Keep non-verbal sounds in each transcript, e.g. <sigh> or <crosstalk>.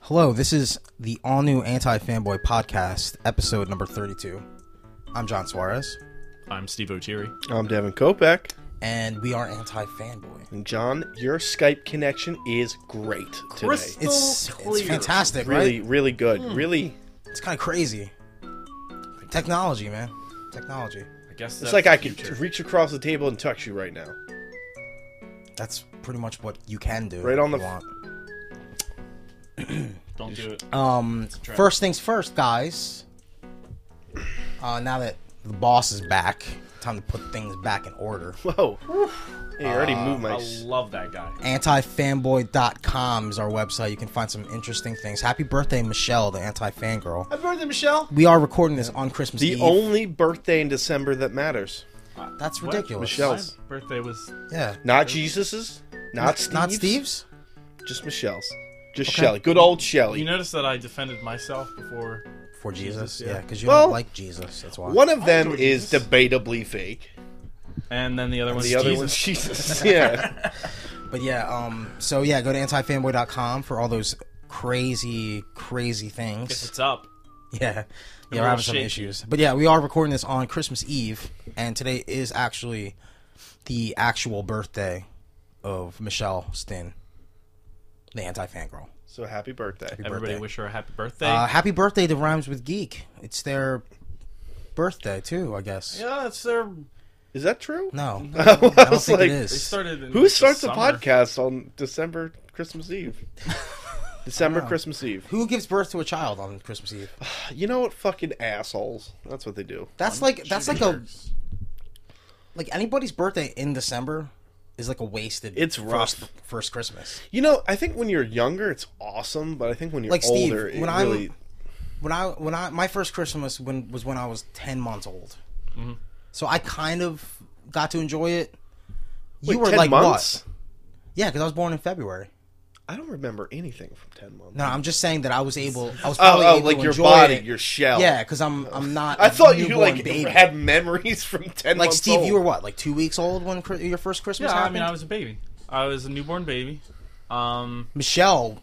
Hello, this is the all new Anti Fanboy Podcast, episode number 32. I'm John Suarez, I'm Steve O'Teary. I'm Devin Kopeck. and we are Anti Fanboy. And John, your Skype connection is great today. Crystal It's, it's clear. fantastic, Oh, really, right? Hmm. really good. Really, It's kind of crazy. Technology, man. Technology. I guess it's like I could reach across the table and touch you right now. That's pretty much what you can do. Right if on the you want. Don't do it. Oh. Um, trap. first things first, guys. Uh, now that the boss is back, time to put things back in order. Whoa! Hey, I already moved Ah, my. I s- love that guy. Antifanboy.com is our website. You can find some interesting things. Happy birthday, Michelle, the anti fangirl. Happy birthday, Michelle. We are recording this on Christmas The Eve. only birthday in December that matters. That's ridiculous. Michelle's. My birthday was yeah. Not Jesus's. Not Steve's. Not Steve's? Just Michelle's. Just Shelly. Good old Shelly. You noticed that I defended myself before. For Jesus. yeah. Yeah, because you Well, don't like Jesus. That's why. one of them told is Jesus. debatably fake. And then the other one's The other Jesus. one's <laughs> Jesus. yeah. But yeah, um, so yeah, go to antifanboy.com for all those crazy, crazy things. If it's up. <laughs> Yeah. Yeah, a we're little having some shaky. issues. But yeah, we are recording this on Christmas Eve, and today is actually the actual birthday of Michelle Stin, the anti fangirl. So happy birthday. Ah. Everybody birthday. wish her a happy birthday. Uh, happy birthday to Rhymes with Geek. It's their birthday, too, I guess. yeah, it's their. Is that true? <laughs> No, <laughs> I was I don't think like, it They is. started. In Who the starts a summer. podcast on December <laughs> Christmas Eve? December Christmas Eve. Who gives birth to a child on Christmas <laughs> Eve? You know what? Fucking assholes. That's what they do. That's like that's like a like anybody's birthday in December is like a wasted. It's rough. First, first Christmas. You know, I think when you're younger, it's awesome, but I think when you're Like Steve, older, it when I'm- really. when I when I my first Christmas when was when I was ten months old, Mm-hmm. so I kind of got to enjoy it. You Wait, were 10 like months? what? Yeah, because I was born in February. I don't remember anything from ten months. No, I'm just saying that I was able. I was oh, probably oh, able like to your enjoy body, it. your shell. Yeah, because I'm I'm not. I a thought you newborn like baby. had memories from ten. like months Steve. old. You were what, like two weeks old when Chri- your first Christmas Yeah, I happened? mean, I was a baby. I was a newborn baby. Um, Michelle,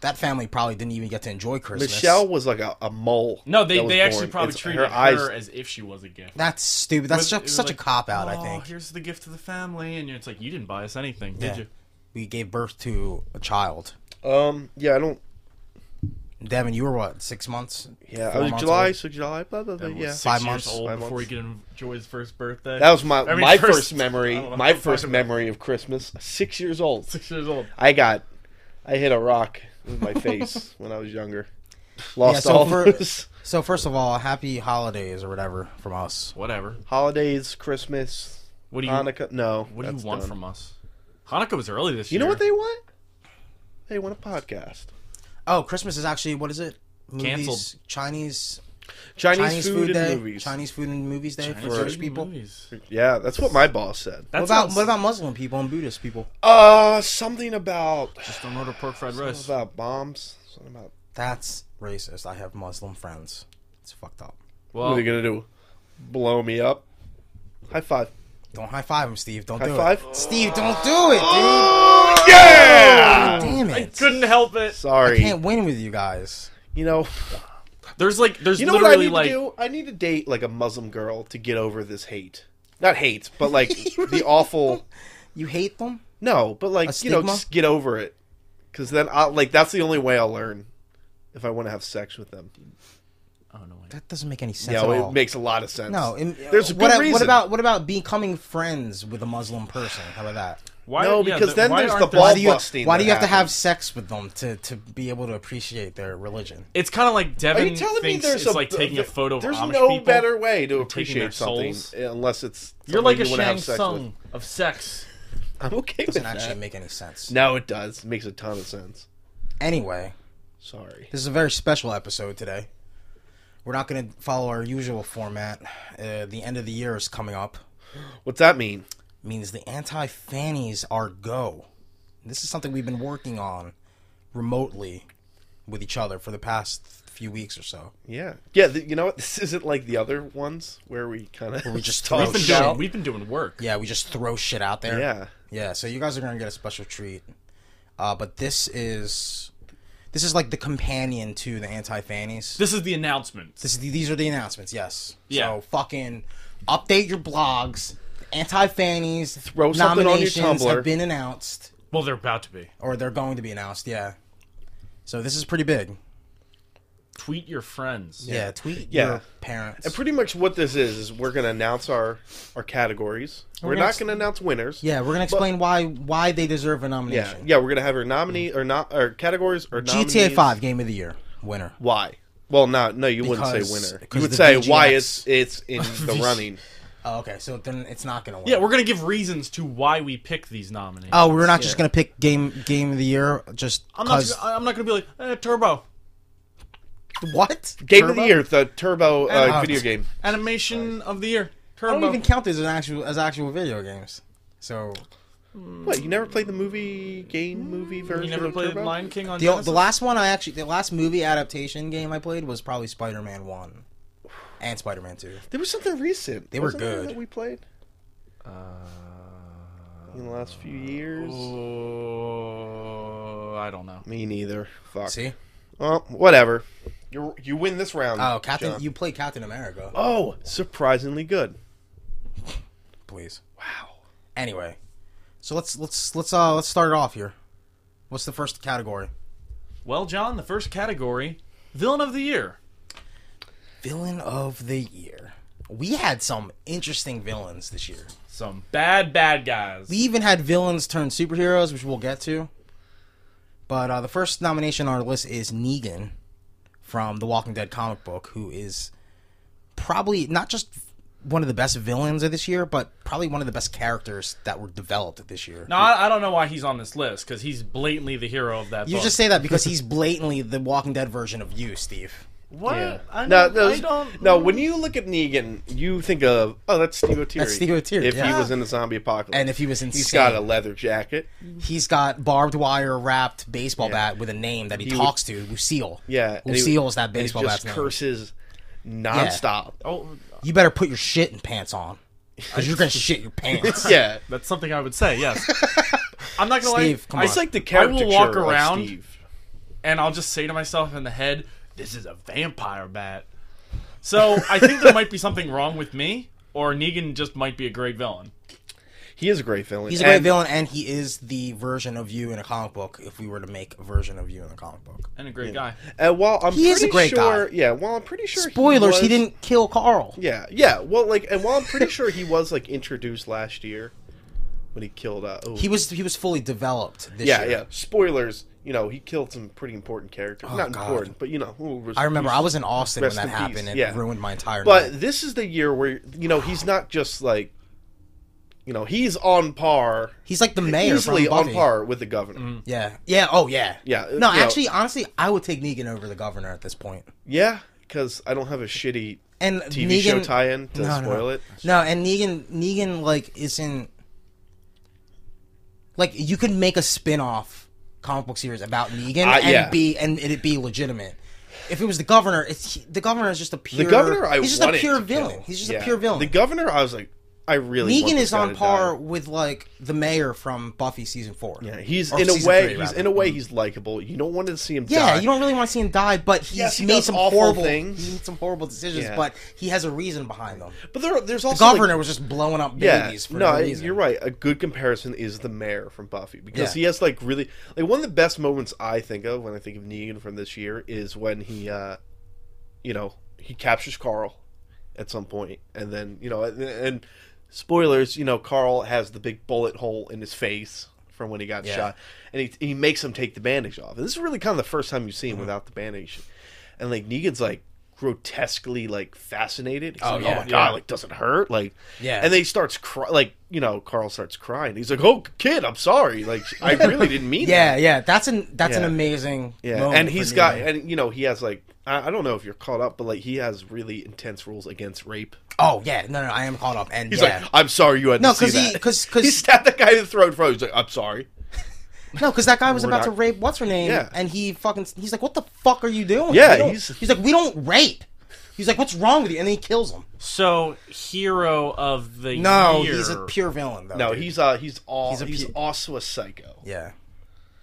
that family probably didn't even get to enjoy Christmas. Michelle was like a, a mole. no, they, that was they actually born. probably It's- treated her her, eyes. as if she was a gift. That's stupid. That's It such, was such like, a cop out. I "Oh, think. Here's the gift to the family, and it's like you didn't buy us anything, Yeah. did you? We gave birth to a child. Um. Yeah. I don't. Devin, you were what, six months? Yeah. I Four was months July. old? So July. Blah blah blah. And was Yeah. six Five years months. old Five before months. he could enjoy his first birthday. That was my I mean, my first- first, memory. I don't know. My first memory of Christmas. Six years <laughs> old. six years old. I got, I hit a rock with <laughs> my face when I was younger. Lost Yeah, so all for- those So first of all, happy holidays or whatever from us. Whatever. holidays, Christmas, What do you? Hanukkah. No, What do you that's want done. from us? Hanukkah was early this You year. know what they want? They want a podcast. Oh, Christmas is actually what is it? Movies, Canceled. Chinese Chinese, Chinese food, and day. movies. Chinese food and movies day Chinese for food Jewish people. movies. Yeah, that's what my boss said. That What about sounds- what about Muslim people and Buddhist people? Uh, something about just don't order pork fried rice? something about bombs. Something about That's racist. I have Muslim friends. It's fucked up. what Well, are they gonna do? Blow me up? High five! Don't high five him, Steve. Don't High do five! Oh! it. Steve, don't do it, dude. Yeah! Damn it. couldn't help it. Sorry. I can't win with you guys. You know. There's like there's You know what I literally need like to do? I need to date like a Muslim girl to get over this hate. Not hate, but <laughs> like the awful. You hate them? No, but like A you know, stigma? just get over it. Because then, I'll, like, that's the only way I'll learn if I want to have sex with them. oh no wait. That doesn't make any sense Yeah, at it all. makes a lot of sense. no, uh, it- there's a good what, I- reason. what about what about becoming friends with a Muslim person? How about that? Why, No, yeah, because th- then why there's aren't the ball do you, busting why that do you have to have happens. sex with them to, to be able to appreciate their religion? It's kind of like Devin Are you telling me thinks there's it's a like taking a photo of There's Amish no people. better way to taking their appreciate something souls? unless it's You're like a someone you wanna Shang have sex with. Tsung of sex. <laughs> I'm okay with Doesn't actually that. make any sense. No, it does. It makes a ton of sense. Anyway, Sorry. this is a very special episode today. We're not going to follow our usual format. Uh, the end of the year is coming up. What's that mean? Means the anti fannies are go. This is something we've been working on remotely with each other for the past few weeks or so. Yeah, yeah. Th- you know what? <laughs> This isn't like the other ones where we kind of we <laughs> just Oh, We've talk been shit. doing we've been doing work. Yeah, we just throw shit out there. Yeah, Yeah, so you guys are going to get a special treat. Uh, but this is This is like the companion to the anti fannies. This is the announcement. This is the, these are the announcements. Yes. Yeah. So fucking update your blogs. Anti fannies Throw something on your nominations Tumblr. have been announced, well, they're about to be. or they're going to be announced. Yeah. So this is pretty big. Tweet your friends. Yeah. tweet Yeah. your parents. And pretty much what this is is we're gonna announce our our categories. We're, gonna not ex- gonna announce winners. Oh, yeah, we're gonna explain why why they deserve a yeah, nomination. yeah. We're gonna have our nominee or not or categories or GTA nominees. Five Game of the Year winner. Why? Well, no, no, you wouldn't Because- say winner. You because would the say why VGX it's <laughs> it's in the running. Oh, okay, so then it's not gonna win. Yeah, we're gonna give reasons to why we pick these nominees. Oh, we're not just Yeah. gonna pick game game of the year. Just I'm not. 'cause- I'm not gonna be like eh, Turbo <laughs> what Game of Turbo? the year, the Turbo And- uh, video game. Animation of the I Year. Turbo. don't even count these as actual as actual video games. So What? You never played the movie game movie version? you never of played Turbo? Lion King on the Genesis? the last one I actually the last movie adaptation game I played was probably Spider Man One, and Spider Man Two. There was something recent. They were wasn't there good. Uh, that we played. in the last few years. Oh, I don't know. Me neither. Fuck. See, Well, whatever. You you win this round. oh Captain, John. you played Captain America, Oh, surprisingly good. please. Wow. Anyway, so let's let's let's uh let's start it off here. What's the first category? Well, John, the first category, Villain of the Year. Villain of the year. We had some interesting villains this year. Some bad, bad guys. We even had villains turn superheroes, which we'll get to. But uh, the first nomination on our list is Negan from the Walking Dead comic book, who is probably not just one of the best villains of this year, but probably one of the best characters that were developed this year. No, I, I don't know why he's on this list because he's blatantly the hero of that. you book. just say that because he's blatantly the Walking Dead version of you, Steve. what? Yeah. I no, don't- no, I don't. no. When you look at Negan, you think of oh, that's Steve O'Teary. That's Steve O'Teary, If he yeah. was in the zombie apocalypse, And if he was insane, he's got a leather jacket. he's got barbed wire wrapped baseball bat with a name that he, He would- talks to, Lucille. Yeah, and he- Lucille is that and he baseball just bat's name. curses <laughs> nonstop. Oh, you better put your shit in pants on because you're gonna shit <laughs> your pants. Yeah, that's something I would say. <laughs> Yes. I'm not gonna Steve, lie. come on. it's like the character. I will walk Of around Steve. and I'll just say to myself in the head, "This is a vampire bat." So I think there might be something wrong with me, or Negan just might be a great villain. He is a great villain. He's a great And villain, and he is the version of you in a comic book. If we were to make a version of you in a comic book, and a great guy. Uh, while I'm He pretty is a great guy. sure, Yeah, while I'm pretty sure. spoilers: he, was- didn't kill Carl. Yeah, yeah. Well, like, and while I'm pretty sure he was like introduced last year when he killed. Uh, oh, He was he was fully developed this yeah, year. yeah. Spoilers. You know, he killed some pretty important characters. Oh, Not God. important, but you know. who was- I remember I was in Austin when Rest that in peace, happened. and yeah. It ruined my entire. night. But this is the year where you know he's not just like, you know, he's on par, he's like the mayor. easily from on Buffy. par with the governor. Yeah, yeah. Oh yeah. Yeah, No, you know- actually, honestly, I would take Negan over the governor at this point. Yeah, because I don't have a shitty And TV Negan, show tie-in to Uh, No, no, spoil no. it. No, and Negan Negan like isn't like you could make a spin-off comic book series about Negan Uh, and yeah. be and it'd be legitimate. If it was the governor, it's the governor is just a pure The governor, I he's just wanted a pure to kill. villain. He's just Yeah. a pure villain. The governor, I was like, I really. want Negan this is guy on to par die. with like the mayor from Buffy season 4. Yeah, he's Or in a season way. three, he's rather. Mm-hmm. in a way. He's likable. You don't want to see him. Yeah, die. you don't really want to see him die, but he's Yes, he made does some awful horrible things. He made some horrible decisions, Yeah. but he has a reason behind them. But there, there's also like- Governor was just blowing up yeah, babies for no, no I- reason. you're right. A good comparison is the mayor from Buffy because Yeah. he has like really like one of the best moments I think of when I think of Negan from this year is when he, uh you know, he captures Carl at some point, and then you know, and, and spoilers, you know, Carl has the big bullet hole in his face from when he got Yeah. shot, and he he makes him take the bandage off, and this is really kind of the first time you see him Mm-hmm. without the bandage, and like Negan's like grotesquely like fascinated. He's Oh, like, yeah. oh my god, Yeah. like doesn't hurt, like Yeah. and then he starts cry- like you know Carl starts crying. He's like, "Oh, kid, I'm sorry. Like I really <laughs> didn't mean Yeah, that." yeah, that's an that's an Yeah. amazing Yeah, moment and for he's Negan. got and you know he has like I, I don't know if you're caught up, but like he has really intense rules against rape. oh yeah no no I am caught up and He's yeah like, "I'm sorry you had No, to see 'cause he- that." 'cause- 'cause- he stabbed that guy in the throat. Bro, he's like, "I'm sorry." no because that guy was We're about to not- rape what's her name Yeah. and he fucking he's like what the fuck are you doing Yeah, We don't- he's- he's like we don't rape he's like what's wrong with you and then he kills him So hero of the no year. he's a pure villain though No, dude. he's uh he's all he's, He's a pu- also a psycho. yeah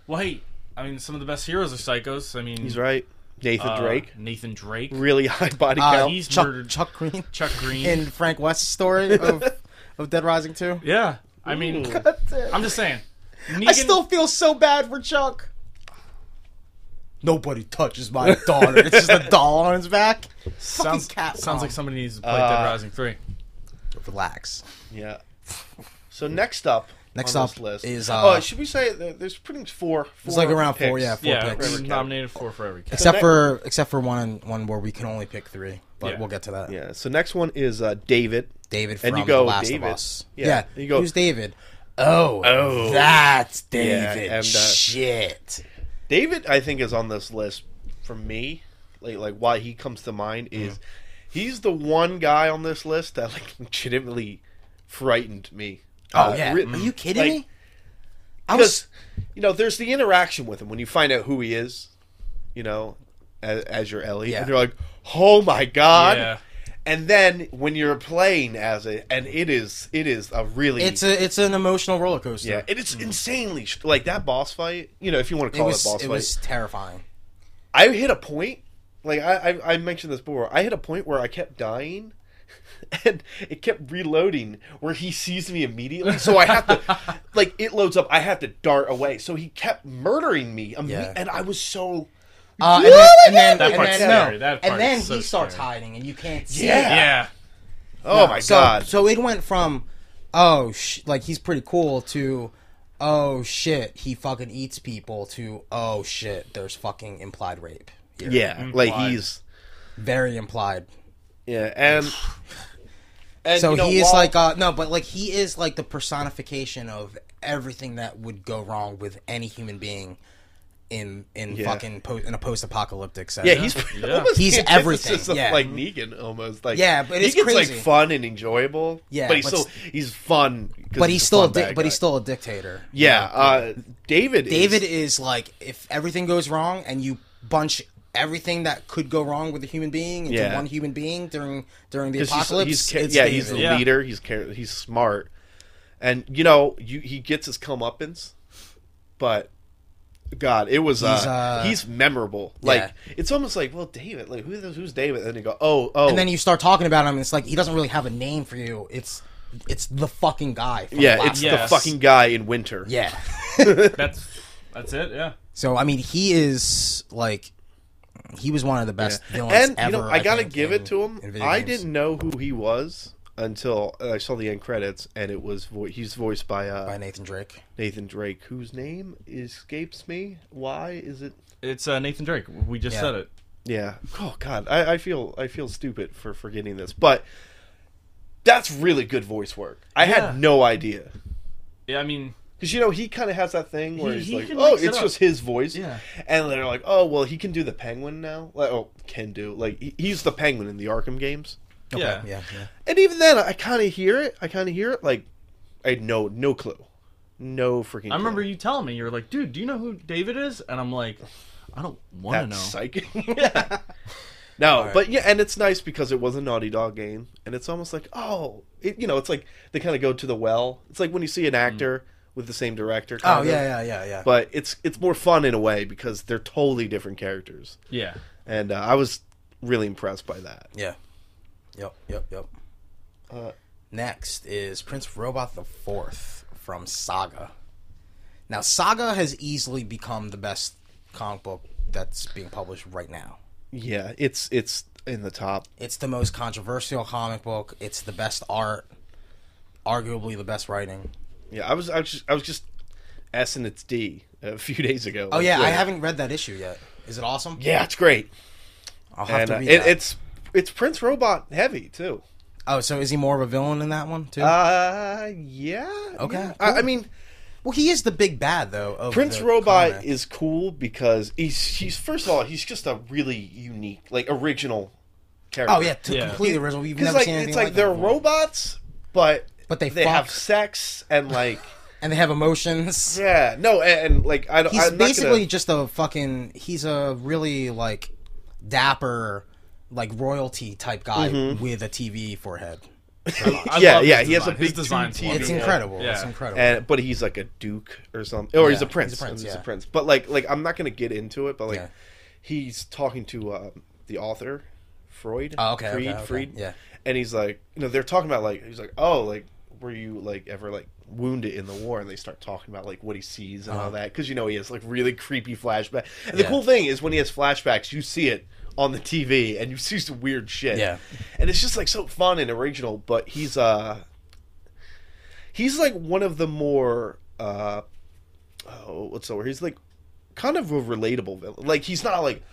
Wait, I mean, some of the best heroes are psychos. I mean, He's right. Nathan uh, Drake, Nathan Drake. really <laughs> high body Uh, count. he's Chuck, murdered- Chuck <laughs> Green Chuck Green. in Frank West's story of, of Dead Rising 2. yeah. I mean, <laughs> I'm just saying. Negan, I still feel so bad for Chuck. Nobody touches my daughter. it's just a doll on his back. sounds, fucking cat sounds mom. like somebody needs to play Uh, Dead Rising 3. Relax. Yeah. So next up. Next on up this list is, oh, uh, should we say that there's pretty much four? four It's like around four, picks. yeah, four Yeah, picks. we were nominated for for every cat. Except ne- for except for one one where we can only pick three, but Yeah. we'll get to that. Yeah. So next one is uh, David. David from And you go, The Last David. of Us. Yeah. Yeah. You go- Who's David? Oh, Oh. that's Yeah, David. and, uh, Shit. David, I think, is on this list for me. Like, like why he comes to mind is Mm-hmm. he's the one guy on this list that like <laughs> legitimately frightened me. Oh Uh, yeah. re- Are you kidding like, me? I because was you know there's the interaction with him when you find out who he is you know as, as your ellie Yeah. and you're like oh my god Yeah. and then when you're playing as it and it is it is a really it's a it's an emotional roller coaster. yeah it is insanely sh- like that boss fight you know if you want to it call it, was boss it fight was terrifying. i hit a point like I, I i mentioned this before i hit a point where i kept dying <laughs> and it kept reloading where he sees me immediately so i have to <laughs> like it loads up i have to dart away so he kept murdering me imme- Yeah. and i was so Uh, and Yeah, then, and yeah, then, That and part's then- scary. no. That part and then is so he starts scary. hiding, and you can't see. Yeah. it. Yeah. <laughs> Oh my so, god! So it went from, oh, sh- like he's pretty cool to, oh shit, he fucking eats people to, oh shit, there's fucking implied rape. here. yeah, like Implied. he's Very implied. Mm, yeah, <sighs> and, and so you know, he is while- like, uh, no, but like he is like the personification of everything that would go wrong with any human being in in Yeah. fucking po- in a post apocalyptic setting. yeah, he's Yeah. almost He's the antithesis everything, of, yeah. like Negan almost like Yeah, but it's Negan's like crazy. fun and enjoyable. Yeah, but he's but still he's fun. 'cause but he's still a fun di- bad but guy. he's still a dictator. yeah. Uh, David is- David is like, if everything goes wrong and you bunch everything that could go wrong with a human being into Yeah. one human being during during the 'cause he's- apocalypse, he's, ca- it's yeah David. he's the Yeah. leader. He's care- he's smart, and you know you he gets his comeuppance, but. God, it was uh, he's, uh, memorable. Like it's almost like, well, David, like who, who's David? And then you go, oh, oh, and then you start talking about him, and it's like he doesn't really have a name for you. It's it's the fucking guy. From yeah, Last it's of Us. Yes. the fucking guy in winter. yeah. <laughs> That's that's it. Yeah. So I mean, he is like he was one of the best villains and ever. you know, I, gotta think, give in- it to him. in video I games. didn't know who he was until I saw the end credits, and it was vo- he's voiced by, uh, by Nathan Drake. Nathan Drake, whose name escapes me. Why is it? It's uh, Nathan Drake. We just Yeah. said it. Yeah. Oh God, I, I feel I feel stupid for forgetting this, but that's really good voice work. I Yeah. had no idea. Yeah, I mean, Because you know he kind of has that thing where He- he's he like, can "Oh, mix it it's up." just his voice," Yeah. and they're like, "Oh, well, he can do the penguin now." Like, oh, can do like he- he's the penguin in the Arkham games. Okay, Yeah. yeah, yeah. And even then, I kind of hear it. I kind of hear it. Like, I had no no clue, no freaking. I remember clue. you telling me you were like, "Dude, do you know who David is?" And I'm like, "I don't want to That's know." <laughs> psychic. yeah. No, right. but yeah, and it's nice because it was a Naughty Dog game, and it's almost like oh, it, you know, it's like they kind of go to the well. It's like when you see an actor with the same director. Oh kind of, yeah, yeah, yeah, yeah. But it's it's more fun in a way because they're totally different characters, yeah. and uh, I was really impressed by that. yeah. Yep, yep, yep. Uh, Next is Prince Robot the Fourth from Saga. Now, Saga has easily become the best comic book that's being published right now. Yeah, it's it's in the top. It's the most controversial comic book. It's the best art, arguably the best writing. Yeah, I was I was just, I was just S and its D a <laughs> few days ago. Oh yeah, I haven't read that issue yet. Is it awesome? Yeah, it's great. I'll have And to uh, read it, that. it's it's Prince Robot heavy too. Oh, so is he more of a villain in that one too? Uh, yeah. Okay, yeah. I, I cool. mean, well, he is the big bad though. Of Prince the Robot comic. is cool because he's he's first of all he's just a really unique, like original character. Oh yeah, t- Yeah. completely original. We've because never like seen anything it's like, like that they're before. robots, but But they they fuck. have sex and like <laughs> and they have emotions. yeah no and, and, like I don't. He's I'm not basically gonna- just a fucking. He's a really Mm-hmm. like dapper, like royalty type guy with a TV forehead. I, I Yeah, love yeah, his he has design. a his big design's tube TV. wonderful. It's incredible. Yeah. It's incredible. and but he's like a duke or something, or he's Yeah, a prince. He's a prince. yeah. But like, like I'm not gonna get into it, but like, Yeah. he's talking to um, the author, Freud. Oh, okay, okay, Freed, okay. Freed. Yeah. And he's like, you know, they're talking about like, he's like, oh, like, were you like ever like wounded in the war? And they start talking about like what he sees and all Uh-huh. that because you know he has like really creepy flashbacks. And the Yeah. cool thing is when he has flashbacks, you see it on the TV and you see some weird shit. Yeah. And it's just like so fun and original, but he's uh he's like one of the more uh oh what's the word? He's like kind of a relatable villain. Like he's not like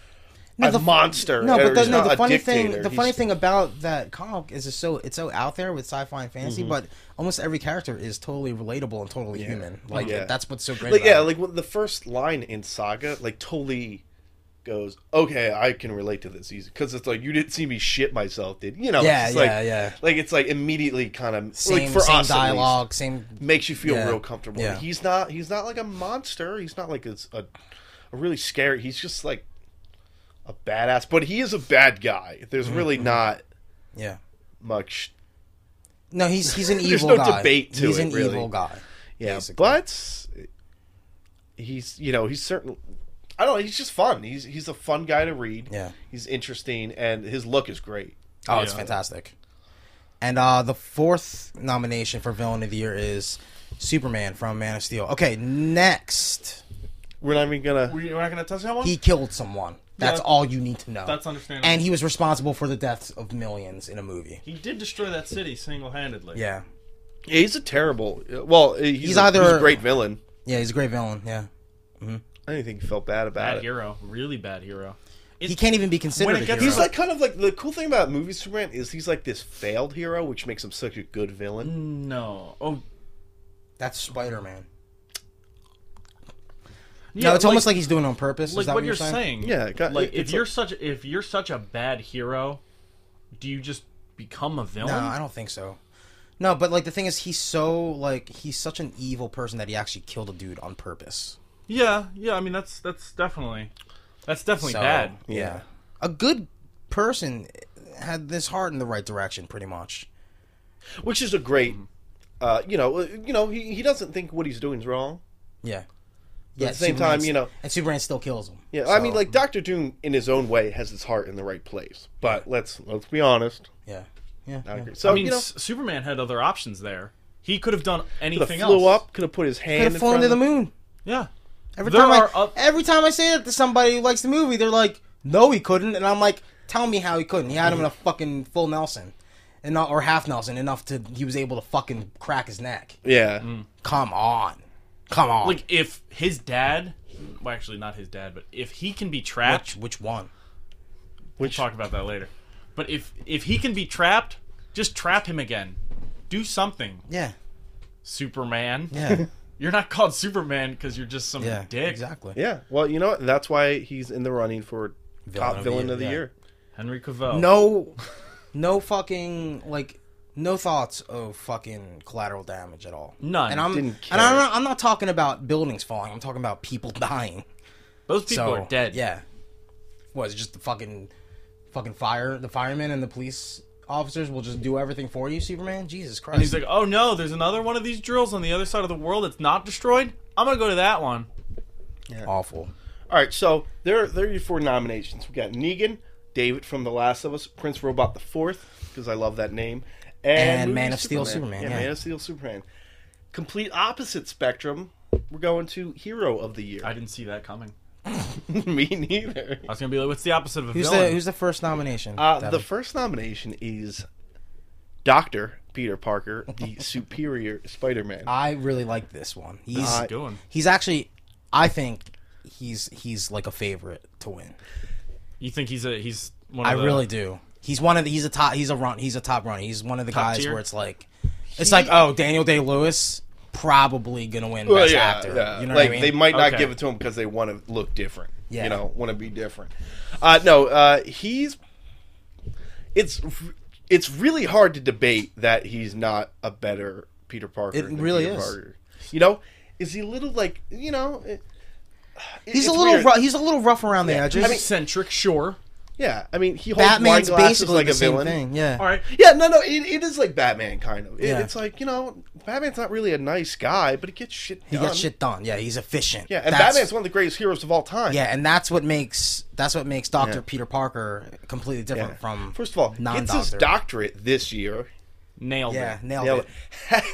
No, a the- monster. No, or but the, he's no, not the a funny dictator. thing, the He's- funny thing about that comic is it's so it's so out there with sci-fi and fantasy, but almost every character is totally relatable and totally human. Like Mm-hmm. yeah. that's what's so great. like about yeah, it. like when the first line in Saga, like totally goes, okay, I can relate to this because it's like you didn't see me shit myself, did you? You know? it's yeah, just yeah, like, yeah. Like it's like immediately kind of Same, like for same us at least, dialogue, same. makes you feel Yeah. real comfortable. Yeah. He's not he's not like a monster. He's not like a, a a really scary. He's just like a badass, but he is a bad guy. There's Mm-hmm, really not Yeah. much. No, he's he's an <laughs> There's evil no guy. debate to he's it, an really. evil guy. Yeah, Basically. but he's you know he's certain. I don't know. He's just fun. He's he's a fun guy to read. Yeah. he's interesting, and his look is great. Oh, it's Yeah. fantastic. And uh, the fourth nomination for villain of the year is Superman from Man of Steel. Okay, next We're not even gonna. We, we're not gonna touch that one. he killed someone. That's Yeah. all you need to know. That's understandable. and he was responsible for the deaths of millions in a movie. he did destroy that city single-handedly. Yeah, Yeah, he's a terrible. Well, he's, He's a- either- he's a great villain. yeah, he's a great villain. Yeah, I didn't think he felt bad about bad it. hero, really bad hero. he can't even be considered. When it a gets- hero. He's like kind of like the cool thing about movie Superman is he's like this failed hero, which makes him such a good villain. No. Oh, that's Spider Man. yeah, no, it's almost like he's doing it on purpose. like Is that what you're saying. Yeah, it got- like it- if it's you're like- such if you're such a bad hero, do you just become a villain? No, I don't think so. No, but like the thing is, he's so like he's such an evil person that he actually killed a dude on purpose. Yeah, yeah. I mean, that's that's definitely that's definitely So, bad. Yeah. a good person had this heart in the right direction, pretty much. Mm-hmm. which is a great. Uh, you know, uh, you know, he, he doesn't think what he's doing is wrong. Yeah. Yeah. at the same Superman time, s- you know- and Superman still kills him. Yeah, I So, mean, like Doctor Doom, in his own way, has his heart in the right place. But let's let's be honest. yeah, yeah, I yeah. agree. So I mean, you know, S- Superman had other options there. He could have done could anything have flew else. up, could have put his hand. Could have in flown front to of the him. moon. Yeah. Every There time I are up- every time I say that to somebody who likes the movie, they're like, "No, he couldn't," and I'm like, "Tell me how he couldn't. He had <laughs> him in a fucking full Nelson, and not, or half Nelson, enough to he was able to fucking crack his neck. Yeah, Come on, come on. Like if his dad, well, actually not his dad, but if he can be trapped, which which one? we'll talk about that later. But if if he can be trapped, just trap him again. Do something, Yeah, Superman. yeah, <laughs> You're not called Superman because you're just some yeah. dick. Exactly. yeah. Well, you know what? That's why he's in the running for top villain of the yeah. year. Henry Cavill. No, no fucking like no thoughts of fucking collateral damage at all. None. And I'm Didn't and I'm care. not, I'm not talking about buildings falling. I'm talking about people <laughs> dying. Those people so, are dead. Yeah. Was just the fucking, fucking fire? The firemen and the police officers will just do everything for you, Superman. Jesus Christ! And he's like, oh no, there's another one of these drills on the other side of the world that's not destroyed. I'm gonna go to that one. awful. All right, so there there are your four nominations. We got Negan, David from The Last of Us, Prince Robot the Fourth, because I love that name, and, And Movie Man of Steel Superman, yeah. Man of Steel Superman. Complete opposite spectrum. We're going to Hero of the Year. I didn't see that coming. <laughs> Me <laughs> neither. I was gonna be like, what's the opposite of a Who's the villain? Who's the first nomination? Uh, the Devin? first nomination is Doctor Peter Parker, <laughs> the Superior Spider-Man. I really like this one. He's What's he doing? he's actually, I think he's he's like a favorite to win. You think he's a he's one I of the, really do. He's one of the, he's a top he's a run he's a top runner. He's one of the guys tier? where it's like it's like oh Daniel Day Lewis probably gonna win Well, best yeah, actor. yeah. You know like what I mean? they might not Okay. give it to him because they want to look different. Yeah. You know, want to be different. Uh, no, uh, he's. It's r- it's really hard to debate that he's not a better Peter Parker. It than really Peter is. Parker. You know, is he a little like you know? it- he's a it's little weird. rough, he's a little rough around the edges. eccentric, sure. Yeah, I mean, he holds Batman's wine glasses basically like the a same villain. thing. Yeah. All right. Yeah, no, no, it, it is like Batman, kind of. It, Yeah. It's like you know, Batman's not really a nice guy, but he gets shit He done. gets shit done. Yeah, he's efficient. Yeah, and That's- Batman's one of the greatest heroes of all time. Yeah, and that's what makes that's what makes Doctor Yeah. Peter Parker completely different Yeah. from First of all, gets his non-doctor. doctorate this year. Nailed yeah, it. nailed Now, it.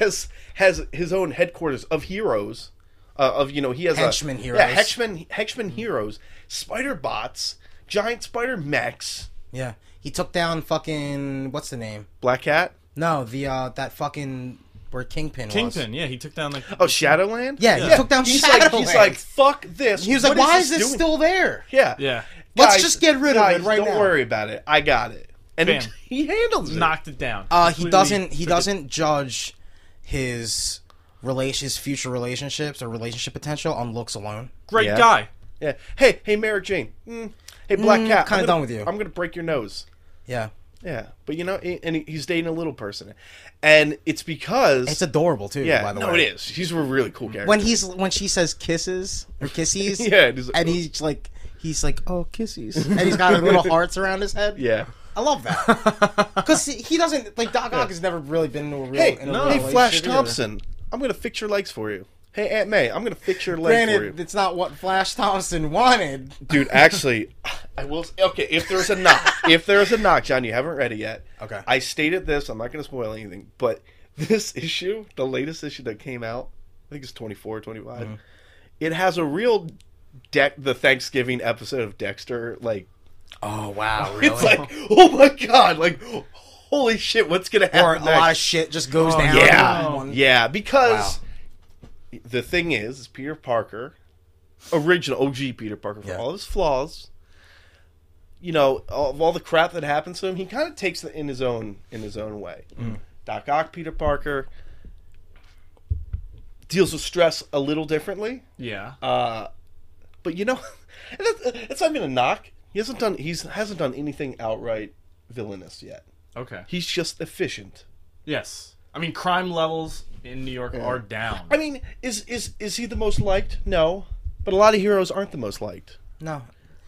has has his own headquarters of heroes, uh, of you know he has a- Henchmen Yeah, heroes. Mm-hmm. henchmen henchmen heroes, spider bots, giant spider mechs, Yeah, he took down fucking what's the name? Black Cat. No, the uh that fucking where Kingpin, was. Kingpin. Yeah, he took down like. Oh, Shadowland. Yeah, he took down he's Like, he's Shadowland. like, fuck this. He was like, What "Why is this, doing?" still there?" Yeah, Yeah. Let's Guys, just get rid of guys, it right don't now. worry about it. I got it. And Bam. <laughs> he, he handles it. Knocked it down. Uh, he Completely doesn't. He freaking- doesn't judge his relation, his future relationships or relationship potential on looks alone. Great Yeah. guy. Yeah. Hey, hey, Mary Jane. Mm. Hey, Black Mm, Cat. I'm kinda gonna- done with you. I'm gonna break your nose. Yeah, Yeah, but you know, he- and he- he's dating a little person, and it's because it's adorable too. yeah, by the no, way. it is. He's a really cool character. When he's when she says kisses or kissies, <laughs> yeah, it is- and he's like he's like oh kissies, and he's got like, <laughs> little hearts around his head. yeah. I love <laughs> that because he doesn't like Doc Ock has never really been into a real. Hey, in a no, real hey, Flash relationship either. Thompson. I'm gonna fix your legs for you. Hey, Aunt May. I'm gonna fix your leg for you. Granted, it's not what Flash Thompson wanted. <laughs> Dude, actually, I will. s- Okay, if there's a knock, if there's a knock, John, you haven't read it yet. Okay. I stated this. I'm not going to spoil anything, but <laughs> this issue, the latest issue that came out, I think it's 24, 25. Mm-hmm. It has a real deck. The Thanksgiving episode of Dexter, like Oh <laughs> wow, it's like, oh my god, like holy shit, what's going to happen? or <laughs> a lot of next? shit just goes Oh, down. Yeah, in one- yeah, because the thing is, is Peter Parker, original OG Peter Parker, for Yeah. all his flaws, you know, all- of all the crap that happens to him, he kind of takes it in his own in his own way. Mm. Doc Ock, Peter Parker deals with stress a little differently, Yeah. uh, but you know, <laughs> and that's, that's not even a knock. He hasn't done he's hasn't done anything outright villainous yet. Okay. He's just efficient. Yes. I mean, crime levels in New York are down. I mean, is is is he the most liked? No, but a lot of heroes aren't the most liked. No,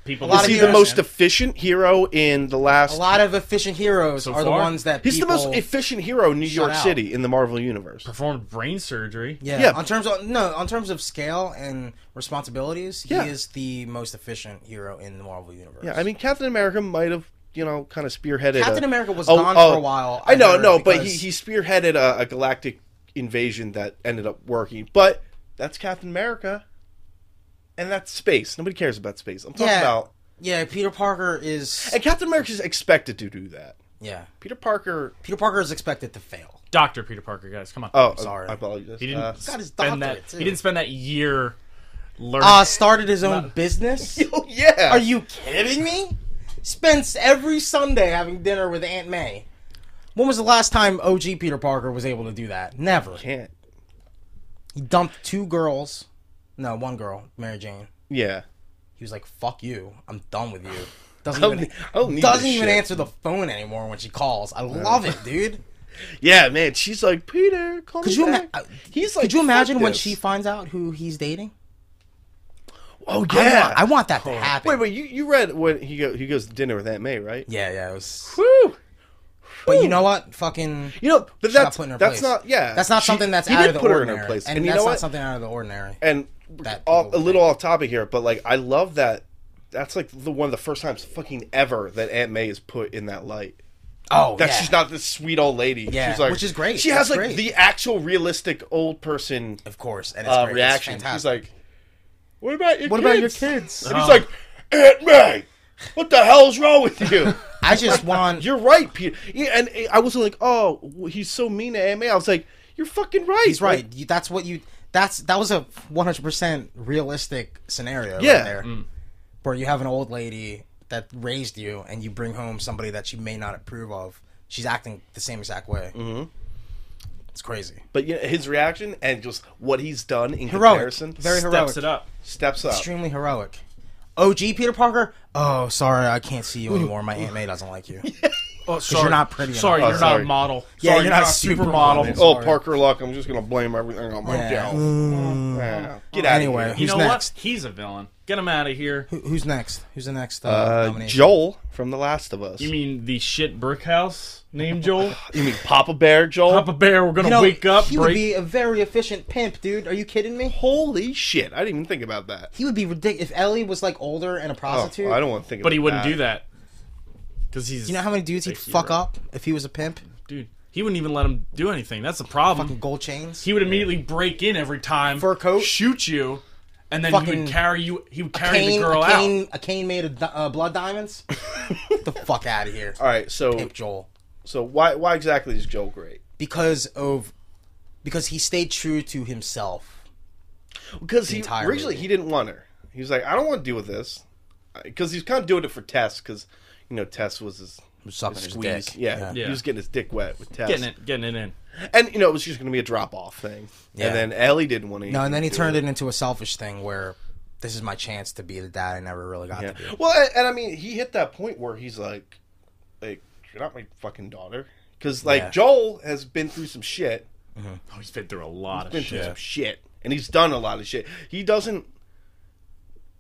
People. lot Is of he the heroes, most man. efficient hero in the last? a lot of efficient heroes are the far? ones that He's people- the most efficient hero in New York out. City in the Marvel universe. performed brain surgery? Yeah, yeah. on terms of no, on terms of scale and responsibilities, Yeah. he is the most efficient hero in the Marvel universe. Yeah, I mean, Captain America might have you know kind of spearheaded. Captain a, America was Oh, gone oh, for a while. I know, heard, no, but he, because- he spearheaded a, a galactic invasion that ended up working. But that's Captain America, and that's space. Nobody cares about space. I'm talking Yeah. about yeah, Peter Parker is and Captain America's expected to do that. yeah, Peter Parker. Peter Parker is expected to <laughs> fail. Doctor Peter Parker, guys, come on. Oh, Sorry. I apologize. he didn't Uh, Uh, <laughs> got his spend that. doctorate, too. He didn't spend that year learning. Uh started his own business. Oh <laughs> yeah. Are you kidding me? Spends every Sunday having dinner with Aunt May. When was the last time OG Peter Parker was able to do that? Never. can't? He dumped two girls. No, one girl, Mary Jane. Yeah. He was like, "Fuck you, I'm done <laughs> with you." Doesn't I don't even need- <laughs> I don't need doesn't this even shit. answer the phone anymore when she calls. I love it, <laughs> dude. Yeah, man. She's like Peter. Call Could me you back." ima- uh, He's Could you "Fuck imagine when this." she finds out who he's dating? Oh I yeah. want, I want that to happen. wait, wait. You, you read when he go he goes to dinner with Aunt May, right? Yeah, yeah. It was... Woo. But you know what? Fucking. You know, but Should I that's put in her that's place? not yeah. That's not She- something that's he out did of the put her in ordinary. her place, And, and, you that's know not what? something out of the ordinary. and that all, people a little off topic here, but like I love that. That's like the one of the first times fucking ever that Aunt May is put in that light. Oh, That yeah. she's not this sweet old lady. Yeah, she's like, which is great. She has That's like great. the actual realistic old person Of course, and it's uh, great. reaction. It's She's fantastic. like, "What about your What kids? about your kids? And he's like, "Aunt May, what the hell's wrong with <laughs> you? I just <laughs> want. You're right, Peter." Yeah, and uh, I wasn't like, "Oh, he's so mean to Aunt May." I was like, "You're fucking right." He's right. You, that's what you. That's that was a 100% realistic scenario. Yeah. Right there, where you have an old lady that raised you, and you bring home somebody that she may not approve of. She's acting the same exact way. Mm-hmm. It's crazy. But yeah, his reaction and just what he's done in Heroic. comparison Very steps heroic. it up. steps up. Extremely heroic. OG Peter Parker. Oh, sorry, I can't see you anymore. My aunt May doesn't like you. Oh, you're sorry. not pretty enough. Sorry, Oh, you're not sorry. a model. Yeah, sorry, you're not a supermodel. supermodel. Oh, Oh, sorry. Parker Luck, I'm just gonna blame everything on myself. Yeah. Mm. Yeah. Get out Anyway. of here. You Who's know next? what? He's a villain. Get him out of here. Who, who's next? Who's the next uh, Uh, nomination? Joel from The Last of Us. You mean the shit brick house named Joel? <laughs> You mean Papa Bear, Joel? Papa Bear, we're gonna You know, wake up, He break. would be a very efficient pimp, dude. Are you kidding me? Holy shit! I didn't even think about that. He would be ridiculous if Ellie was like older and a Oh, prostitute. I don't want to think. but he about wouldn't do that because he's You know how many dudes he'd Thank you, fuck bro. up if he was a pimp? dude. He wouldn't even let him do anything. That's the problem. Fucking gold chains, he would immediately break in every time, fur coat, shoot you, and then he Fucking would carry you. He would carry cane, the girl a out. cane, a cane made of di- uh, blood diamonds. <laughs> Get the fuck out of here, All right, so pimp Joel. so why why exactly is Joel great? Because of because he stayed true to himself. Because he entire originally movie. he didn't want her. He was like, I don't want to deal with this, because he's kind of doing it for Tess, because you know Tess was his Sucking his squeeze. dick. Yeah, Yeah. he was getting his dick wet with Tess, Getting it, getting it in. and you know it was just going to be a drop off thing. Yeah. And then Ellie didn't want to. No, and then he turned it into a selfish thing where this is my chance to be the dad I never really got Yeah. to be. Well, and, and I mean, he hit that point where he's like, like you're not my fucking daughter, because like Yeah. Joel has been through some shit. Oh, he's been through a lot been of through shit. some shit, and he's done a lot of shit. He doesn't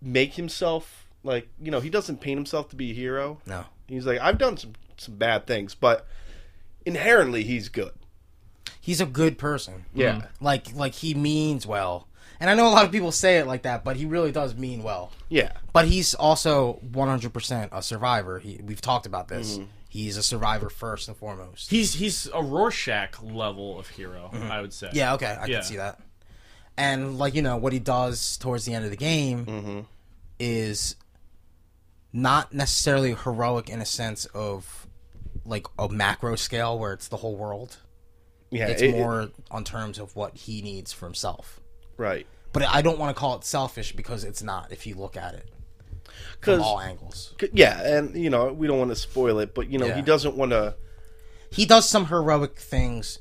make himself like you know he doesn't paint himself to be a hero. No. He's like I've done some some bad things, but inherently he's good. He's a good person. Yeah, Like like he means well. And I know a lot of people say it like that, but he really does mean well. yeah. But he's also 100% a survivor. He, we've talked about this. Mm-hmm. He's a survivor first and foremost. He's he's a Rorschach level of hero, I would say. Mm-hmm. yeah, okay. I Yeah. can see that. And, like, you know, what he does towards the end of the game Mm-hmm. is not necessarily heroic in a sense of, like, a macro scale where it's the whole world. Yeah, It's it- it- more on terms of what he needs for himself. right But I don't want to call it selfish because it's not if you look at it from all because angles. yeah, and you know we don't want to spoil it, but you know Yeah. he doesn't want to. he does some heroic things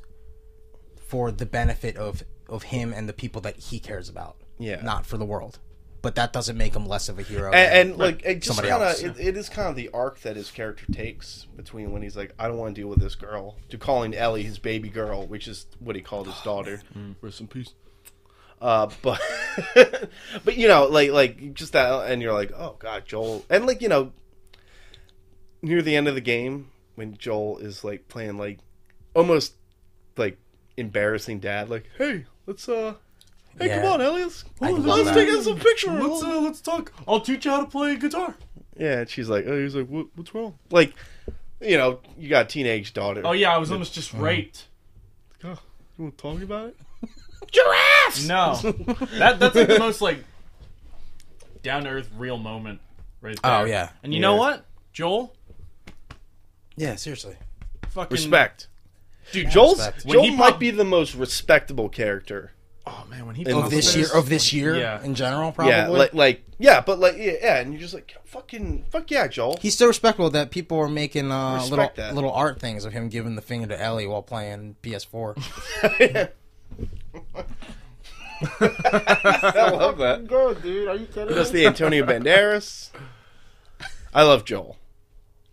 for the benefit of of him and the people that he cares about. Yeah. not for the world. But that doesn't make him less of a hero. And, and like it just Somebody kind else, of yeah. it, it is kind of the arc that his character takes between when he's like I don't want to deal with this girl to calling Ellie his baby girl, which is what he called his daughter. Rest in peace. Uh, but <laughs> but you know, like like just that, and you're like, oh god, Joel, and like you know, near the end of the game when Joel is like playing like almost like embarrassing dad, like, hey, let's uh, hey, come Yeah. on, Ellie, let's, love let's that. take us a picture. Let's uh, let's talk. I'll teach you how to play guitar. Yeah, and she's like, oh, he's like, what, what's wrong? Like, you know, you got a teenage daughter. Oh yeah, I was almost just Mm-hmm. raped. Oh, you want to talk about it? No, that that's like the most like down to earth real moment right there. Oh, yeah. And you Yeah. know what, Joel? yeah, seriously. Fucking Respect. dude. Joel's Respect. When Joel he might pop- be the most respectable character Oh man, when he In Of popped this his- year, of this year Yeah. in general, probably. Yeah, like, like yeah, but like yeah, yeah, and you're just like fucking fuck yeah, Joel. <laughs> He's so respectable that people are making uh, Respect little that. little art things of him giving the finger to Ellie while playing PS4. <laughs> I love that. Go, dude. Are you kidding? That's the Antonio Banderas. I love Joel.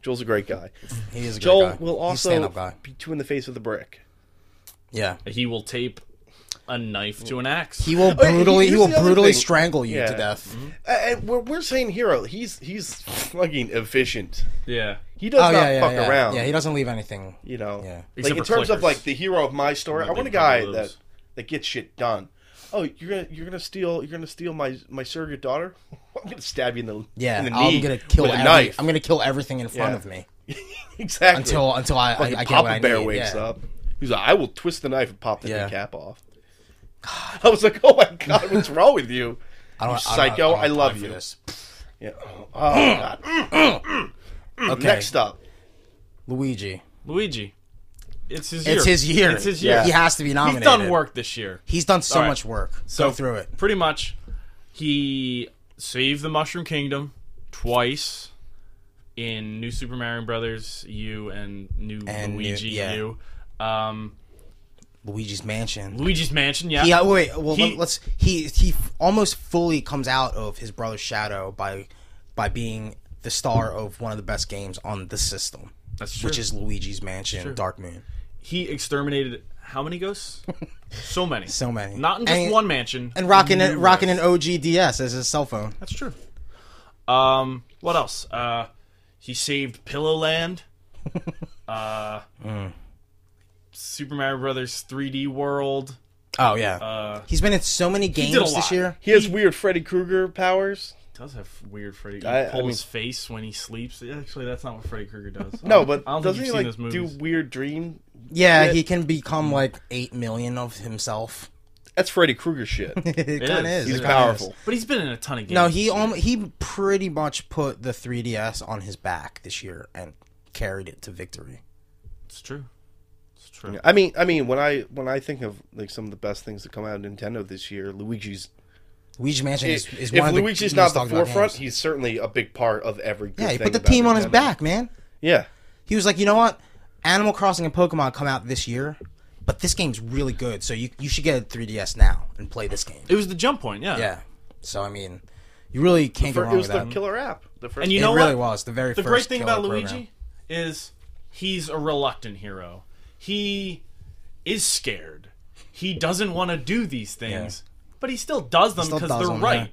Joel's a great guy. He is a Joel great guy. will He's a stand also up guy. be two in the face with a brick. Yeah, he will tape a knife to an axe. he will Oh, yeah, brutally he here's will the other brutally thing. strangle you Yeah. to death. Uh, And we're, we're saying hero. He's he's fucking efficient. yeah, He does Oh not yeah, yeah, fuck yeah. around. Yeah, he doesn't leave anything. you know, Yeah. like Except in for terms of clickers. like the hero of my story, I Not want a big guy photos. that that gets shit done. Oh, you're gonna you're gonna steal you're gonna steal my my surrogate daughter. <laughs> I'm gonna stab you in the Yeah, in the knee I'm gonna kill with a every, knife. I'm gonna kill everything in front Yeah. of me <laughs> exactly until until I I, I Fucking get Papa what I Bear need. wakes yeah. up. He's like, I will twist the knife and pop the Yeah. cap off. I was like, oh my god, what's wrong with you? I don't, I You don't- psycho, don't I have love time for you. <clears throat> This. Yeah. <clears throat> Oh, god. Okay, Next up, Luigi. Luigi. It's his. Year. It's his year. It's his year. Yeah. He has to be He's nominated. done work this year. He's done so All right. much work. Go through it. Pretty much, he saved the Mushroom Kingdom twice in New Super Mario Brothers U and New And new- Luigi yeah. U. Um, Luigi's Mansion. Luigi's Mansion, yeah. Yeah, wait. Well, He- let's. He he f- almost fully comes out of his brother's shadow by by being the star of one of the best games on the system, That's true. which is Luigi's Mansion, Dark Moon. he exterminated how <laughs> many ghosts? so many. So many. Not in just And- one mansion. and rocking it, numerous. rocking an OG DS as his cell phone. That's true. Um, what else? Uh, he <laughs> saved Pillowland. uh, Mm. Super Mario Brothers 3D World. Oh yeah, Uh, he's been in so many did games a lot. this year. He has weird Freddy Krueger powers. does have weird Freddy. He I- I pulls mean- his face when he sleeps. Actually, that's not what Freddy Krueger does. No, but I don't doesn't think he you've like seen those do movies. weird dream? Yeah, Yeah. he can become like eight million of himself. <laughs> That's Freddy Krueger shit. it kind of is. is. He's It He's kinda powerful. is. But he's been in a ton of games. No, he alm- he pretty much put the 3DS on his back this year and carried it to victory. It's true. It's true. I mean, I mean, when I when I think of like some of the best things that come out of Nintendo this year, Luigi's Luigi Mansion is, is if one of the Luigi's most not the talked about forefront, games. he's certainly a big part of every. Good Yeah, he thing put the about team on his Nintendo. back, man. Yeah, He was like, you know what? Animal Crossing and Pokemon come out this year, but this game's really good, so you you should get a 3DS now and play this game. It was the jump point, yeah. Yeah. So I mean, you really can't For- go it wrong was with the that. killer app. The first And you it know really what? was the very The first great thing killer about Luigi program. is he's a reluctant hero. He is scared. He doesn't want to do these things, but he still does them Still because does they're them, right. yeah.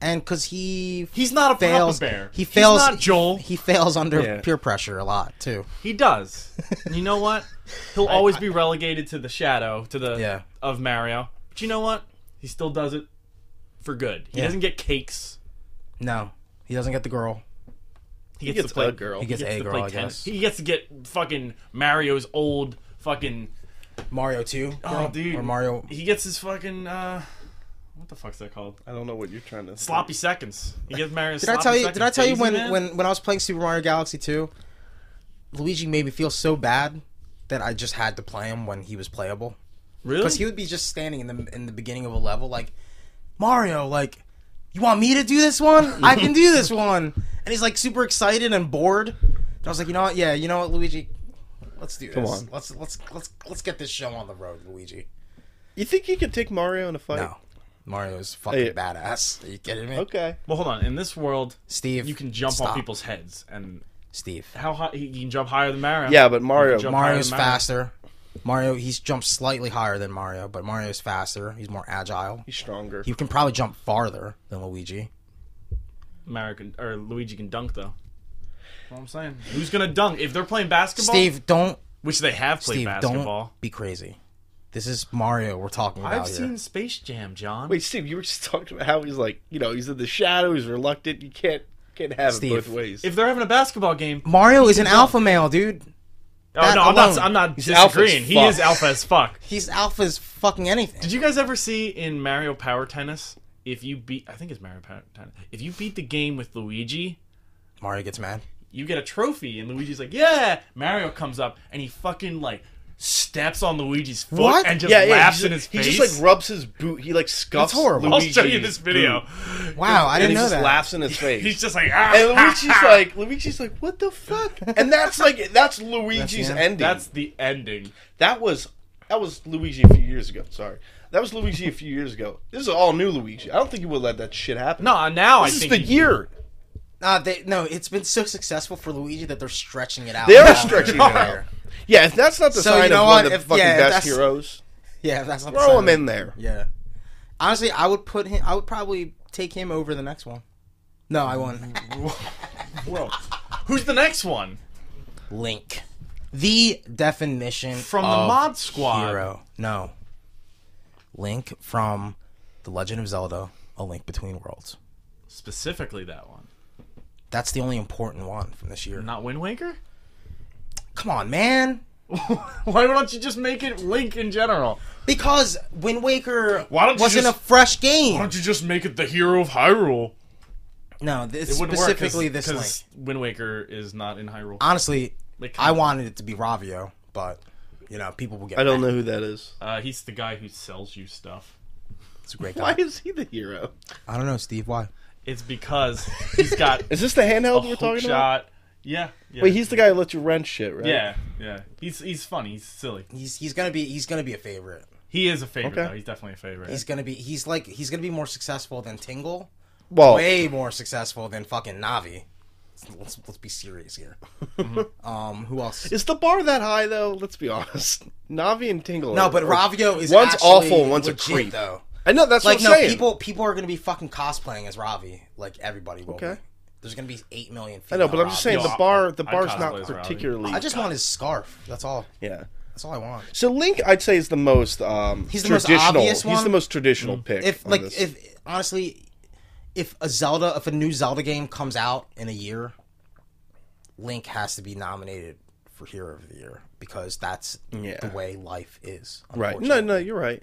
And because he He's not a fails, Papa Bear. he fails. He's not Joel. He, He fails under Yeah. peer pressure a lot too. does. And you know what? <laughs> He'll always be relegated to the shadow to the Yeah. of Mario. But you know what? He still does it for good. He Yeah. doesn't get cakes. No, he doesn't get the girl. He he gets, gets to play a girl. He gets he a gets to girl, play I guess. tennis. He gets to get fucking Mario's old fucking Mario two. Oh, dude. Or Mario. He gets his fucking uh, what the fuck's that called? I don't know what you're trying to. Sloppy seconds. He gives Mario. Did I tell you? Did I tell you when, when when I was playing Super Mario Galaxy two, Luigi made me feel so bad that I just had to play him when he was playable. really? because he would be just standing in the in the beginning of a level like Mario like you want me to do this one I can do this one and he's like super excited and bored and I was like you know what yeah you know what Luigi let's do this Come on. let's let's let's let's get this show on the road Luigi You think he could take Mario in a fight? no Mario's fucking Hey. badass are you kidding me Okay. well, hold on. In this world, Steve you can jump stop. on people's heads, and Steve how high he can jump higher than Mario. Yeah, but Mario. Jump. higher Mario's than Mario. faster Mario he's jumped slightly higher than Mario but Mario's faster he's more agile He's stronger. he can probably jump farther than Luigi Mario can, or Luigi can dunk though. That's what I'm saying. Who's gonna dunk if they're playing basketball? Steve don't which they have played Steve, basketball. don't be crazy. This is Mario we're talking about I've here. seen Space Jam, John. Wait, Steve, you were just <laughs> talking about how he's like, you know, he's in the shadow. He's reluctant. You can't can't have Steve, it both ways. If they're having a basketball game, Mario is an alpha male, dude. oh That no, I'm not. alone. I'm not alpha as disagreeing. He fuck. is alpha as fuck. He's alpha as fucking anything. Did you guys ever see in Mario Power Tennis if you beat I think it's Mario Power Tennis if you beat the game with Luigi Mario gets mad. you get a trophy and Luigi's like yeah Mario comes up and he fucking like steps on Luigi's foot What? and just yeah, yeah. laughs he's in just- his he face. just like rubs his boot. He like scuffs. That's horrible. I'll Luigi's show you this video. boot. Wow, I And he didn't know just that. <laughs> laughs in his face. He's just like ah, And ha, Luigi's ha." like, Luigi's like, what the fuck? And that's like, that's Luigi's end. ending. that's the ending. that was that was Luigi a few years ago. Sorry, that was Luigi a few years ago. This is all new Luigi. I don't think he would let that shit happen. No, now I this is think the he- year Nah, they, no, it's been so successful for Luigi that they're stretching it out. they are longer. <laughs> stretching it out. Yeah, if that's not the So, sign you know of what? one of the If- fucking yeah, if best that's- heroes, <laughs> Yeah, that's not the throw sign. him in there. Yeah. Honestly, I would put him. I would probably take him over the next one. No, I won't. Whoa. Who's the next one Link, the definition from the of Mod Squad? hero. No, Link from the Legend of Zelda: A Link Between Worlds. Specifically that one. That's the only important one from this year. Not Wind Waker? <laughs> Come on, man. Why don't you just make it Link in general? Because Wind Waker Why don't you wasn't just- a fresh game. don't you just make it the hero of Hyrule? No, this, It wouldn't specifically work this link. Wind Waker is not in Hyrule. Honestly, Like, I wanted it to be Ravio, but you know, people will get. I don't know who that is. uh, he's the guy who sells you stuff. It's a great <laughs> Why guy. is he the hero? I don't know, Steve. Why? It's because he's <laughs> got Is this the a handheld we're hook talking about? shot. Yeah, yeah. Wait, he's the guy who let you rent shit, right? yeah, yeah. He's he's funny. He's silly. He's he's gonna be he's gonna be a favorite. He is a favorite Okay. though. He's definitely a favorite. He's gonna be he's like he's gonna be more successful than Tingle. Well, Way more successful than fucking Navi. let's let's let's be serious <laughs> here. um, who else? Is the bar that high though? Let's be <laughs> honest. Navi and Tingle. No, are- but are- Ravio is one's actually awful, one's legit, a creep. though. I know that's Like what I'm no, saying. people people are gonna be fucking cosplaying as Ravi, like everybody will. Okay. Be. There's gonna be eight million. I know, but I'm just saying Ravis. the bar the I bar's cosplay not as Robbie. particularly. I just want his scarf. That's all. yeah. That's all I want. So Link, I'd say, is the most um, He's the most traditional. obvious He's the one. most traditional Mm. pick. If on like this. if honestly, if a Zelda, if a new Zelda game comes out in a year, Link has to be nominated for Hero of the Year because that's Yeah. the way life is. right? No, unfortunately. no, you're right.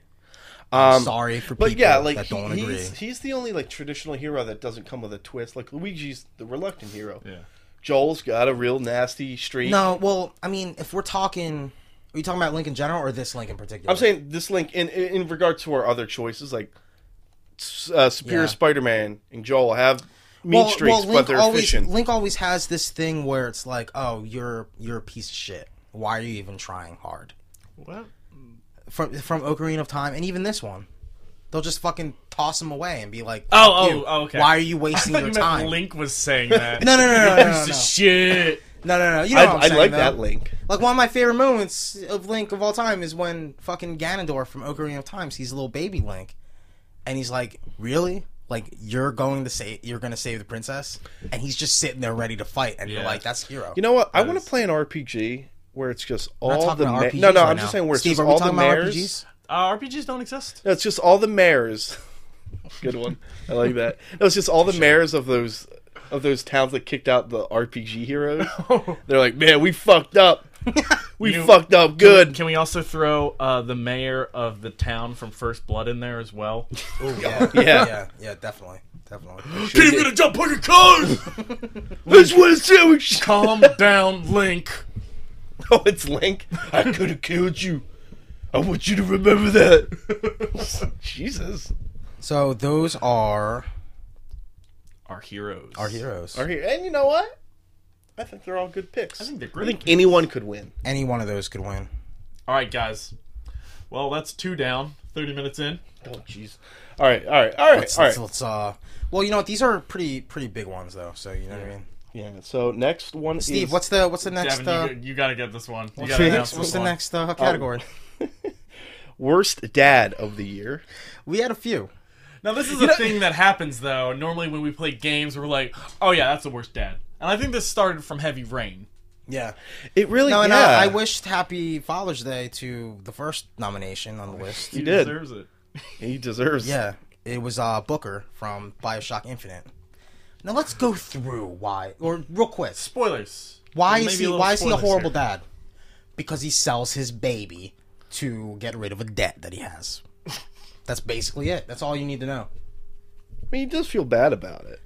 I'm sorry for people But yeah, like that don't he- agree. he's, he's the only like traditional hero that doesn't come with a twist. Like Luigi's the reluctant hero. Yeah. Joel's got a real nasty streak. No, well, I mean, if we're talking, are you talking about Link in general or this Link in particular? I'm saying this link in in in regards to our other choices, like s- uh, Superior Yeah. Spider-Man and Joel have mean streaks, but they're always, efficient. Link always has this thing where it's like, oh, you're you're a piece of shit. Why are you even trying hard? What? From from Ocarina of Time, and even this one, they'll just fucking toss him away and be like, Oh, "Fuck oh, you. oh, okay. Why are you <laughs> <laughs> I wasting thought your you time? meant Link was saying <laughs> that. No, no, no, no, no, no, <laughs> Piece no. of shit. no, no, no. You know I, what I'm I saying, like though. that link. Like one of my favorite moments of Link of all time is when fucking Ganondorf from Ocarina of Time sees little baby Link, and he's like, "Really? Like you're going to save you're going to save the princess?" And he's just sitting there ready to fight, and you're Yeah. like, "That's hero." You know what? I want is- to play an RPG where it's just We're not all the talking ma- about RPGs no, no. right I'm now. just saying where it's Steve, just are we all the talking about RPGs? mayors. <laughs> Uh, RPGs don't exist. No, it's just all the mayors. <laughs> Good one. I like that. No, it's just all the mayors of those of those towns that kicked out the RPG heroes. <laughs> They're like, man, we <laughs> fucked up. We You- fucked up good. Can we also throw uh, the mayor of the town from First Blood in there <laughs> as well? Ooh, yeah, <laughs> Yeah. yeah, yeah, definitely, definitely. Keep gonna jump on your cars. This was <laughs> sandwich. <laughs> Calm down, Link. Oh, it's Link. I could have killed you. I want you to remember that. Jesus. So those are Our heroes. our heroes. Are here. And you know what? I think they're all good picks. I think they're I great. think anyone could win. Any one of those could win. All right, guys. Well, that's two down. Thirty minutes in. Oh, jeez. All right, all right, all right, Let's, all let's, right. let's, uh, well, you know what? These are pretty pretty big ones though. So you know what I mean. Yeah. So next one Steve, is what's the what's the next Devin, uh, you, g- you gotta get this one. You what's gotta the announce next, this what's the one. Oh. next uh, category? worst dad of the year? we had a few. Now, this is a thing that happens though. Normally, when we play games, we're like, "Oh yeah, that's the worst dad." And I think this started from Heavy Rain. Yeah. It really. No, and yeah. I, I wished Happy Father's Day to the first nomination on the list. He did. deserves it. He deserves. Yeah, it was uh, Booker from Bioshock Infinite. Now let's go through why, or real quick, Spoilers. why There may is be he little why is he a spoilers horrible here. dad? Because he sells his baby to get rid of a debt that he has. That's basically it. That's all you need to know. I mean, he does feel bad about it.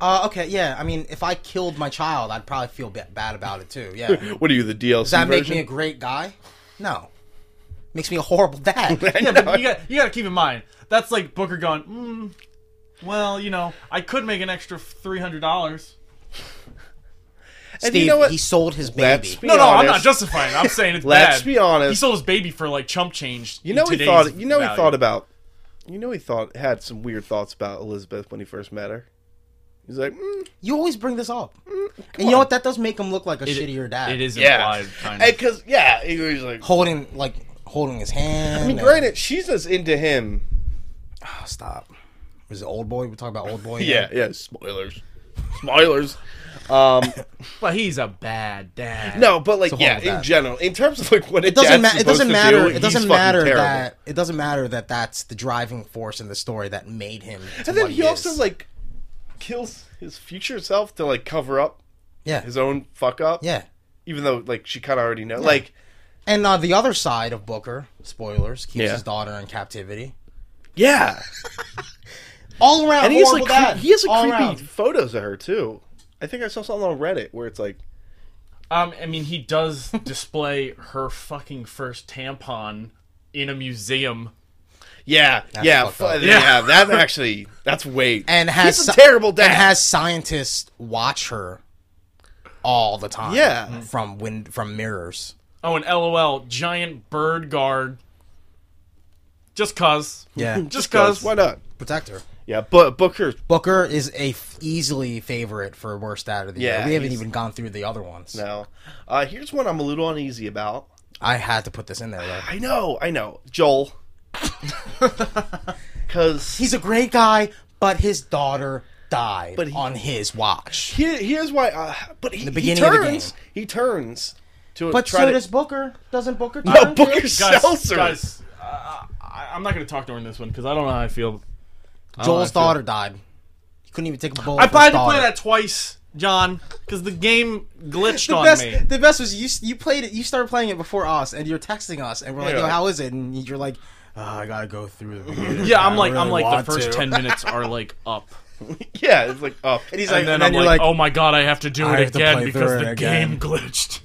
Uh, okay, yeah. I mean, if I killed my child, I'd probably feel ba- bad about it too. Yeah. Does What are you, the DLC that make version? me a great guy? No. Makes me a horrible <laughs> dad. Yeah, but you got you got to keep in mind that's like Booker going. Mm, well, you know, I could make an extra three hundred dollars. And Steve, you know what? he sold his Let's baby. be No, no, I'm not honest. justifying. it. I'm saying it's <laughs> Let's bad. be honest. He sold his baby for like chump change. You know he thought. You know he thought about. You know he thought had some weird thoughts about Elizabeth when he first met her. He's like, mm, You always bring this up. and you know what? That does make him look like a shittier dad. It is yeah, implied, kind of. because yeah, he was like. holding like holding his hand. I mean, and- granted, she's as into him. Oh, stop. Was it old boy? We talk about old boy. Yeah, yeah. Spoilers, spoilers. Um, But he's a bad dad. no, but like, So yeah, horrible in dad. general, in terms of like what It doesn't matter. It doesn't matter. it doesn't matter that it doesn't matter that that's the driving force in the story that made him. to And then what he also is. like kills his future self to like cover up yeah his own fuck up. yeah. Even though like she kind of already know. Like And uh, the other side of Booker, spoilers, keeps Yeah. his daughter in captivity. yeah, All around, and he has horrible like dad. cre- he has like All creepy around. photos of her too. I think I saw something on Reddit where it's like, Um, I mean, he does <laughs> display her fucking first tampon in a museum. yeah, yeah, fucked up. yeah, yeah, that actually that's way <laughs> And has he's si- a terrible dad. And has scientists watch her all the time. Yeah. from wind from mirrors. Oh, and LOL, giant bird guard. Just cause. Yeah, Just Because <laughs> cause. why not? <laughs> protect her. Yeah, but Booker. Booker is a f- easily favorite for worst out of the Yeah, year. We haven't he's- even gone through the other ones. No, uh, here's one I'm a little uneasy about. I had to put this in there. Though. I know, I know, <laughs> Joel. Because He's a great guy, but his daughter died But he- on his watch. here, here's why. Uh, but he, the he beginning of the turns. game. He turns to But try so to. <laughs> Oh, does Booker. Doesn't Booker? no, turn? Booker guys, Seltzer. guys, uh, I, I'm not going to talk during this one because I don't know how I feel. I don't know how I Joel's feel. daughter died. He couldn't even take a bullet. for I his tried to play daughter. that twice, John, because the game glitched The on best, me. the best was you. You played it. You started playing it before us, and you're texting us, and we're like, Yeah. "Yo, how is it?" And you're like, "Uh, "I gotta go through." The beginning. <laughs> Yeah, I'm I like, really I'm like, want the first to." ten minutes are like up, Yeah, it's like oh, And he's <laughs> and, like, then, I'm you're like, like, oh my god, I have to do I it have to again play because through the it game again. glitched.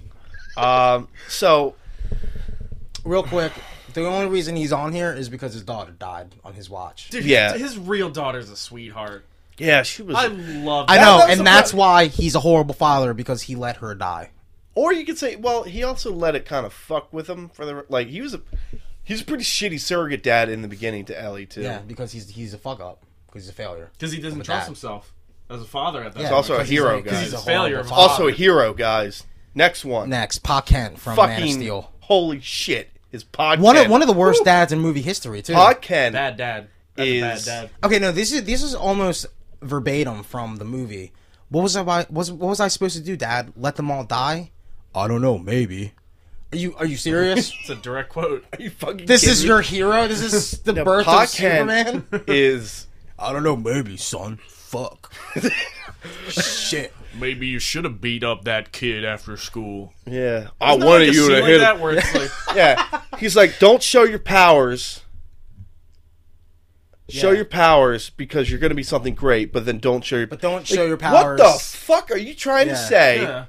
"Uh, um, so <laughs> real quick. The only reason he's on here is because his daughter died on his watch. Dude, Yeah. his real daughter's a sheetheart. yeah, she was. I love. I that. know, that was and the that's part- why he's a horrible father because he let her die. or you could say, well, he also let it kind of fuck with him for the like. He was a he's a pretty shitty surrogate dad in the beginning to Ellie too. Yeah, because he's he's a fuck up because he's a failure. because he doesn't With trust that. himself as a father at that. Yeah, point. also a because hero, because guys. He's a horrible failure of father. Also a hero, guys. Next one, next, Pa Kent from Man of fucking Steel. holy shit, his podcast. One of one of the worst dads in movie history too. podcast. bad dad. That's a Is- bad dad. Okay, no, this is this is almost verbatim from the movie. What was I why- was what was I supposed to do, Dad? Let them all die? I don't know, maybe. Are you are you serious? It's a direct quote. Are you <laughs> fucking this kidding is me? your hero. This <laughs> is the No, birth Pa of Kent Superman. <laughs> is I don't know, maybe, son. Fuck. <laughs> Shit. Maybe you should have beat up that kid after school. yeah. I Isn't there, wanted like, a you scene to like hit that him. where it's <laughs> like Yeah, he's like, don't show your powers. Show Yeah. your powers because you're going to be something great, but then don't show your. But don't show your What powers. the fuck are you trying to Yeah. say? yeah.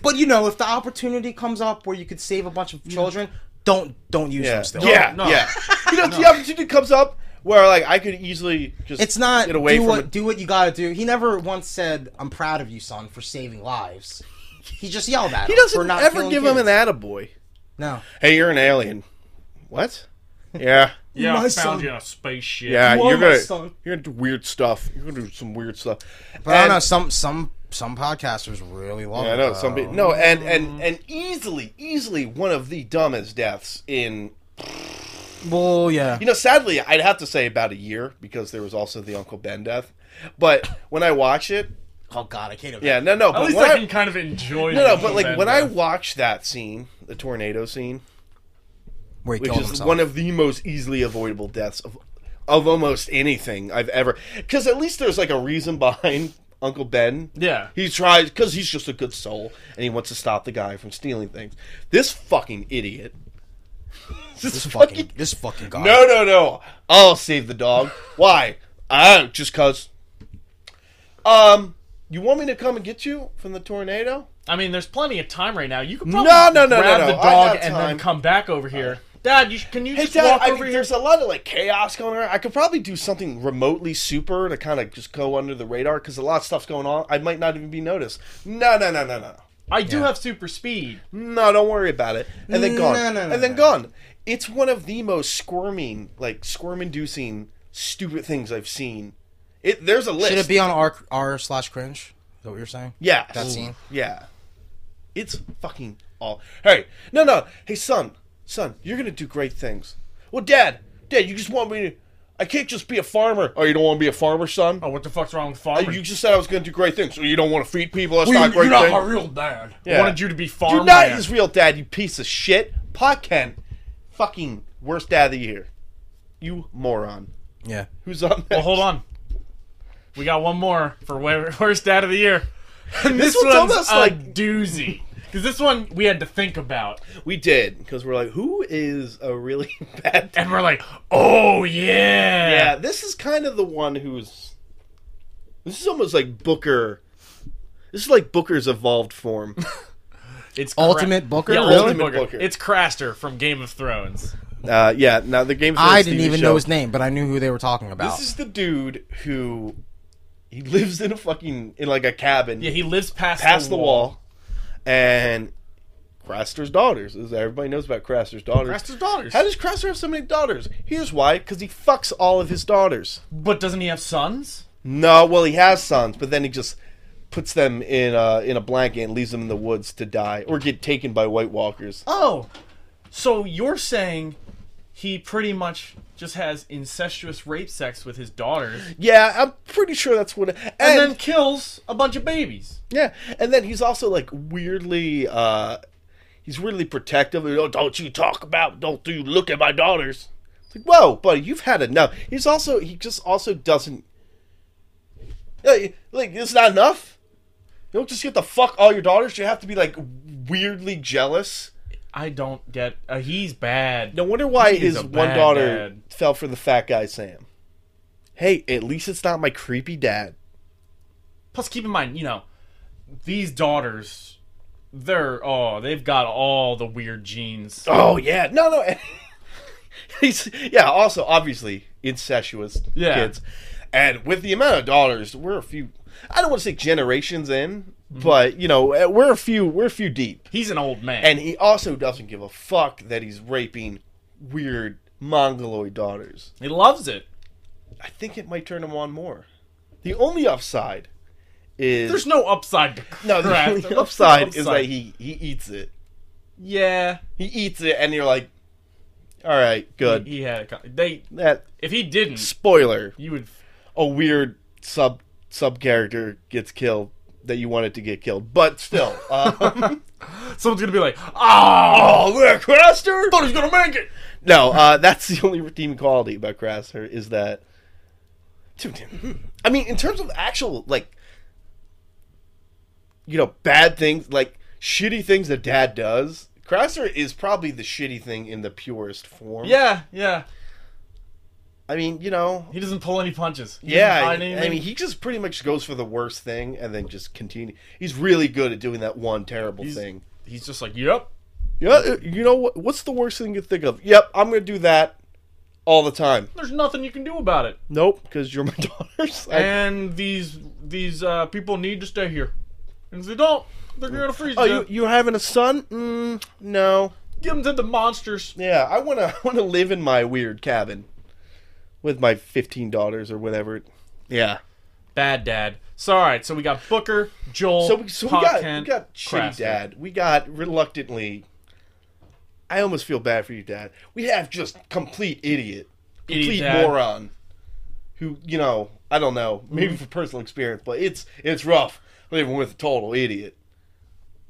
But you know, if the opportunity comes up where you could save a bunch of children, don't don't use Yeah, them still. yeah, No, no. yeah. You <laughs> know, if the opportunity comes up where like I could easily just It's not get away do from what it. do what you gotta do. He never once said, "I'm proud of you, son, for saving lives." He just yelled at He him for doesn't not ever killing give him kids. an attaboy. No, Hey, you're an alien. What? <laughs> Yeah, Yeah, I My found son. you in a spaceship. yeah. You You are are my gonna son. you're gonna do weird stuff. You're gonna do some weird stuff. but I And- don't know. Some some some podcasters really love. Yeah, I it, know. though. Some people, Oh. no, and and and easily, easily one of the dumbest deaths in. Well, yeah. You know, sadly, I'd have to say about a year because there was also the Uncle Ben death. But when I watch it, Oh God, I can't. yeah, no, no. At But least when I, I, can kind of enjoy. no, no. the But like event when I there. watch that scene, the tornado scene, Where he which killed is himself. one of the most easily avoidable deaths of of almost anything I've ever. Because at least there's like a reason behind Uncle Ben. Yeah. He tries because he's just a good soul and he wants to stop the guy from stealing things. This fucking idiot. <laughs> This, this fucking, fucking this fucking guy. no no no! I'll save the dog. Why? I just cause. Um, you want me to come and get you from the tornado? I mean, there's plenty of time right now. You could probably No, no, no, grab no, no. the I dog got and then time. come back over here. Dad, you, can you Hey, just Dad, walk I over mean, here? there's a lot of like chaos going on. I could probably do something remotely super to kind of just go under the radar because a lot of stuff's going on. I might not even be noticed. No, no, no, no, no. I do Yeah. have super speed. No, don't worry about it. And then gone. No, no, no, and then no. gone. It's one of the most squirming, like squirm-inducing, stupid things I've seen. It there's a list. Should it be on R R slash cringe? Is that what you're saying? Yeah. That scene? Yeah. It's fucking all. Hey, no, no. Hey, son, son, you're gonna do great things. Well, dad, dad, you just want me to. I can't just be a farmer. Oh, you don't want to be a farmer, son? Oh, what the fuck's wrong with Uh, farming? You just said I was gonna do great things. So you don't want to feed people? That's not a great thing. real dad. Yeah. Wanted you to be farm. You're not his real dad, you piece of shit. Pa Kent, fucking worst dad of the year. You moron. Yeah. Who's on? Well, hold on. We got one more for <laughs> wor- worst dad of the year. And this, This one's one's, uh, almost a like- doozy. Because this one we had to think about, We did because we're like, who is a really <laughs> bad dad? and we're like, "Oh <laughs> yeah, Yeah, this is kind of the one who's. This is almost like Booker. This is like Booker's evolved form. <laughs> it's Cra- Ultimate Booker. yeah, really? Ultimate Ultimate Booker. Booker. It's Craster from Game of Thrones. Uh, yeah, now the game's I didn't even know his name, but I knew who they were talking about. This is the dude who he lives in a fucking in like a cabin Yeah, he lives past past the, the wall. and Craster's daughters. As everybody knows about Craster's daughters. Craster's daughters. How does Craster have so many daughters? Here's why: because he fucks all of his daughters. But doesn't he have sons? No, well, he has sons, but then he just puts them in a, in a blanket and leaves them in the woods to die or get taken by White Walkers. Oh, so you're saying he pretty much just has incestuous rape sex with his daughters and, Yeah, I'm pretty sure that's what. It, and, then kills a bunch of babies. yeah, and then he's also like weirdly, uh, he's weirdly protective. You know, don't you talk about? Don't you look at my daughters? It's like, whoa, buddy, you've had enough. He's also he just also doesn't. Like, like it's not enough. You don't just get to fuck all your daughters. You have to be like weirdly jealous. I don't get. Uh, he's bad. No wonder why He is his a one bad daughter dad. fell for the fat guy Sam. Hey, at least it's not my creepy dad. Plus, keep in mind, you know, these daughters, they're oh, they've got all the weird genes. Oh yeah, no, no. <laughs> He's yeah. Also, obviously incestuous Yeah. kids, and with the amount of daughters, we're a few. I don't want to say generations in, Mm-hmm. but you know, eh, we're a few. We're a few deep. He's an old man. And he also doesn't give a fuck that he's raping weird mongoloid daughters. he loves it. I think it might turn him on more. The only upside is There's no upside to <laughs> No, the crap. <laughs> only What's the upside is upside? that he he eats it. yeah, He eats it, and you're like, all right, good. he had a, co- they. That If he didn't, spoiler, you would. a weird sub sub character gets killed that you wanted to get killed, but still. <laughs> Um, Someone's gonna be like, "Oh, oh, look, Craster! thought he's gonna make it." No, uh, that's the only redeeming quality about Craster is that. Dude, I mean, in terms of actual like, you know, bad things like shitty things that Dad does. Craster is probably the shitty thing in the purest form. Yeah, yeah. I mean, you know, He doesn't pull any punches. He yeah. doesn't I, hide anything. mean, he just pretty much goes for the worst thing and then just continue. He's really good at doing that one terrible He's- thing. he's just like, "Yep." Yeah, uh, you know what? What's the worst thing you could think of? Yep, I'm gonna do that all the time. There's nothing you can do about it. Nope, because you're my <laughs> daughters. I- and these these uh, people need to stay here. And if they don't, they're gonna freeze. Oh, to you death. you're having a son? Mm, no. Give them to the monsters. Yeah, I wanna <laughs> I wanna live in my weird cabin with my 15 daughters or whatever. Yeah. Bad dad. So all right, so we got Booker, Joel, So we, so we Pa got Kent, we got shitty Craster. dad. We got reluctantly. I almost feel bad for you, dad. We have just complete idiot, Idiot complete dad. moron, who you know I don't know maybe Mm-hmm. for personal experience, but it's it's rough living with a total idiot,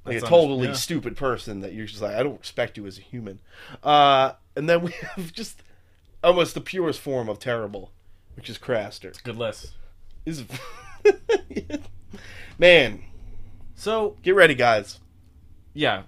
like That's a totally under- yeah. stupid person that you're just like I don't respect you as a human. Uh, and then we <laughs> have just almost the purest form of terrible, which is Craster. Good list. Is <laughs> man, So get ready, guys. yeah,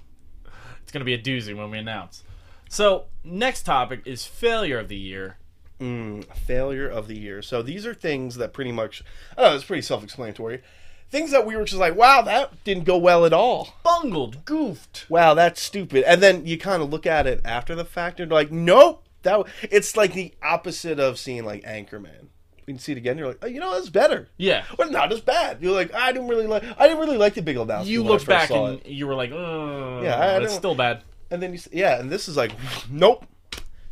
<sighs> it's gonna be a doozy when we announce. So next topic is failure of the year. Mm, failure of the year. So these are things that pretty much, I don't know, it's pretty self-explanatory. Things that we were just like, wow, that didn't go well at all. Bungled, goofed. Wow, that's stupid. And then you kind of look at it after the fact and you're like, nope, that. w-" It's like the opposite of seeing like Anchorman. When you see it again, you're like, oh, you know, that's better. Yeah. Or not as bad. You're like, I didn't really like, I didn't really like the Big Lebowski. You when I looked first back saw and it. you were like, "Ugh, Yeah, I- I it's don't- still bad. and then you, s- yeah, and this is like, <laughs> nope,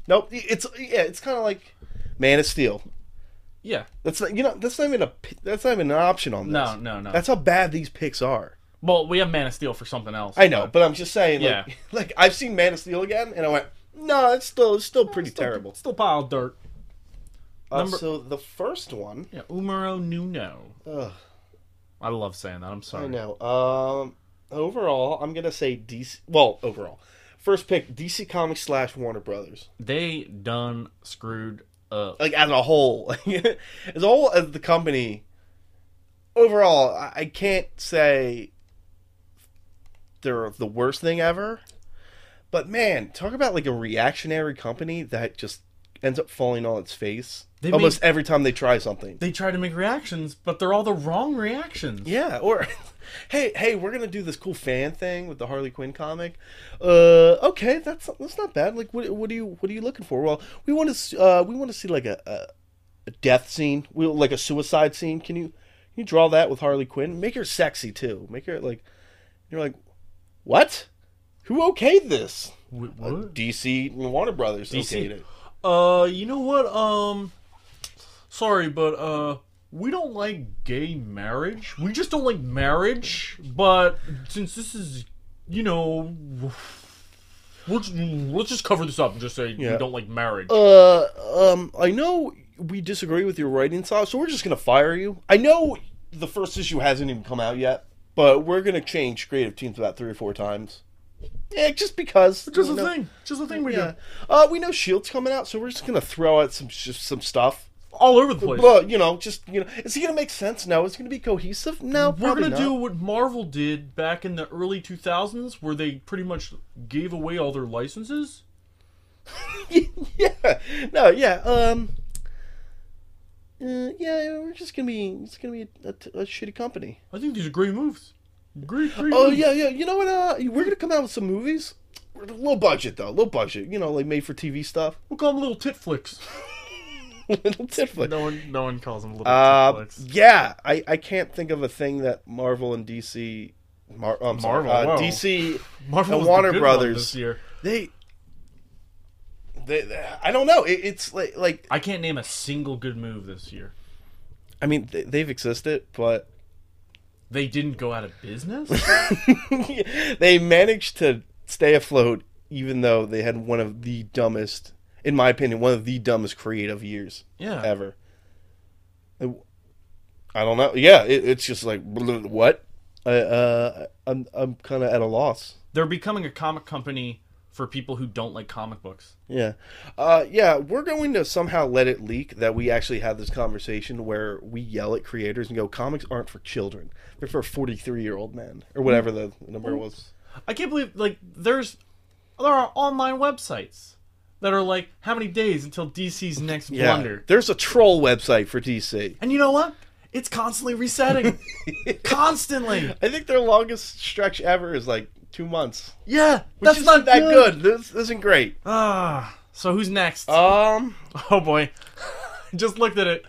nope. It's yeah, it's kind of like Man of Steel. Yeah. That's not, you know that's not even a p- that's not even an option on this. No, no, no. That's how bad these picks are. well, we have Man of Steel for something else. Uh, I know, but I'm just saying. Like, Yeah. <laughs> like I've seen Man of Steel again, and I went, no, it's still it's still pretty Still- terrible. Still pile of dirt. Uh, number- so the first one, Yeah, Umaro Nuno. ugh, I love saying that. I'm sorry. I know. Um, overall, I'm gonna say DC. Well, overall, first pick DC Comics slash Warner Brothers. They done screwed up. Like as a whole, <laughs> as a whole as the company. Overall, I, I can't say they're the worst thing ever. But man, talk about like a reactionary company that just ends up falling on its face They almost every time they try something. They try to make reactions, but they're all the wrong reactions. yeah, or <laughs> hey, hey, we're gonna do this cool fan thing with the Harley Quinn comic. Uh, okay, that's that's not bad. Like, what what do you what are you looking for? Well, we want to uh, we want to see like a, a a death scene, we like a suicide scene. Can you can you draw that with Harley Quinn? Make her sexy too. Make her like you're like what? Who okayed this? Wait, Uh, DC and Warner Brothers DC. okayed it. Uh, you know what? Um, sorry, but uh, we don't like gay marriage. We just don't like marriage. But since this is, you know, let's let's just cover this up and just say Yeah. we don't like marriage. Uh, um, I know we disagree with your writing style, so we're just gonna fire you. I know the first issue hasn't even come out yet, but we're gonna change creative teams about three or four times. Yeah, just because. just you a know. thing. Just a thing we Yeah. do Uh, we know Shield's coming out, so we're just gonna throw out some just some stuff. all over the place. But you know, just you know, is he gonna make sense? No. Is it gonna be cohesive? No. We're probably gonna not. <laughs> do what Marvel did back in the early 2000s, where they pretty much gave away all their licenses. yeah. No, yeah. Um. uh, yeah, we're just gonna be it's gonna be a, a shitty company. I think these are great moves. Great, great. Oh moves. yeah, yeah. You know what? Uh, we're gonna come out with some movies. Low budget though, low budget. You know, like made for TV stuff. <laughs> We'll call them little tit flicks. Little tit flick. No one, no one calls them little uh, tit flicks. yeah, I, I can't think of a thing that Marvel and DC, Mar- oh, I'm sorry, Marvel, uh, wow. DC, Marvel the was Warner good one Brothers. this year. they, they, I don't know. It, it's like like I can't name a single good move this year. I mean they, they've existed, but They didn't go out of business. <laughs> they managed to stay afloat even though they had one of the dumbest in my opinion one of the dumbest creative years Yeah. ever It- i don't know yeah it, it's just like blah, what I, uh, i'm, I'm kind of at a loss They're becoming a comic company for people who don't like comic books. yeah uh, yeah we're going to somehow let it leak that we actually have this conversation where we yell at creators and go comics aren't for children they're for 43 year old men or whatever the number was I can't believe like there's there are online websites that are like how many days until DC's next yeah blunder. there's a troll website for dc And you know what? It's constantly <laughs> resetting. constantly. I think their longest stretch ever is like two months. Yeah. Which that's isn't not that good. This isn't great. Ah. So who's next? Um, oh boy. <laughs> Just looked at it.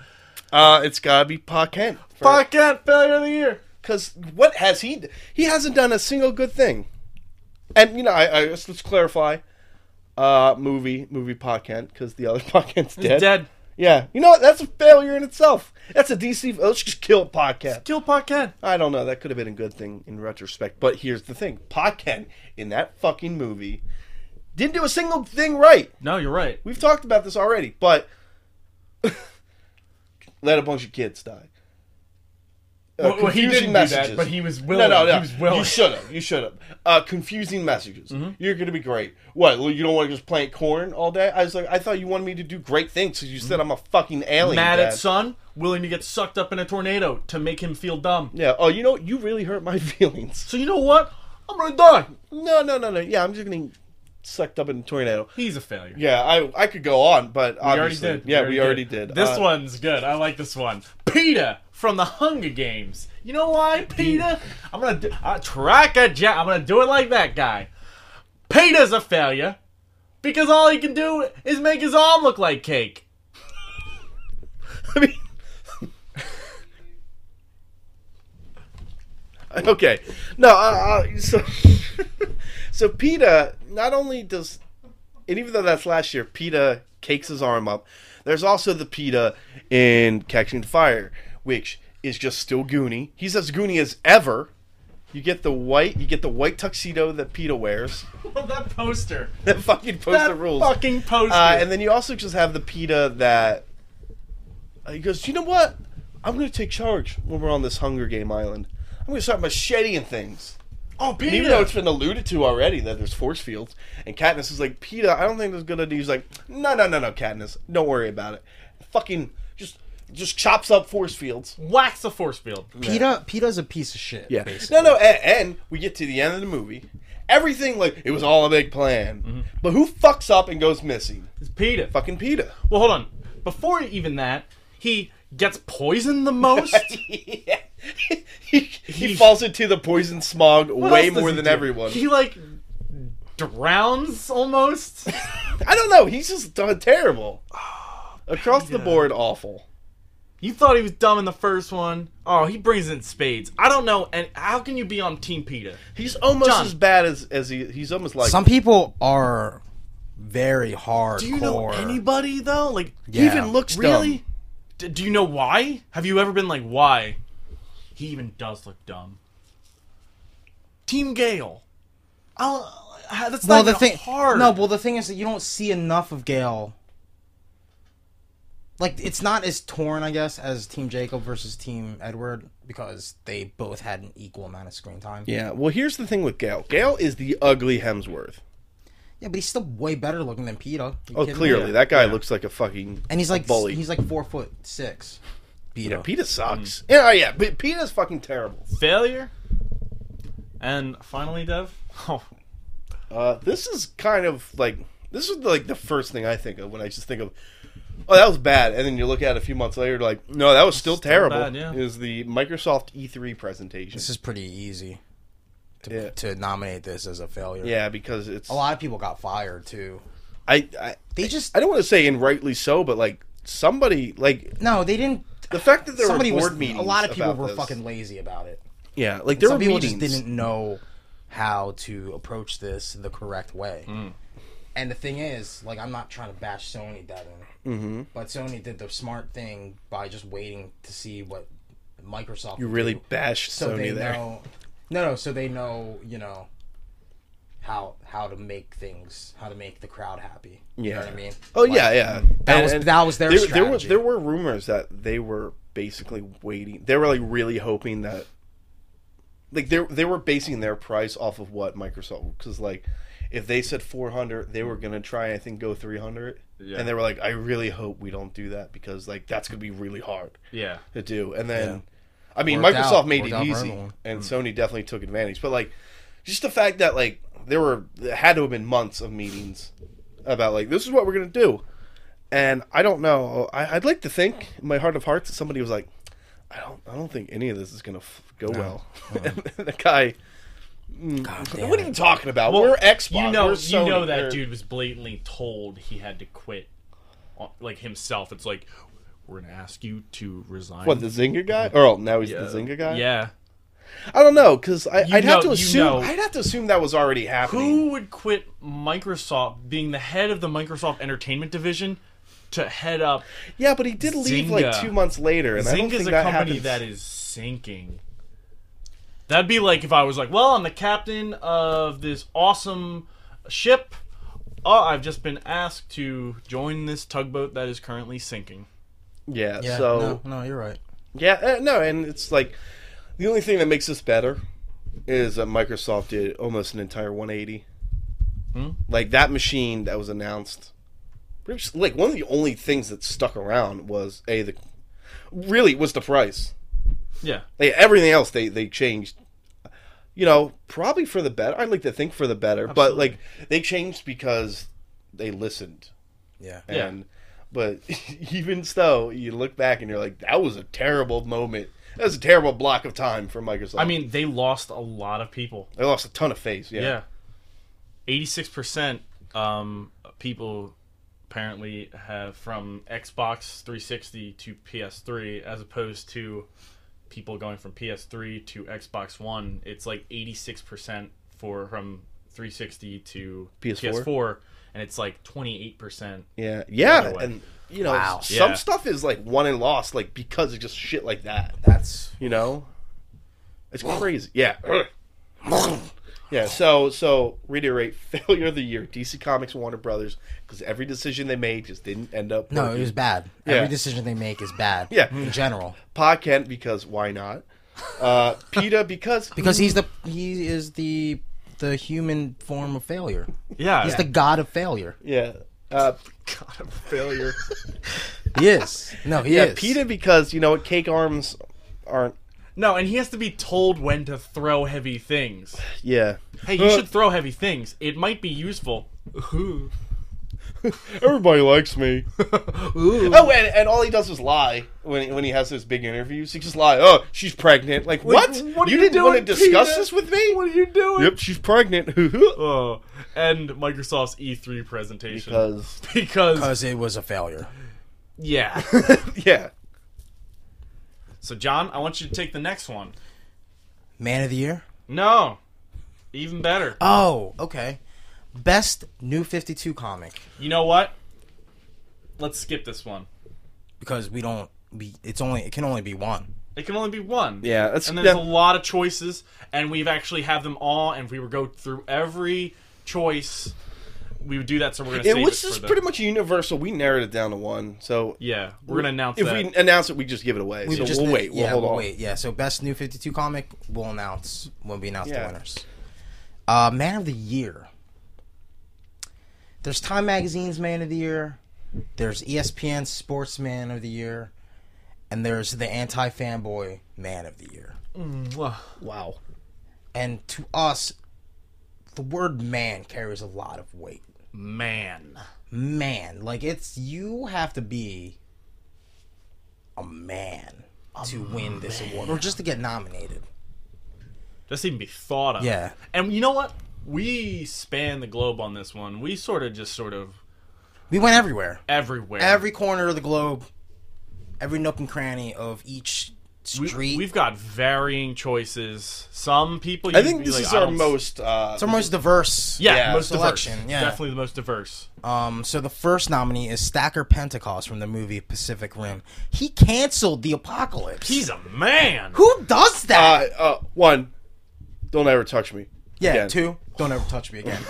uh, it's gotta be Pa Kent. Podcast failure of the year. because what has he? d- He hasn't done a single good thing. And you know, I, I let's, let's clarify. Uh, movie, movie Pa Kent, because the other <laughs> Pa Kent's dead. Dead. dead. Yeah, you know what? That's a failure in itself. That's a DC. Let's just kill Pa Kent. Kill Podcast. I don't know. That could have been a good thing in retrospect. But here's the thing: Pa Kent in that fucking movie didn't do a single thing right. No, you're right. We've talked about this already, but <laughs> let a bunch of kids die. Uh, Well, well, he confusing didn't do that, but he was willing. No, no, no. He was willing. Mm-hmm. You should have. You should have. Uh, confusing messages. You're going to be great. What? well, You don't want to just plant corn all day? I was like, I thought you wanted me to do great things because you said I'm a fucking alien. Mm-hmm. Mad Dad. at son, willing to get sucked up in a tornado to make him feel dumb. Yeah. Oh, you know, what? you really hurt my <laughs> feelings. So you know what? I'm gonna die. No, no, no, no. Yeah, I'm just getting sucked up in a tornado. He's a failure. Yeah, I I could go on, but we already obviously, did. yeah, we already did. This Uh, one's good. I like this one. Peter from the Hunger Games. You know why, Peter? I'm gonna do, uh, track a jet. I'm gonna do it like that guy. Peter's a failure because all he can do is make his arm look like cake. <laughs> I mean, <laughs> okay, no, uh, uh, so <laughs> so PETA not only does, and even though that's last year, PETA cakes his arm up. There's also the PETA in Catching Fire, which is just still Goonie. He's as Goonie as ever. You get the white, you get the white tuxedo that PETA wears. <laughs> that poster. That fucking poster That rules. fucking poster. Uh, and then you also just have the PETA that uh, he goes, you know what? I'm going to take charge when we're on this Hunger Game Island. I'm going to start macheting things. oh, And Peter. even though it's been alluded to already that there's force fields, and Katniss is like, PETA, I don't think there's good idea. He's like, no, no, no, no, Katniss. Don't worry about it. Fucking just just chops up force fields. Wax the force field. PETA, PETA's a piece of shit. Yeah. basically. No, no, and, and we get to the end of the movie. Everything, like, it was all a big plan. But who fucks up and goes missing? It's Peter. Fucking PETA. Well, hold on. Before even that, he gets poisoned the <laughs> most. yeah. he, he falls into the poison smog What way else does more he than do? everyone. He like drowns almost. <laughs> <sighs> I don't know. He's just done terrible. Across the Peter. board, awful. You thought he was dumb in the first one. Oh, he brings in spades. I don't know. And how can you be on Team Peter? He's almost John. as bad as as he. He's almost like Some people are very hardcore. Do you know anybody though? Like, he Yeah. even looks really? D- dumb. do you know why? Have you ever been like, why? He even does look dumb. Team Gale. I'll, uh, that's Well, not the even thing, hard. no. Well, the thing is that you don't see enough of Gale. Like it's not as torn, I guess, as Team Jacob versus Team Edward because they both had an equal amount of screen time. Yeah. Well, here's the thing with Gale. Gale is the ugly Hemsworth. Yeah, but he's still way better looking than Peter. You Oh, kidding me? clearly Yeah. that guy looks like a fucking And he's a like bully. he's like four foot six. Peter. yeah, Peter Mm. sucks. Yeah, oh, yeah, but Peter's fucking terrible. failure. And finally, Dev. <laughs> Oh, Uh, this is kind of like this is like the first thing I think of when I just think of, oh, that was bad, and then you look at it a few months later, you're like, no, that was still, terrible. bad, yeah. Is the Microsoft E3 presentation? This is pretty easy to Yeah. to nominate this as a failure. yeah, because it's A lot of people got fired too. I, I They just I don't want to say and rightly so, but like somebody like no, they didn't. the fact that there Somebody were was board a meetings. lot of people about were this- fucking lazy about it. yeah, like there Some were people meetings. just didn't know how to approach this the correct way. And the thing is, like, I'm not trying to bash Sony, Devin, mm-hmm. but Sony did the smart thing by just waiting to see what Microsoft. You would really do. bashed so they Sony there. know. No, no. So they know, you know, how how to make things, how to make the crowd happy. You know what I mean? Oh yeah, yeah. That was- that was their there, there were strategy. there were rumors that they were basically waiting. They were like really hoping that, like they they were basing their price off of what Microsoft because like if they said four hundred, they were gonna try I think go three hundred. Yeah. And they were like, I really hope we don't do that because like that's gonna be really hard yeah. to do. And then, I mean, Worked Microsoft out- made worked it out for easy, everyone. Mm. and Sony definitely took advantage. But like, just the fact that like there were there had to have been months of meetings about like this is what we're gonna do, and I don't know. I, I'd like to think in my heart of hearts that somebody was like, I don't, I don't think any of this is gonna f- go well. <laughs> and the guy. mm, Uh-huh. damn what are it. you talking about? we're Xbox. You know, we're you know Sony, that we're- dude was blatantly told he had to quit, on- like himself. It's like we're gonna ask you to resign. What the Zinger guy? Oh, now he's Yeah. the Zinger guy. Yeah. I don't know because I'd You know- have to you assume know. I'd have to assume that was already happening. Who would quit Microsoft being the head of the Microsoft Entertainment Division to head up Yeah, but he did leave like Zynga. two months later, and I don't Zynga's think a that company happens. that is sinking? That'd be like if I was like, well, I'm the captain of this awesome ship. Oh, I've just been asked to join this tugboat that is currently sinking. yeah, Yeah, So no, no, you're right. yeah, uh, no, and it's like the only thing that makes this better is that Microsoft did almost an entire 180. Hmm? Like that machine that was announced. pretty much- Like one of the only things that stuck around was a the really was the price. Yeah. Like everything else they they changed. You know, probably for the better. I'd like to think for the better, but Absolutely. like they changed because they listened. Yeah. Yeah. And but <laughs> even so, you look back and you're like, that was a terrible moment. That was a terrible block of time for Microsoft. I mean, they lost a lot of people. they lost a ton of face. Yeah. Yeah. Eighty-six percent um, people apparently have from Xbox 360 to PS3, as opposed to people going from PS3 to Xbox One. It's like eighty-six percent for from 360 to PS4? and it's like twenty-eight <laughs> percent. Yeah. Other Yeah. way. And you know, Wow. some Yeah. stuff is like won and lost, like because of just shit like that. That's You know, it's crazy. Yeah. <clears throat> Yeah, so so reiterate <laughs> failure of the year DC Comics Warner Brothers because every decision they made just didn't end up no, it working. was bad. Yeah. Every decision they make is bad. Yeah. in general, Pa Kent because why not? Uh, Peta because <laughs> because he's the he is the the human form of failure. Yeah. He's the god of failure. yeah uh, god of failure. He is. No, he Yeah, is. PETA because you know what, cake arms aren't. no, and he has to be told when to throw heavy things. Yeah, Hey, you Uh, should throw heavy things. It might be useful. Ooh. everybody likes me. <laughs> Ooh. oh, and, and all he does is lie when he, when he has those big interviews. He just lie. Oh, she's pregnant. Like what? what are you, you didn't want to doing, discuss PETA? this with me? What are you doing? Yep, she's pregnant. <laughs> Oh, and Microsoft's E3 presentation. because Because, <laughs> because it was a failure. yeah. yeah, So, John, I want you to take the next one. Man of the year. No, even better. Oh, okay. Best new 52 comic You know what? Let's skip this one. because we don't we it's only it can only be one. It can only be one. Yeah, that's and there's a that- lot of choices, and we've actually have them all, and if we were go through every choice, we would do that. So we're gonna. It save was it just for the- pretty much universal. We narrowed it down to one, so Yeah, we're gonna announce if that. we announce it, we just give it away. so just- we'll wait. We'll yeah, hold we'll on. Wait. Yeah, so best new 52 comic we'll announce when we announce Yeah. the winners. Uh, man of the year. There's Time Magazine's Man of the Year. There's E ESPN Sports Man of the Year. And there's the Anti Fanboy Man of the Year. Mwah. Wow. And to us, the word man carries a lot of weight. Man, man. Like it's you have to be a man to win this award or just to get nominated. just even be thought of. Yeah. and you know what? We span the globe on this one. We sort of just sort of We went everywhere. everywhere. Every corner of the globe, every nook and cranny of each we, street. we've got varying choices. Some people. I you'd think be this like, is I our don't s- most. Uh, it's our most diverse. Yeah, Yeah, most selection, diverse. yeah. Definitely the most diverse. Um, so the first nominee is Stacker Pentecost from the movie Pacific Rim. He canceled the apocalypse. He's a man. Who does uh, that? uh, one. Don't ever touch me. yeah, again. two. Don't ever touch me <laughs> again.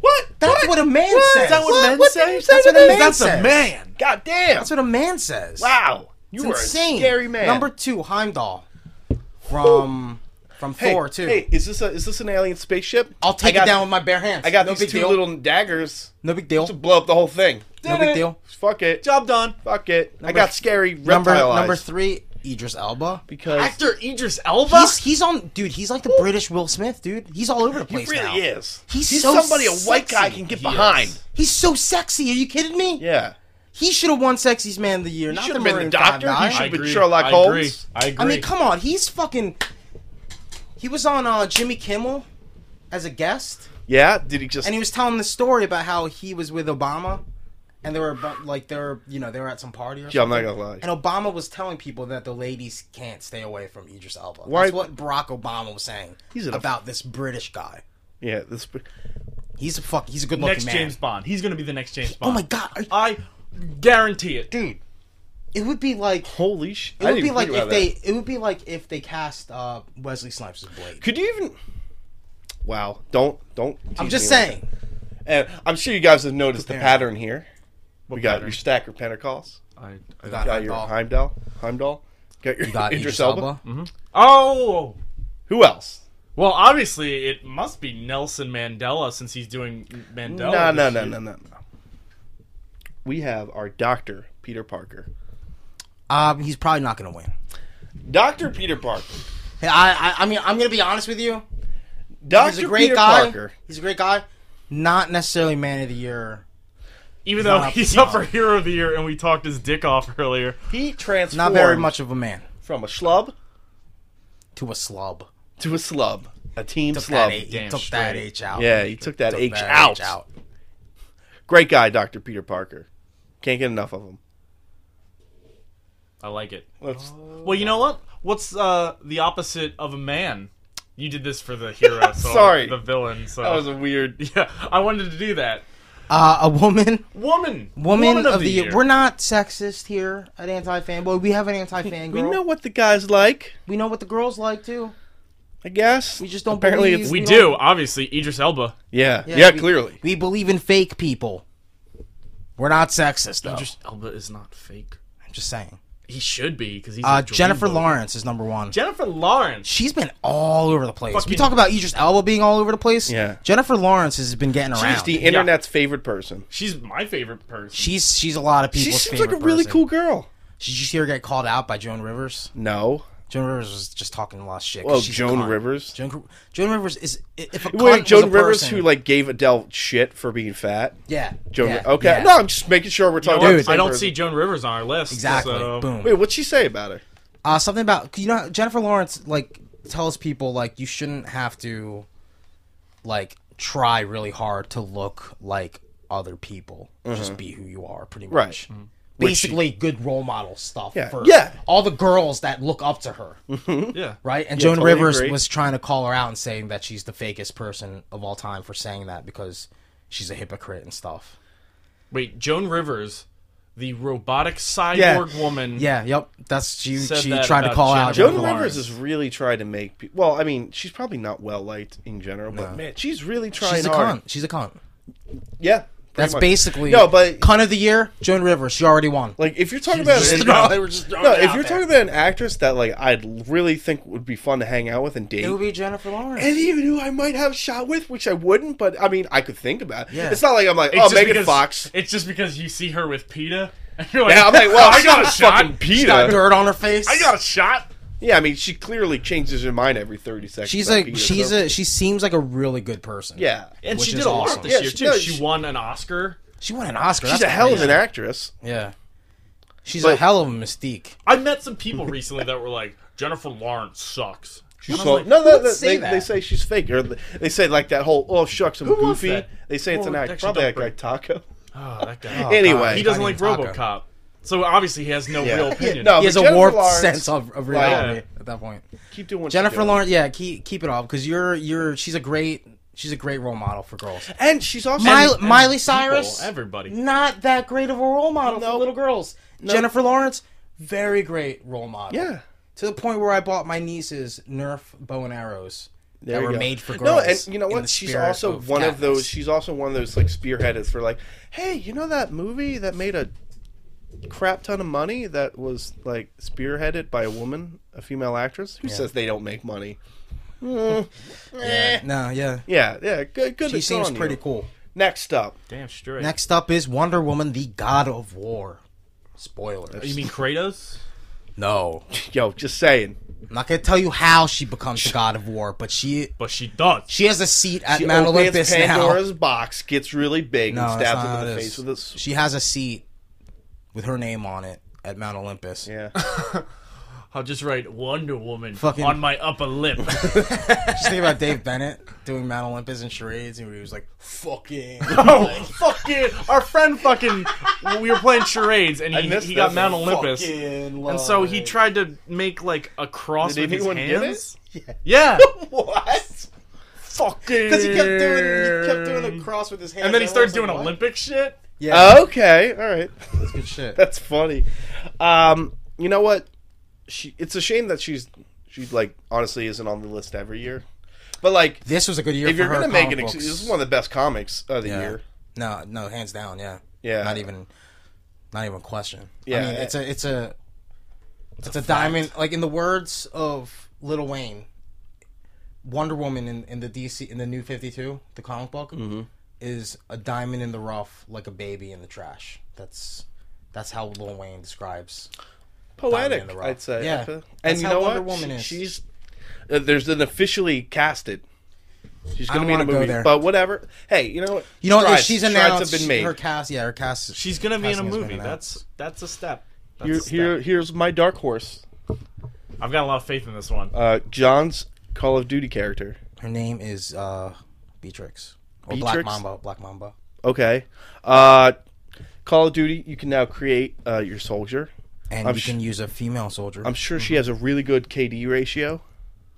What? That's what, a man says. Is that what, men What say? did you say to men That's says? a man. God damn. That's what a man says. wow. You It's were insane. a scary man. Number two, Heimdall from from hey, Thor too. Hey, is this a is this an alien spaceship? I'll take I got- it down with my bare hands. I got no these big two deal. little daggers no big deal. to blow up the whole thing. No big deal. Fuck it. Job done. Fuck it. I Number- got scary reptile Number eyes. number three, Idris Elba. because Actor Idris Elba. He's he's on dude. He's like the British Will Smith, dude. He's all over the he place really now. is. He's he's so somebody a white guy sexy. can get He behind. is. He's so sexy. Are you kidding me? Yeah. He should have won Sexiest Man of the Year. not should the have been the Maroon doctor. five guy. He I should- with agree. Sherlock I Holmes. Agree. I agree. I mean, come on. He's fucking. He was on uh, Jimmy Kimmel as a guest. Yeah. Did he just? and he was telling the story about how he was with Obama, and they were about, like they were you know they were at some party or yeah, <laughs> I'm something. not gonna lie. And Obama was telling people that the ladies can't stay away from Idris Elba. Why- That's what Barack Obama was saying He's an- about this British guy. Yeah. This. He's a fuck. He's a good next looking man. James Bond. He's gonna be the next James oh Bond. my god, are- I guarantee it. dude! It would be like Holy shit. it would be like if they it would be like if they cast uh, Wesley Snipes as Blade. Could you even? Wow! Don't don't. I'm tease just me like saying. that. and I'm sure you guys have noticed the Prepare. pattern here. we got pattern? your stacker Pentecost. I, I got- Got your Heimdall. Heimdall. Got your You got <laughs> Idris Idris Elba. Elba. Mm-hmm. oh. Who else? Well, obviously it must be Nelson Mandela since he's doing Mandela. No, no, this no, year. no, no, no. We have our doctor Peter Parker. Um, he's probably not gonna win. Doctor Peter Parker. Hey, I, I I mean I'm gonna be honest with you. Doctor He's a great Peter guy. Parker. He's a great guy. Not necessarily man of the year. Even though Not up he's to up par. for Hero of the Year and we talked his dick off earlier. He transformed Not very much of a man from a schlub to a slub. to a slub. A team Took slub. that, eight, Damn took that straight. H out. Yeah, he took that Took H that out. Great guy, Doctor Peter Parker. Can't get enough of him. I like it. Let's Well, you know what? What's uh, the opposite of a man? You did this for the hero, so Sorry. the villain. So That was a weird. <laughs> yeah, I wanted to do that. Uh, a woman, Woman, woman, of, the year. We're not sexist here at Anti Fanboy. We have an Anti Fangirl. We know what the guy's like, we know what the girls like too. I guess. We just don't Apparently believe- it's We We do, obviously. Idris Elba. yeah, yeah, we- clearly. We believe in fake people. We're not sexist though. Idris Elba is not fake. I'm just saying. He should be because he's a Uh, dreamboat. Jennifer Lawrence is number one. Jennifer Lawrence. She's been all over the place. Fucking- we talk about Idris Elba being all over the place. Yeah. Jennifer Lawrence has been getting around. She's the internet's favorite person. She's my favorite person. she's she's a lot of She people's seems like a favorite really person. cool girl. Did you see her get called out by Joan Rivers? No. Joan Rivers was just talking a lot of shit. 'cause Oh, she's a Joan cunt. Rivers. Joan, Joan Rivers is if a cunt Wait, was a Joan Rivers, person- who like gave Adele shit for being fat. yeah, Joan. yeah, okay. yeah. No, I'm just making sure You know we're talking. what? about the Dude. same I don't person. see Joan Rivers on our list. exactly. so- um, Boom. Wait, what'd she say about her? Uh, something about you know Jennifer Lawrence like tells people like you shouldn't have to like try really hard to look like other people. Just be who you are, pretty much. Mm-hmm. Right. Which she- basically good role model stuff Yeah. for Yeah. all the girls that look up to <laughs> her, Yeah. right? And Yeah, Joan totally Rivers agree. was trying to call her out and saying that she's the fakest person of all time for saying that because she's a hypocrite and stuff. Wait, Joan Rivers, the robotic cyborg woman. Yeah, yep. That's she. Said She that tried to about call out Jennifer Joan Jennifer Rivers Lawrence. has really tried to make. Pe- well, I mean, she's probably not well liked in general, but man, she's really trying She's a hard. cunt. She's a cunt. Yeah, pretty That's much. basically no, but cunt of the year. Joan Rivers. She already won. like if you're talking about Just an, throw- <laughs> no, they were just throwing it if out you're there. talking about an actress that like I'd really think would be fun to hang out with and date, it would be Jennifer Lawrence. and even who I might have shot with, which I wouldn't, but I mean, I could think about. it. Yeah. It's not like I'm like, It's oh, just Megan because- Fox. It's just because you see her with PETA. <laughs> And you're like, Yeah, <laughs> I'm like, well, <laughs> I she's got a not shot. fucking She's got PETA. dirt on her face. I got a shot. Yeah, I mean, she clearly changes her mind every thirty seconds. She's about a PETA, she's so- a she seems like a really good person. yeah, And Which she is did a lot awesome. this Yeah, year, she- too. no, she she- won an Oscar. she won an Oscar. she's a That's hell of an crazy. actress. Yeah, she's a But- hell of a mystique. I met some people recently that were like, Jennifer Lawrence sucks. She's So, like, no, who no, would no say they, that? they say she's fake. Or th- they say like that whole oh shucks I'm Who was goofy. that? They say it's Oh, an that act. she Probably don't that guy break. Taco. oh, that guy. anyway, he doesn't I like need taco. RoboCop. So obviously he has no Yeah. real Yeah, opinion. no. He has but a Jennifer warped Lawrence- sense of, of reality at that point. keep doing what Jennifer you're doing. Lawrence, yeah, keep keep it off because you're you're she's a great she's a great role model for girls. and she's also Miley, and Miley people, Cyrus, everybody. not that great of a role model for No. little girls. Jennifer Lawrence, very great role model. yeah. to the point where I bought my nieces Nerf bow and arrows There that you were go. made for girls. No, and you know in the what? She's spirit also of one Katniss. of those. She's also one of those like spearheaders for like, hey, you know that movie that made a crap ton of money that was like spearheaded by a woman, a female actress who says they don't make money. <laughs> Yeah. No, yeah, Yeah, yeah, good. she good good Eh. seems on you. pretty cool. Next up, Damn straight. Next up is Wonder Woman, the God of War. Spoilers. You mean Kratos? No, yo, just saying. I'm not gonna tell you how she becomes the God of War, but she But she does. she has a seat at She Mount opens Olympus now. Pandora's box gets really <laughs> big No, that's and stabs not him how it in the is. face with a s- She has a seat with her name on it at Mount Olympus. yeah. <laughs> I'll just write Wonder Woman Fucking- on my upper <laughs> lip. <laughs> Just think about Dave Bennett doing Mount Olympus and charades, and he was like, <laughs> "Fucking." oh, fucking. Our friend fucking. We were playing charades and he, missed he got that. Mount Olympus. Fucking And so love he it. tried to make like a cross Did with his anyone get hands. it? <laughs> Yeah. What? fucking. Because he kept doing, he kept doing a cross with his hands. And then he started doing Oh. Olympic. Olympic shit. Yeah, okay, all right. <laughs> that's good shit. <laughs> That's funny. Um, you know what? She. It's a shame that she's she like honestly isn't on the list every year. But like, This was a good year. if for you're her gonna make comic an, ex- books. this is one of the best comics of the Yeah. year. No, no, hands down, yeah. Yeah. Not even not even a question. Yeah. I Yeah. mean, it's a it's a it's, a, diamond like in the words of Little Wayne, Wonder Woman in, in the DC in the new 52, the comic book is a diamond in the rough like a baby in the trash. That's that's how Lil Wayne describes. Diamond Poetic, in the rough. I'd say. Yeah. And That's you how know Wonder what? Woman She- is. She's uh, there's an officially casted. She's I gonna don't be in a wanna go movie, there. but whatever. Hey, you know what? You know, what Strides- she's strides announced have been made. her cast. Yeah, her cast. She's gonna be in a casting has been movie. announced. That's that's a step. That's a Here, step. here, here's my dark horse. I've got a lot of faith in this one. Uh, John's Call of Duty character. her name is uh, Beatrix or Black Beatrix? Mamba. Black Mamba. Okay. Uh, Call of Duty, you can now create uh, your soldier. And I'm you sh- can use a female soldier. I'm sure she has a really good KD ratio.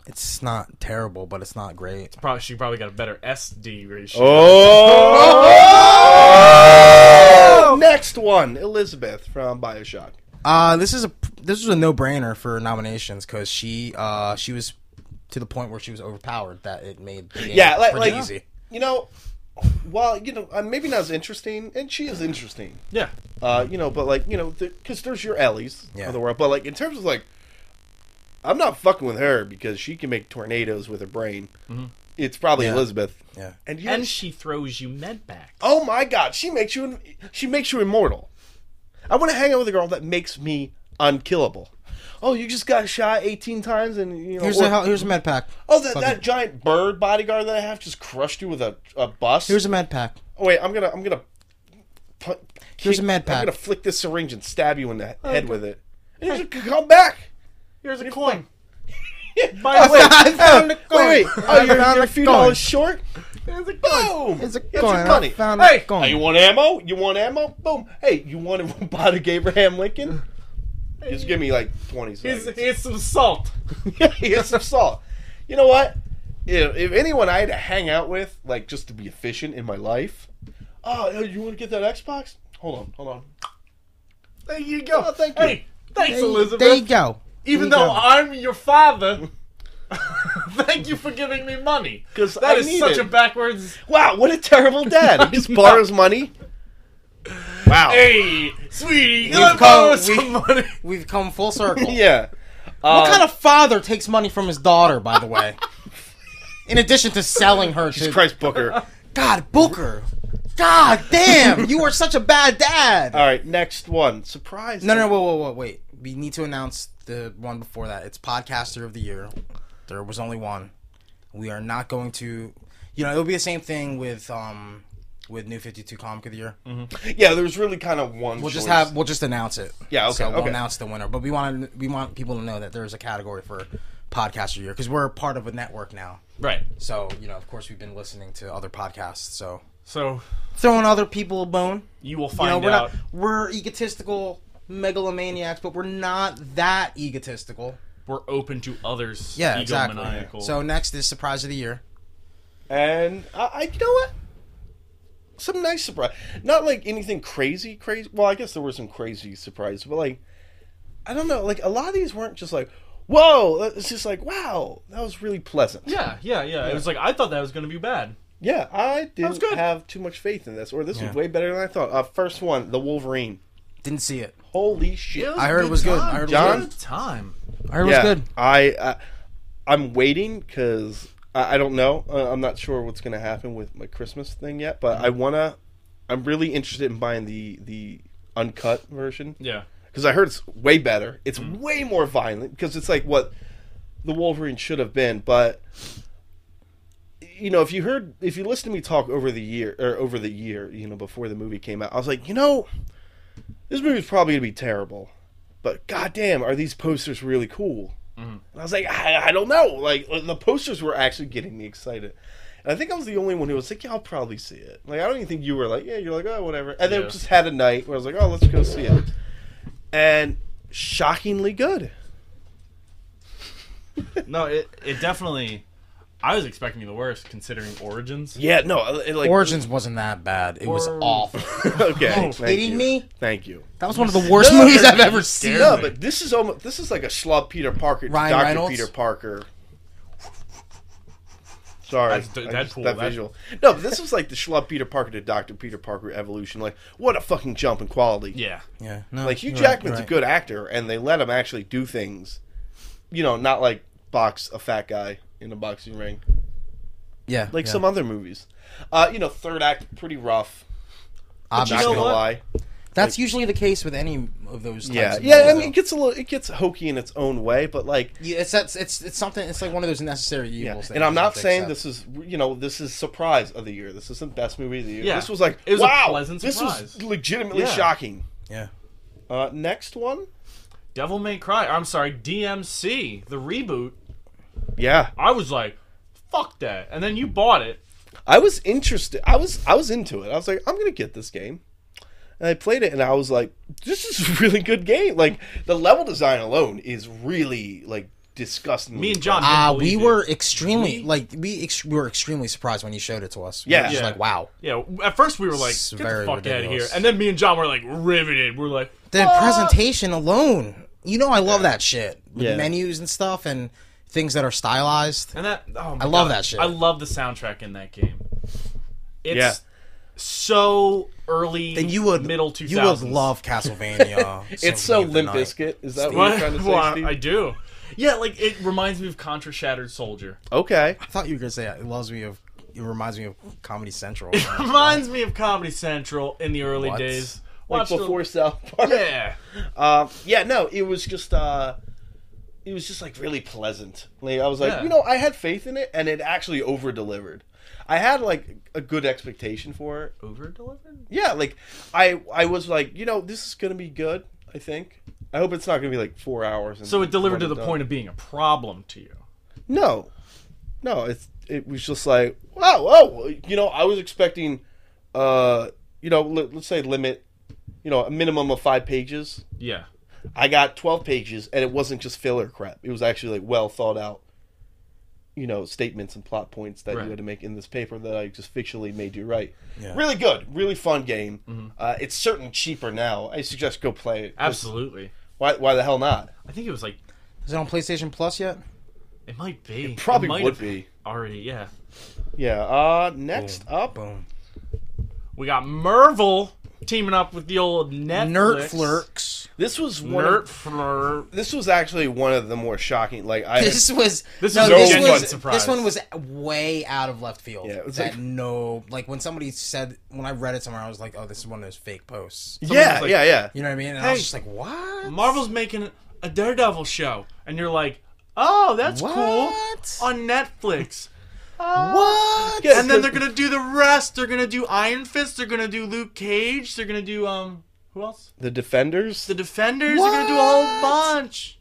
It's not terrible, but it's not great. Probably she probably got a better SD ratio. Oh! <laughs> Next one, Elizabeth from Bioshock. Uh, this is a this was a no brainer for nominations because she uh she was to the point where she was overpowered that it made the game Yeah, like, pretty like easy. you know, while you know, uh, maybe not as interesting, and she is interesting. Yeah. Uh, you know, but like you know, because there's your Ellie's Yeah. of the world, but like in terms of like, I'm not fucking with her because she can make tornadoes with her brain. It's probably Mm-hmm. Yeah. Elizabeth. Yeah, And, you And she throws you med back. oh my god, she makes you she makes you immortal. I want to hang out with a girl that makes me unkillable. Oh, you just got shot 18 times and you know. here's or- a hel- here's a med pack. oh, that, Fuck that it. giant bird bodyguard that I have just crushed you with a, a bus. here's a med pack. oh wait, I'm gonna I'm gonna. Put, Here's a med pack. I'm gonna flick this syringe and stab you in the Oh, head with it. <laughs> And you just come back. Here's a coin. Yeah. By the way, I found a Wait, wait. coin. Oh, I you're, found you're a a few coin. dollars short? There's a Boom! It's a Get gun. your I money. found a hey, gun. oh, you want ammo? You want ammo? Boom! Hey, you want a <laughs> robotic Abraham Lincoln? <laughs> Just give me like twenty Here's, seconds. <laughs> here's some salt. here's some salt. You know what? If, if anyone I had to hang out with, like just to be efficient in my life, oh, yo, you want to get that Xbox? Hold on, hold on. There you go. Oh, thank you. Hey, thanks, There you- Elizabeth. There you go. Even There you though go. I'm your father, <laughs> thank you for giving me money. 'Cause that I is need such it. a backwards. Wow, what a terrible dad! <laughs> He just borrows money. Wow. Hey, sweetie, We've can I come- borrow we- some money? We've come full circle. <laughs> Yeah. Uh, What kind of father takes money from his daughter, by the <laughs> way? In addition to selling her to Christ Booker? God Booker. God damn, you are such a bad dad. All right, next one. Surprise. no, no, whoa, whoa, whoa, wait. We need to announce the one before that. It's podcaster of the year. There was only one. We are not going to, you know, it'll be the same thing with um with New Fifty Two Comic of the Year. Yeah, there was really kind of one. We'll just Mm-hmm. choice. have we'll just announce it. Yeah, okay, So we'll okay. announce the winner, but we want to we want people to know that there's a category for podcaster of the year because we're part of a network now. Right. So, you know, of course, we've been listening to other podcasts. So, So throwing other people a bone. you will You know, find we're out. not, we're egotistical megalomaniacs, but we're not that egotistical. We're open to others. Yeah, exactly. egomaniacal. So, next is surprise of the year. And I, I, you know what? Some nice surprise. Not like anything crazy, crazy. Well, I guess there were some crazy surprises, but like, I don't know. Like a lot of these weren't just like, whoa. It's just like, wow, that was really pleasant. yeah, yeah, yeah. It was like I thought that was gonna be bad. Yeah, I was didn't good. have too much faith in this, or this Yeah. was way better than I thought. Uh, first one, the Wolverine. Didn't see it. Holy shit! I heard it was good. I heard it was John? good time. I heard yeah, it was good. I, I I'm waiting because I, I don't know. Uh, I'm not sure what's gonna happen with my Christmas thing yet, but Mm-hmm. I wanna. I'm really interested in buying the the uncut version Yeah. because I heard it's way better. It's Mm-hmm. way more violent because it's like what the Wolverine should have been, but you know, if you heard if you listened to me talk over the year or over the year, you know, before the movie came out, I was like, you know, this movie's probably gonna be terrible. But goddamn, are these posters really cool? And I was like, I, I don't know. Like uh, the posters were actually getting me excited. And I think I was the only one who was like, yeah, I'll probably see it. Like I don't even think you were like, yeah, you're like, oh, whatever. And then Yeah. just had a night where I was like, oh, let's go see it. And shockingly good. No, it it definitely. I was expecting the worst considering Origins. Yeah, no, it, like Origins wasn't that bad. It was Or- <laughs> awful. <laughs> okay. Are you thank Oh, kidding you. me? Thank you. That was one of the worst movies I've ever seen. No, but this is almost this is like a schlub Peter Parker, Ryan Doctor Reynolds? Peter Parker. Sorry, That's D- I just- Deadpool, that that- visual. No, but this was like the schlub Peter Parker to Doctor Peter Parker evolution. Like, what a fucking jump in quality. Yeah. Yeah, no, like Hugh you're right, Jackman's you're a right. good actor, and they let him actually do things. You know, not like box a fat guy in a boxing ring, Yeah, like yeah. some other movies. Uh, you know, third act pretty rough. Obviously. Not know gonna what? lie. That's usually the case with any of those. Types Yeah, of yeah. movies, I though. mean, it gets a little, it gets hokey in its own way, but like, Yeah, it's that's it's it's something. It's like one of those necessary yeah. evils. that And I'm you have not to saying accept. this is, you know, this is surprise of the year. This isn't best movie of the year. Yeah. This was like, It was a wow, pleasant this was surprise. legitimately Yeah. shocking. Yeah, Uh, next one, Devil May Cry. I'm sorry, DMC, the reboot. yeah, I was like, fuck that. And then you bought it. I was interested. I was, I was into it. I was like, I'm gonna get this game. And I played it, and I was like, "This is a <laughs> really good game." Like the level design alone is really like disgusting. Me and John. didn't uh, we believe you. were extremely like we, ex- we were extremely surprised when you showed it to us. We were Yeah. just Yeah. like wow, Yeah, at first we were like, It's get the very fuck out of here. ridiculous. And then me and John were like riveted. We're like, the "What?" presentation alone. You know, I love that shit. With Yeah. menus and stuff and things that are stylized. And that, oh my I love God. that shit. I love the soundtrack in that game. It's Yeah. so early. And you would middle 2000s. You would love <laughs> Castlevania. It's so Symphony of the Limp Night. Bizkit. Is that what, What? you're trying to say? Well, I- Steve? I do. Yeah, like it reminds me of Contra Shattered Soldier. Okay. I thought you were gonna say it loves me of. It reminds me of Comedy <laughs> Central. reminds me of Comedy Central in the early What? days. like Watch the- before South Park. yeah. Um, yeah, no, it was just uh, it was just like really pleasant. Like I was like, Yeah. you know, I had faith in it, and it actually over delivered. I had like a good expectation for it. Over delivered? Yeah, like I I was like, you know, this is gonna be good. I think. I hope it's not gonna be like four hours. And So it delivered to one the and done. point of being a problem to you. No, no, it's it was just like, wow, oh, oh, you know, I was expecting, uh, you know, let, let's say limit, you know, a minimum of five pages. Yeah. I got 12 pages, and it wasn't just filler crap. It was actually like well thought out, you know, statements and plot points that Right. you had to make in this paper that I just fictionally made you write. Yeah. Really good, really fun game. Mm-hmm. Uh, it's certainly cheaper now. I suggest go play it. 'cause Absolutely. Why, why the hell not? I think it was like Is it on PlayStation Plus yet? it might be. It Probably might would have be. already. Yeah. Yeah. Uh, next up, Boom. We got Marvel teaming up with the old Netflix. Nerd flirks. this was one. Nerd Of, flirt. this was actually one of the more shocking. Like I. This was This no, is this no was one's this surprise. one was way out of left field. Yeah, it was that like- no, like when somebody said when I read it somewhere, I was like, oh, this is one of those fake posts. yeah, Someone's like- yeah, yeah. You know what I mean? And I was Hey. just like, what? Marvel's making a Daredevil show, and you're like, oh, that's What? cool on Netflix. What? <laughs> Yeah, and then they're gonna do the rest. They're gonna do Iron Fist. They're gonna do Luke Cage. They're gonna do um, who else? the defenders. The Defenders. They're gonna do a whole bunch.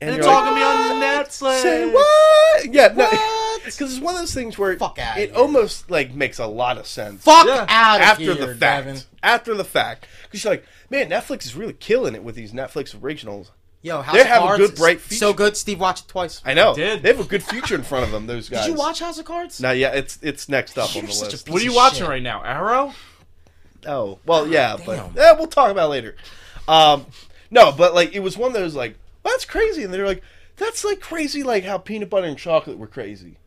And you're it's "Ah, all gonna be on Netflix. Say what? Yeah, no. <laughs> What? Because it's one of those things where Fuck outta it here. almost like makes a lot of sense. Fuck Yeah. out of after here, the fact. Devin. After the fact, because you're like, man, Netflix is really killing it with these Netflix originals. Yo, House They of have a Cards good, is bright future. So good, Steve watched it twice. I know They did. they have a good future in front of them. Those guys. Did you watch House of Cards? Now, yeah, it's it's next up You're on the such a list. piece What are you of watching shit. right now? Arrow. Oh, well, yeah, Damn. but eh, we'll talk about it later. Um, no, but like it was one of those like well, that's crazy, and they're like that's like crazy, like how peanut butter and chocolate were crazy.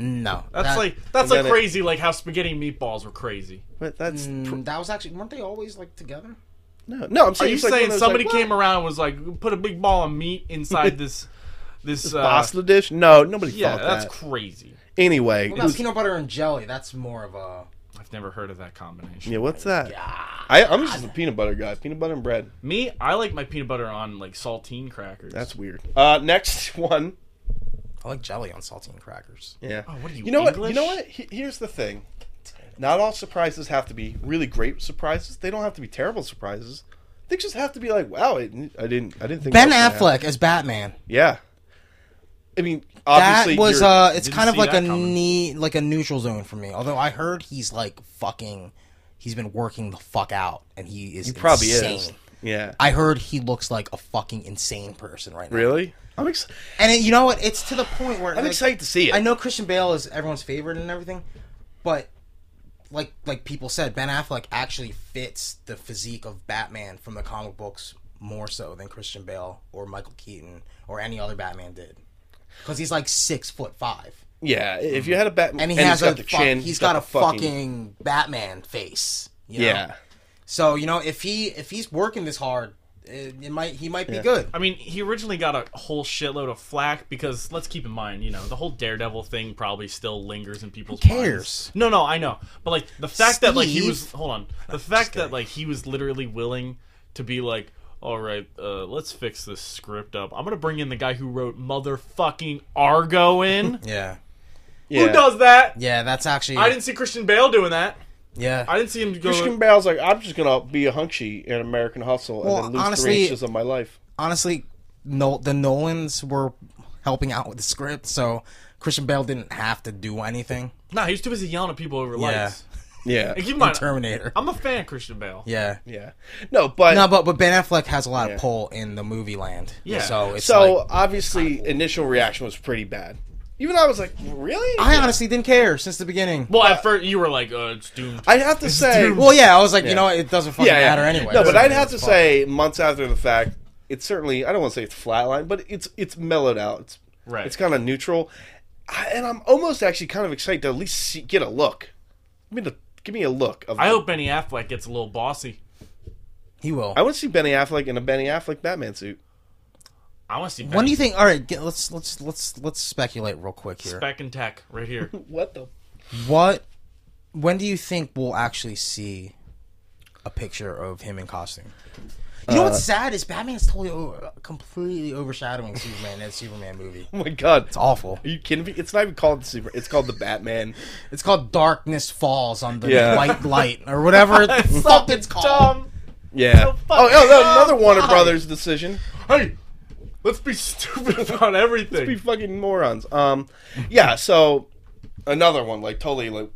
No, That's that- like that's and like then it- crazy. like how spaghetti and meatballs were crazy. But that's Mm, that was actually weren't they always like together? no, no. I'm Are saying you it's like one saying of those, somebody like, came around and was like, put a big ball of meat inside <laughs> this this, uh, pasta dish? No, nobody Yeah, thought that's that. crazy. anyway, What it about was- peanut butter and jelly? That's more of a I've never heard of that combination. yeah, what's that? ah, I, I'm just a peanut butter guy. Peanut butter and bread. Me, I like my peanut butter on like saltine crackers. That's weird. Uh, next <laughs> one. I like jelly on saltine crackers. Yeah. Oh, what are you, You know what? You English? know what? He- Here's the thing. Not all surprises have to be really great surprises. They don't have to be terrible surprises. They just have to be like, wow, I didn't, I didn't, I didn't think. Ben that was gonna happen. Affleck as Batman. Yeah. I mean, obviously, that was you're- uh, it's didn't kind of see like a that coming. knee, like a neutral zone for me. Although I heard he's like fucking, he's been working the fuck out, and he is probably insane. is. Yeah. I heard he looks like a fucking insane person right now. really? I'm ex- And it, you know what? It's to the point where I'm like, excited to see it. I know Christian Bale is everyone's favorite and everything, but like like people said, Ben Affleck actually fits the physique of Batman from the comic books more so than Christian Bale or Michael Keaton or any other Batman did, because he's like six foot five Yeah. If you had a Batman, and he he's has a got the fuck- chin, he's got, a fucking, Batman face. you know? yeah. So you know if he if he's working this hard, it, it might he might be good. I mean, he originally got a whole shitload of flack because let's keep in mind, you know, the whole Daredevil thing probably still lingers in people's Who cares? minds. No, no, I know, but like the fact that like he was Steve. hold on, the fact that like he was literally willing to be like, all right, uh, let's fix this script up. I'm gonna bring in the guy who wrote motherfucking <laughs> Argo in. Yeah, yeah. Who does that? yeah, that's actually I didn't see Christian Bale doing that. yeah. I didn't see him go. Christian Bale's like, I'm just gonna be a hunchie in American Hustle Well, and then lose three honestly- inches of my life. honestly, no, the Nolans were helping out with the script, so Christian Bale didn't have to do anything. Nah, he was too busy yelling at people over Yeah. lights. Yeah. And keep in mind, Terminator. I'm a fan of Christian Bale. Yeah. Yeah. No, but No, but but Ben Affleck has a lot Yeah. of pull in the movie land. Yeah. So it's so like, obviously initial reaction was pretty bad. Even I was like, really? I honestly didn't care since the beginning. Well, at first you were like, uh, it's doomed. I have to say, Well, yeah, I was like, Yeah. you know, what, it doesn't fucking matter anyway. No, but So I'd have it's to fine. say months after the fact, it's certainly I don't want to say it's flatline, but it's it's mellowed out. It's Right. It's kind of neutral, I, and I'm almost actually kind of excited to at least see, get a look. Give me, the, give me a look. Of I hope Benny Affleck gets a little bossy. he will. I want to see Benny Affleck in a Benny Affleck Batman suit. I want to see when do Benny you think? All right, get, let's let's let's let's speculate real quick here. Speck and Tech right <laughs> here. What the? what? When do you think we'll actually see a picture of him in costume? You know Uh, what's sad is Batman is totally over, completely overshadowing Superman in that Superman movie. <laughs> Oh my god! It's awful. Are you kidding me? It's not even called the Super. It's called the <laughs> Batman. It's called Darkness Falls on the Yeah. White Light or whatever the fuck it's called. Dumb. Yeah. So Oh, fucking oh, no, another Warner dumb. Brothers decision. Hey, <laughs> let's be stupid about everything. Be fucking morons. Um, yeah. So, another one, like totally like,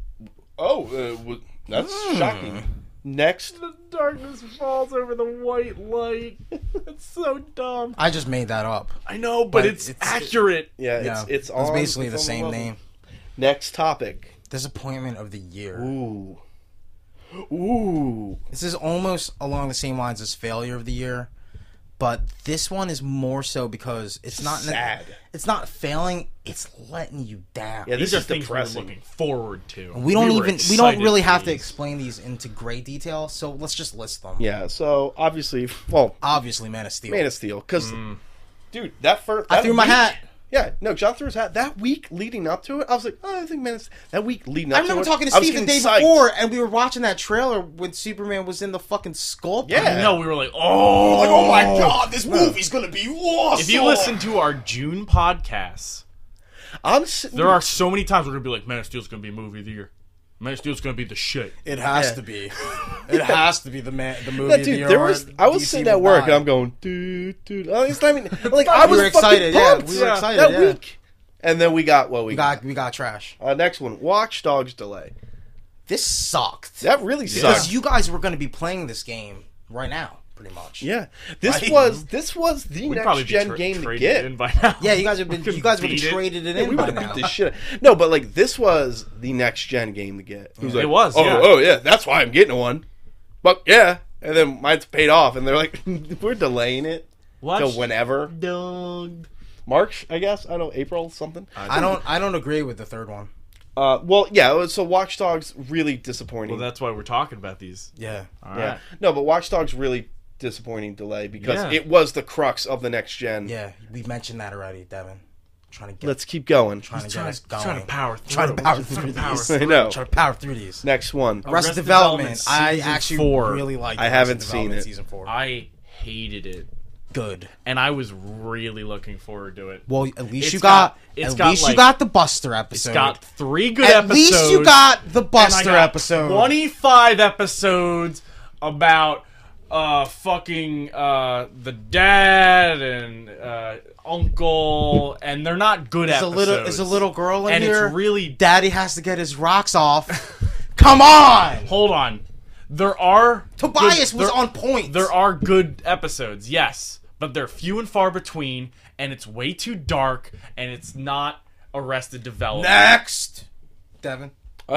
oh, uh, w- that's Hmm. shocking. Next, <laughs> The darkness falls over the white light. It's so dumb. I just made that up. I know, but, But it's, it's- accurate. yeah, it's it's on. basically the it's on same level. name. Next topic. Disappointment of the year. Ooh, ooh. This is almost along the same lines as failure of the year, but this one is more so because it's not Sad. It's not failing. It's letting you down. Yeah, this These are is things we depressing. we're looking forward to. we don't were even we don't excited really for have to these. explain these into great detail. So let's just list them. Yeah, so obviously, well, Obviously, Man of Steel. Man of Steel, because dude, that first Hmm. I threw my hat. Yeah, no, John threw his hat. That week leading up to it, I was like, oh, I think Man of Steel. That week leading up, I remember to talking it, to I was Steve the day getting psyched. before, and we were watching that trailer when Superman was in the fucking sculpture. Yeah. No, we were like, oh, Like, oh my god, this movie's gonna be awesome. If you listen to our June podcasts, I'm sitting there are so many times we're gonna be like, Man of Steel's gonna be a movie of the year. Man of Steel's gonna be the shit. it has Yeah. to be. <laughs> It has to be the man, the movie. Yeah, of the year dude, there or was. I was DC sitting at work and will I'm going, dude, dude. Like, it's not even, like I We was were fucking excited, yeah, pumped we were excited, that yeah. week. And then we got what we, We got. got we got trash. Uh, next one, Watch Dogs delay. This sucked. That really because sucks. you guys were going to be playing this game right now, pretty much. Yeah, this Right. was this was the We'd next gen tra- game to traded get. it in by now. Yeah, you guys have <laughs> been. Fucking You guys would have beat it. traded it Yeah, in we by would have now. beat this shit. out- No, but like this was the next gen game to get. It was. Like, It was, Oh, yeah. oh yeah, that's why I'm getting one. But yeah, and then mine's paid off, and they're like, <laughs> we're delaying it Watch till whenever Dog. March, I guess. I don't know, April something. I don't. I don't agree with the third one. Uh, well, yeah. it was- So Watch Dogs really disappointing. Well, that's why we're talking about these. Yeah. All right. yeah. No, but Watch Dogs really disappointing delay because Yeah. it was the crux of the next gen. Yeah. We mentioned that already, Devin. trying to get. Let's keep going. trying to get Trying, us going. trying to power through. Trying to power We're just through trying to power these. through. I know. Trying to power through these. <laughs> Next one. Arrested Arrested Development. Development I season actually four. really like. I haven't Arrested seen Development it. Season four. I hated it, Good. and I was really looking forward to it. Well, at least It's you got. got- it's at got, least like- you got the Buster episode. It's got three good At episodes. least you got the and I Buster got episode. 25 episodes about uh fucking uh the dad and uh uncle and they're not good There's a episodes. little. There's a little girl in and here. it's really Daddy has to get his rocks off. <laughs> Come on! hold on. There are Tobias good- was there- on point. There are good episodes, yes, but they're few and far between and it's way too dark and it's not Arrested Development. Next! Devin. <laughs>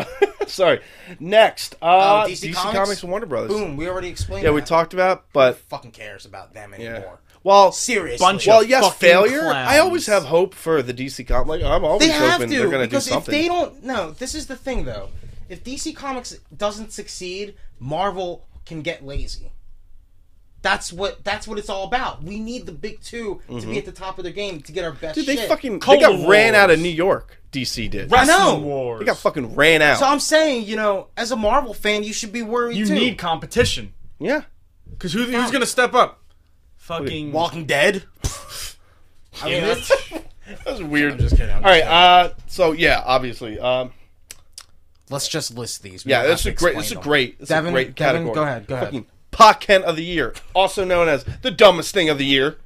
Sorry. Next. Uh, Oh, DC, DC Comics? Comics and Warner Brothers. Boom, we already explained Yeah, we that. talked about, but Who fucking cares about them yeah. anymore. Well, Seriously. Bunch well, of yes, fucking failure. I clowns. always have hope for the DC comic. Like, I'm always they have hoping to they're going to do because if something. they don't no, this is the thing though. If DC Comics doesn't succeed, Marvel can get lazy. That's what that's what it's all about. We need the big 2 to be at the top of their game to get our best Dude, they shit. fucking Cold they got ran Wars. out of New York. DC did. Wrestling know. Wars. They got fucking ran out. so I'm saying, you know, as a Marvel fan, you should be worried you too. need competition. yeah. Because who, who's going to step up? Fucking. Walking Dead. <laughs> I mean, Yeah. that's- That was weird. just kidding. I'm All right. just Uh, so yeah, obviously. Um, Let's just list these. We yeah, don't that's a have to great. explain That's a them. great. That's Devin- a great Devin, category. go ahead, go ahead. Fucking Pa Kent of the year, also known as the dumbest thing of the year.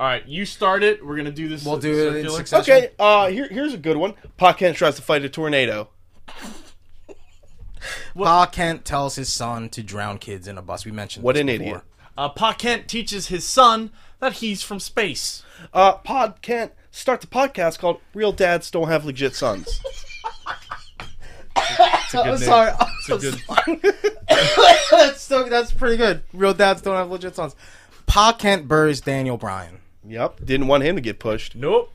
All right, you start it. We're going to do this. We'll do it in circular. succession. Okay. Uh, here, here's a good one. Pa Kent tries to fight a tornado. Pa Kent tells his son to drown kids in a bus. We mentioned What this an before. idiot. Uh, pa Kent teaches his son that he's from space. Uh, Pod Kent starts a podcast called "Real Dads Don't Have <laughs> Legit Sons." I'm sorry. I'm sorry. <laughs> that's so, that's pretty good. Real dads don't have legit sons. Pa Kent buries Daniel Bryan. yep. Didn't want him to get pushed. Nope.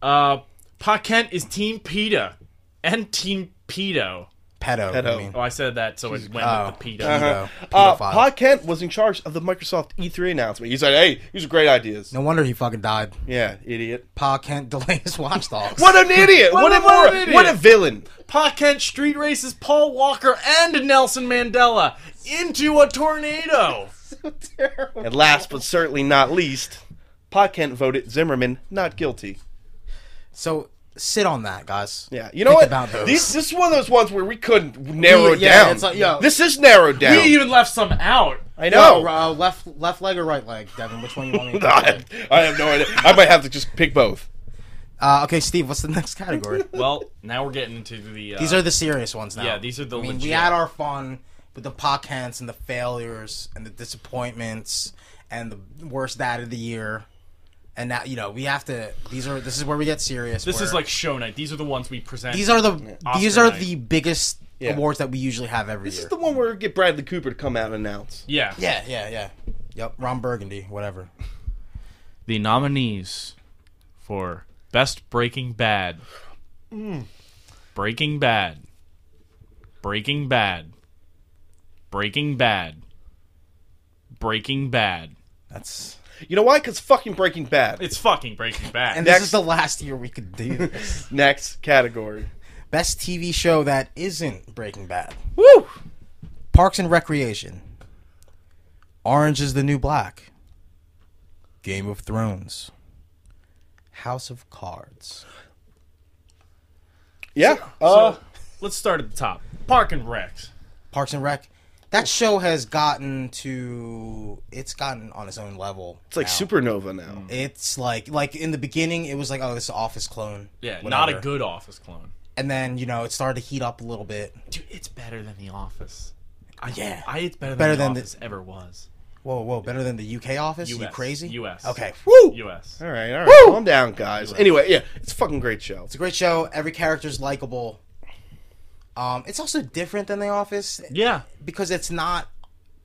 Uh, pa Kent is Team PETA and Team Pedo. Pedo. Pedo. I mean. Oh, I said that, so it went Oh. with the PETA. Pedo. Uh, Pedophile. Pod Kent was in charge of the Microsoft E3 announcement. He said, "Hey, these are great ideas." no wonder he fucking died. Yeah, idiot. Pa Kent <laughs> delays watchdogs. What an idiot! what, What a a- what an moron! idiot! What a villain! Pa Kent street races Paul Walker and Nelson Mandela into a tornado. And last but certainly not least, Pa Kent voted Zimmerman not guilty. So sit on that, guys. Yeah, you know Think what? about those. These, this is one of those ones where we couldn't narrow We- yeah, down. it's like, yo. this is narrowed down. We even left some out. I No, know. <laughs> uh, left left leg or right leg, Devin? Which one you want me to I, have, I have no idea. I might have to just pick both. Uh, okay, Steve, what's the next category? <laughs> Well, now we're getting into the. Uh, these are the serious ones now. Yeah, these are the I mean, we legit- had our fun with the pockhands and the failures and the disappointments and the worst dad of the year. And now, you know, we have to. These are. This is where we get serious. This is where- like show night. These are the ones we present. These are the. These are night. the biggest Yeah. awards that we usually have every This year. is the one where we get Bradley Cooper to come out and announce. Yeah. yeah, yeah, yeah. Yep, Ron Burgundy, whatever. The nominees for Best Breaking Bad. Breaking Bad. Breaking Bad. Breaking Bad. Breaking Bad. That's. You know why? Because fucking Breaking Bad. It's fucking Breaking Bad. And Next- this is the last year we could do <laughs> this. Next category. Best TV show that isn't Breaking Bad. Woo! Parks and Recreation. Orange is the New Black. Game of Thrones. House of Cards. Yeah. uh, So, let's start at the top. Park and Rex. Parks and Rec. That show has gotten to it's gotten on its own level. it's like now. Supernova now. Mm. It's like like in the beginning it was like oh this is office clone. Yeah, not whatever. a good Office clone. And then you know it started to heat up a little bit. Dude, it's better than The Office. I, Uh, Yeah. I, it's better than Better The than the- Office ever was. Whoa whoa better than the UK office. You US, crazy? US. Okay. Woo. U.S. All right, all right. Woo! Calm down, guys. Anyway, yeah, it's a fucking great show. It's a great show. Every character's likable. Um, it's also different than The Office Yeah. because it's not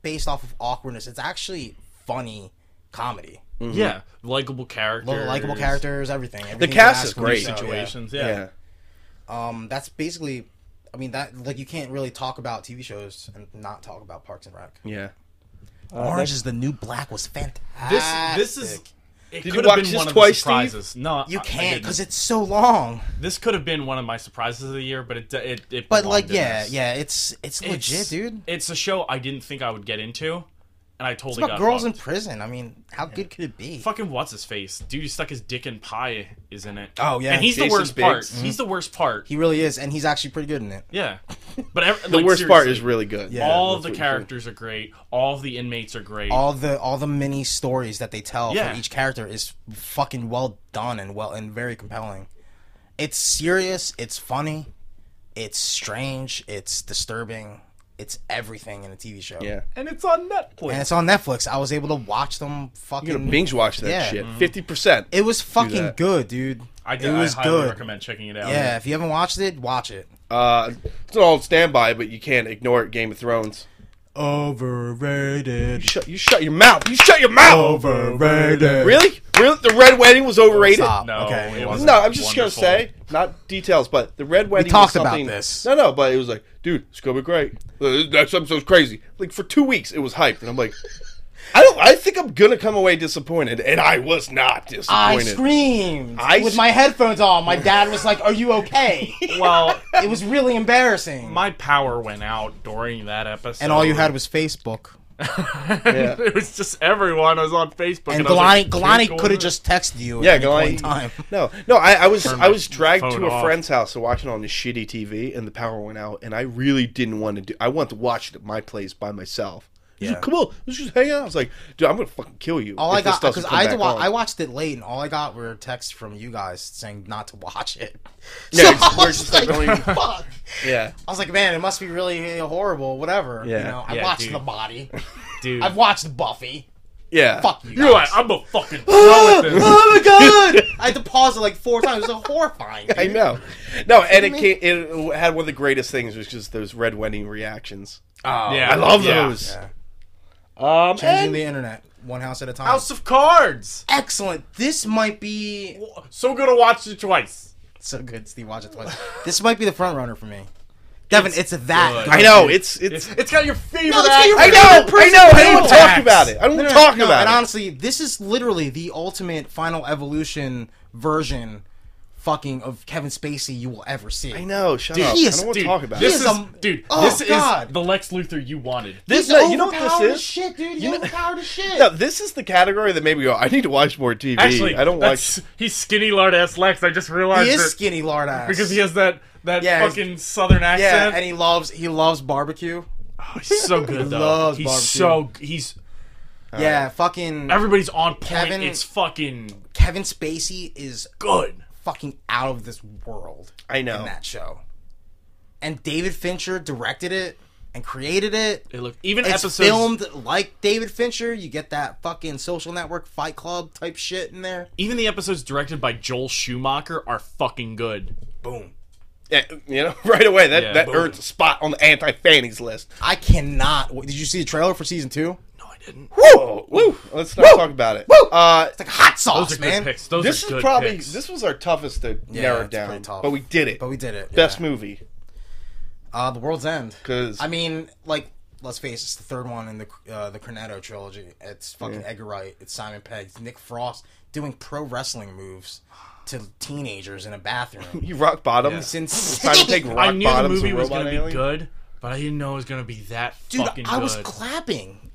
based off of awkwardness. It's actually funny comedy. Yeah. Likeable characters. Mm-hmm. Little likable characters, everything. The Everything's cast is an great. asshole, yeah. Situations. Yeah. yeah. Um, that's basically. I mean that like you can't really talk about TV shows and not talk about Parks and Rec. Yeah. Uh, Orange is the New Black was fantastic. This this is. It you could have watch been this one of my twice, Steve? surprises. No, you I- I can't didn't. because it's so long. this could have been one of my surprises of the year, but it it, it But belonged like in yeah this. yeah it's it's It's- legit dude. It's a show I didn't think I would get into, and I It's totally about got girls in hooked. prison. I mean how good could it be? Fucking what's his face? Dude, he stuck his dick in pie. Is in it. Oh, yeah. Mm-hmm. and he's the Jason worst part. Biggs. He's the worst part. He really is, and he's actually pretty good in it. yeah, <laughs> but ev- The worst part is really good. Yeah. all of that's the what you characters are great. All of the inmates are great. All the all the mini stories that they tell Yeah. for each character is fucking well done and well and very compelling. It's serious, it's funny, it's strange, it's disturbing, it's everything in a TV show. should. Yeah. and it's on And Netflix. it's on Netflix. I was able to watch them You're fucking gonna binge watch that Yeah. Mm-hmm. shit. Fifty percent. It was fucking that. good, dude. I, it was I highly good. recommend checking it out. Yeah, if you haven't watched it, watch it. Uh, it's an old standby, but you can't ignore it. Game of Thrones. Overrated. You shut, you shut your mouth. You shut your mouth. Overrated. Really? Really? The Red Wedding was overrated. Stop. No, okay. it wasn't. No, I'm just Wonderful. gonna say not details, but the Red Wedding. talked was about something- this. No, no, but it was like, dude, it's gonna be great. Uh, Next episode's crazy. Like for two weeks, it was hyped, and I'm like, I don't. I think I'm gonna come away disappointed, and I was not I disappointed. screamed I with sc- my headphones on. My dad was like, "Are you <laughs> okay?" <laughs> Well, it was really embarrassing. my power went out during that episode, and all you had was Facebook. Yeah. <laughs> it was just everyone was on Facebook. And I was Galani, like, Galani "Dude, could have just texted you. At Yeah, any point in Galani- Time. <laughs> No, no, I, I was Turn I was my dragged phone to a off. friend's house to watch it on his shitty TV, and the power went out, and I really didn't want to do. I wanted to watch it at my place by myself. He's Yeah. like, come on, let's just hang out. I was like, dude, I'm gonna fucking kill you. <laughs> All I if this got doesn't because come I had to back wa- on." I watched it late, and all I got were texts from you guys saying not to watch it. <laughs> Yeah, so it's- I we're was just like, like going- fuck. yeah, I was like, man, it must be really horrible. Whatever. You Yeah. know, I Yeah, watched dude. The Body. <laughs> dude. I've watched Buffy. yeah. <laughs> Fuck you. You're like, guys. I'm a fucking pro <laughs> at this. oh my god! I had to pause it like four times. It was horrifying. <laughs> I dude. know. No, and it me? came, it had one of the greatest things, which is those red wedding reactions. Oh, Yeah. I love Yeah. those. Yeah. Um, Changing and the internet one house at a time. House of Cards. Excellent. This might be So good to watch it twice. so good, Steve. Watch it twice. this might be the front runner for me. Devin, it's, that. good. good. I know it's it's. It's, it's got your favorite. No, it's got your actor. I favorite know. I person know. I in don't want to it. talk about it. I don't No, want no, to talk no, about and it. honestly, this is literally the ultimate final evolution version, fucking of Kevin Spacey you will ever see. I know. Shut Dude, up. he I is- don't want to Dude, talk about this He is it. is, a- dude. Oh, this God. is the Lex Luthor you wanted. This No, you know what this overpowered as is? Shit, dude. He's You know- overpowered as shit. No, this is the category that made me go. I need to watch more TV. Actually, I don't like. that's- He's skinny lard ass Lex. I just realized he that is skinny lard ass because he has that that Yeah, he's- fucking southern yeah, accent. and he loves he loves barbecue. oh, he's so good though. loves he's barbecue. so he's Oh, yeah, fucking everybody's on point. Kevin- it's fucking Kevin Spacey is good. fucking out of this world I know. in that show. And David Fincher directed it and created it. It looked even It's episodes filmed like David Fincher. You get that fucking social network fight club type shit in there. even the episodes directed by Joel Schumacher are fucking good. Boom. Yeah, you know, <laughs> right away that Yeah. that earns a spot on the anti fannies list. I cannot. Did you see the trailer for season two? No, I didn't. Woo, Oh, woo. Let's not Woo! talk about it. Woo! Uh, It's like hot Those sauce, are man. good picks. Those this are is good probably picks. this was our toughest to Yeah, narrow it's down, pretty tough. but we did it. But we did it. Best yeah. movie. Uh, the World's End. 'Cause- I mean, like, let's face it, it's the third one in the uh, the Cornetto trilogy. It's fucking Edgar Wright. It's Simon Pegg. It's Nick Frost doing pro wrestling moves to teenagers in a bathroom. You rock bottom. Yeah. Since Time to take rock <laughs> I knew the bottoms movie and was Robot gonna be Alien. good, but I didn't know it was gonna be that dude, fucking I was good. clapping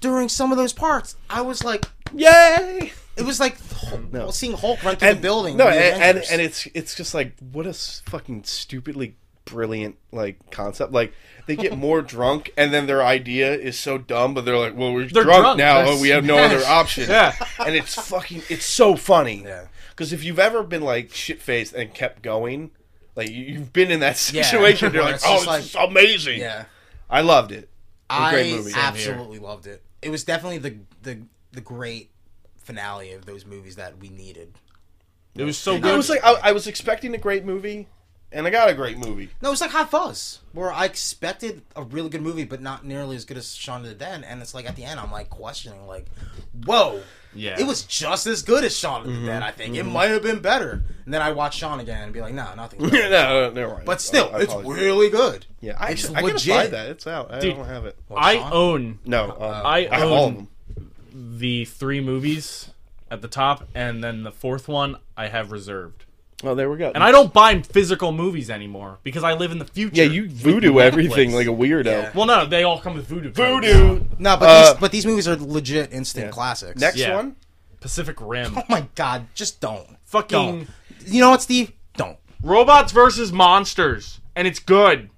during some of those parts. I was like, Yay! it was like Hulk, well, seeing Hulk run through the building. No, with the and, and Avengers. and it's it's just like what a s- fucking stupidly brilliant like concept. Like they get <laughs> more drunk, and then their idea is so dumb, but they're like, "Well, we're They're drunk, drunk. now. That's- we <laughs> have no yes. other option." Yeah. and it's fucking it's so funny. Yeah. because if you've ever been like shit faced and kept going, like you, you've been in that Yeah. situation, you're Where like, it's "Oh, just this like- is amazing." yeah. I loved it. I great movie. Same absolutely loved it. It was definitely the the the great finale of those movies that we needed. it was so It good. was like I, I was expecting a great movie, and I got a great movie. <laughs> No, it's like Hot Fuzz, where I expected a really good movie, but not nearly as good as Shaun of the Dead. And it's like at the end, I'm like questioning, like, whoa, Yeah. it was just as good as Shaun of Mm-hmm. the Dead. I think it might have been better. And then I watch Shaun again and be like, no, nothing. <laughs> no, no, never mind. But still, I- I it's apologize. really good. Yeah, I, It's I gotta legit. buy that. It's out. I Dude. don't have it. What, I Shaun? own No, um, I I have all of own- them. the three movies at the top, and then the fourth one I have reserved. Oh, Well, there we go. And I don't buy physical movies anymore because I live in the future. yeah, you voodoo everything like a weirdo. Yeah. Well, no, they all come with voodoo. codes. Voodoo. no, but Uh, these, but these movies are legit instant classics. Next Yeah. one. Pacific Rim. oh my god, just don't Fucking don't. You know what, Steve? Don't. robots versus monsters, and it's good.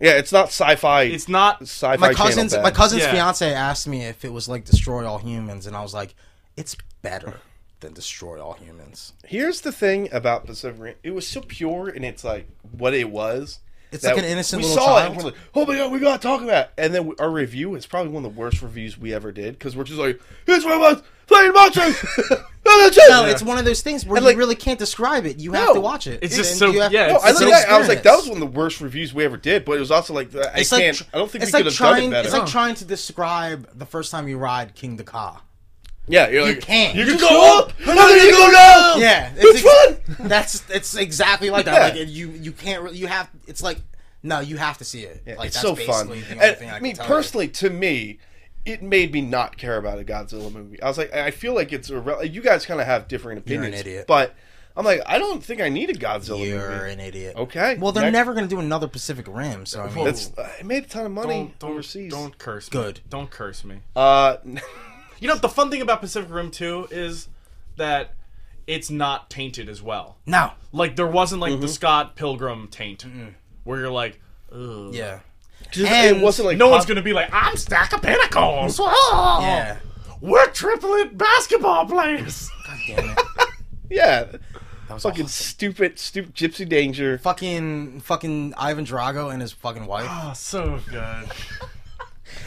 Yeah, it's not sci-fi. It's not. sci-fi. my cousin's channel my cousin's Yeah. fiance asked me if it was like destroy all humans, and I was like, it's better than destroy all humans. Here's the thing about Pacific Rim. It was so pure, and it's like what it was. It's that like an innocent we little saw It child. and we're like, oh my god, we gotta talk about. It. And then we, our review is probably one of the worst reviews we ever did because we're just like, here's robots playing monsters. <laughs> no, No, it's one of those things where like- you really can't describe it. You have No. to watch it. It's just And so- you have- yeah, No, it's I an looked at it, I was like, that was experience. one of the worst reviews we ever did, but it was also like, I It's like can't, tr- I don't think we it's like could have trying. done it better. It's like trying to describe the first time you ride King Dakar. yeah, you're like, can't. You You can go up, and then you go down. Yeah, Which it's ex- one? That's it's exactly like that. Yeah. Like you, you can't. Really, you have. It's like no, you have to see it. like it's that's so fun. basically The only And, thing I, I can mean, tell you. personally, to me, it made me not care about a Godzilla movie. I was like, I feel like it's irrelevant. You guys kind of have different an opinions, idiot. but I'm like, I don't think I need a Godzilla You're movie. an idiot. Okay, Well, they're next- never going to do another Pacific Rim, so I mean, That's I made a ton of money Don't, don't, overseas. don't curse. Good. Me. Don't curse me. Uh, <laughs> You know the fun thing about Pacific Rim 2 is that it's not tainted as well. no. Like there wasn't like the Scott Pilgrim taint where you're like, Ugh. Yeah. it And wasn't like No one's pop- gonna be like, I'm stack of pinnacles. Yeah. Oh. We're triplet basketball <laughs> players. God damn it. Yeah, That was fucking awful. stupid, stupid Gypsy Danger. fucking fucking Ivan Drago and his fucking <gasps> wife. oh, so good.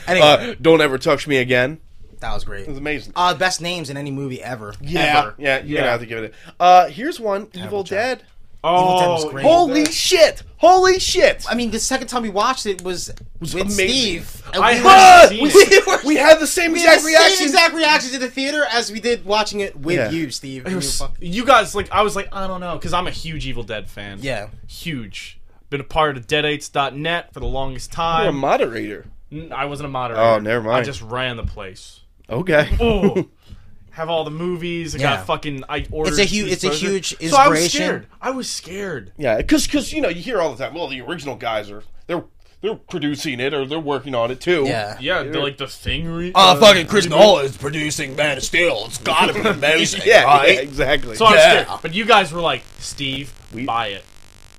Anyway, Uh, don't ever touch me again. that was It was great. amazing. Uh, best names in any movie ever. Yeah, Ever. yeah, you're Yeah. gonna have to give it. A, uh, here's one: Evil job. Dead. Evil Dead was Oh, great. Holy shit! Holy shit! I mean, the second time we watched it was, was with amazing. Steve. and I we had were- seen we it. were- Uh, <laughs> we had the same we had exact the reaction. same exact reaction to the theater as we did watching it with Yeah. you, Steve. It You was- were fuck- you guys like I was like I don't know because I'm a huge Evil Dead fan. Yeah. huge. Been a part of Deadates.net for the longest You're a time. moderator. N- I wasn't a moderator. Oh, never mind. I just ran the place. Okay. Oh, <laughs> have all the movies. I Yeah. got fucking. I ordered. It's a hu- these it's a burgers. huge So I was inspiration. scared. I was scared. yeah, because you know you hear all the time. Well, the original guys are they're they're producing it or they're working on it too. Yeah. Yeah, they're like the thing. Re- Uh, uh, fucking Chris Nolan is producing Man of Steel. It's gotta <laughs> be amazing, <laughs> Yeah, right? yeah, exactly. So I was Yeah. scared. But you guys were like, Steve, We- buy it,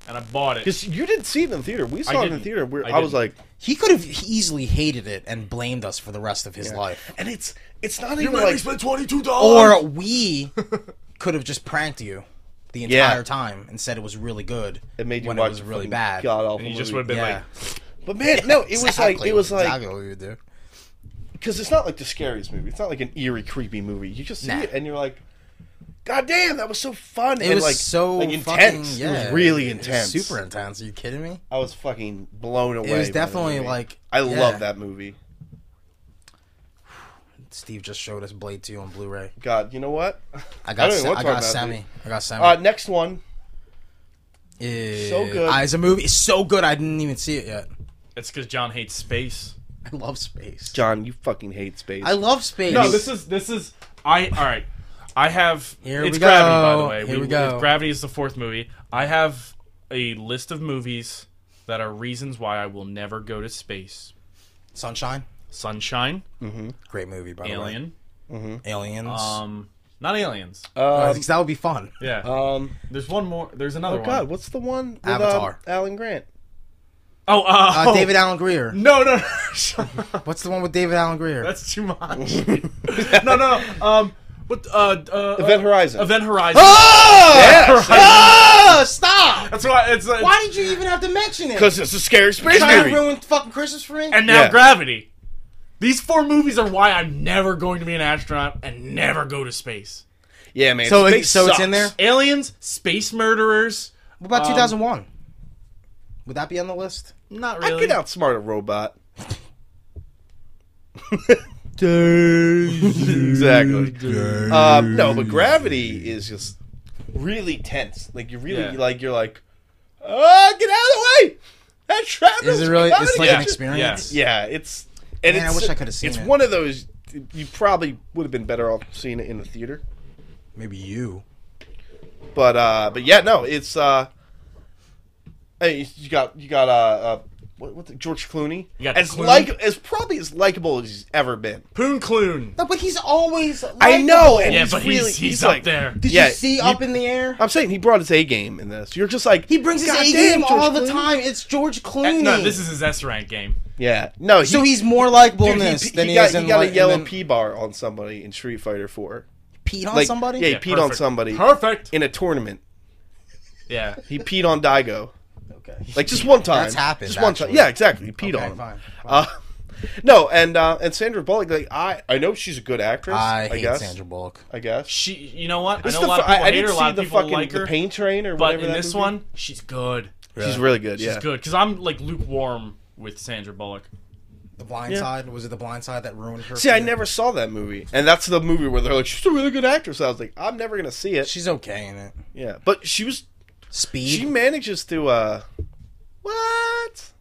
and I bought it. because you didn't see it in the theater. We saw it in the didn't. theater. Where I I, was like, didn't. He could have easily hated it and blamed us for the rest of his life. and it's it's not even like Um, <laughs> spent twenty two dollars. Or we could have just pranked you the Yeah. entire time and said it was really good. It made you when watch it was really fucking bad. God awful. And you just movie. would have been yeah, But man, no, it was like Exactly it was like exactly what we would do. because it's not like the scariest movie. It's not like an eerie, creepy movie. You just see Nah. it and you're like, God damn, that was so fun. It and was like so like intense. Fucking, yeah, It was really it was intense. super intense. Are you kidding me? I was fucking blown away. It was by the definitely movie. like I yeah. love that movie. Steve just showed us Blade Two on Blu-ray. God, you know what? I got I, don't even wanna I got talk about Sammy. it. I got Sammy. Uh, next one. so so good. Eh, ah, it's a movie. It's so good. I didn't even see it yet. <laughs> It's because John hates space. I love space. John, you fucking hate space. I love space. No, this is this is I all right. I have Here it's we Gravity go. by the way. Here we go. Gravity is the fourth movie. I have a list of movies that are reasons why I will never go to space. Sunshine. Sunshine, Great movie, by Alien, the way. Aliens. um not aliens. I Um, think that would be fun. Yeah. um, there's one more. There's another oh one. God, what's the one? With, Avatar. Uh, <laughs> Alan Grant. Oh, uh, Uh, <laughs> David Allen Greer. No, no. <laughs> no. What's the one with David Allen Greer? That's too much. <laughs> no, no. no. Um what uh, uh Event Ah! uh, Horizon. Event Horizon. oh! Yes! <laughs> Oh, stop! That's why it's, it's Why did you even have to mention it? Because it's a scary space trying to movie. ruin fucking Christmas for me. and now Yeah. gravity. These four movies are why I'm never going to be an astronaut and never go to space. Yeah, man. so, it, space so it's in there. sucks. Aliens, space murderers, What about Um, 2001? Would that be on the list? not I really. could outsmart a robot. exactly. <laughs> Um, no, but gravity is just really tense. Like you really Yeah. like you're like, oh, get out of the way. That traffic Is it really? It's like an Yeah. experience. Yeah, it's and Man, I it's, wish I coulda seen It's it. one of those you probably would have been better off seeing it in the theater. Maybe you. But uh, but yeah, no, it's uh, hey, you got you got uh, uh what, what the, George Clooney. You got as Clooney. like as probably as likable as he's ever been. Poon Clune. No, but he's always. I know, likable. and Yeah, he's but he's, really he's, up like, there. Did Yeah, you see you- up in the air? I'm saying he brought his A game in this. You're just like He brings his "God A damn, game George all the Clooney." time. It's George Uh, Clooney. No, this is his S rank game. Yeah, no, he, so he's more likable dude, in he- this he, than he, got, is he in got like, a yellow and then P bar on somebody in Street Fighter Four. peed on Like, somebody. Yeah, he peed on perfect. somebody Perfect. in a tournament. Yeah. He peed on Daigo. Okay. Like just one time. That's happened, Just one actually. time. Yeah, exactly. He peed Okay, on him. fine, Uh, <laughs> no, and uh, and Sandra Bullock. Like I, I know she's a good actress. I I, hate guess. Sandra Bullock. I guess. She. You know what? This I know is a the lot of fir- people hate her. A see lot of the people fucking like her. the pain train or but whatever. in that this movie- one, she's good. she's really good. She's yeah. good because I'm like lukewarm with Sandra Bullock. The Blind Side was it? The Blind Side that ruined her. See, I career? never saw that movie, and that's the movie where they're like, "She's a really good actress." I was like, "I'm never gonna see it." She's okay in it. yeah, but she was. Speed. She manages to. uh What?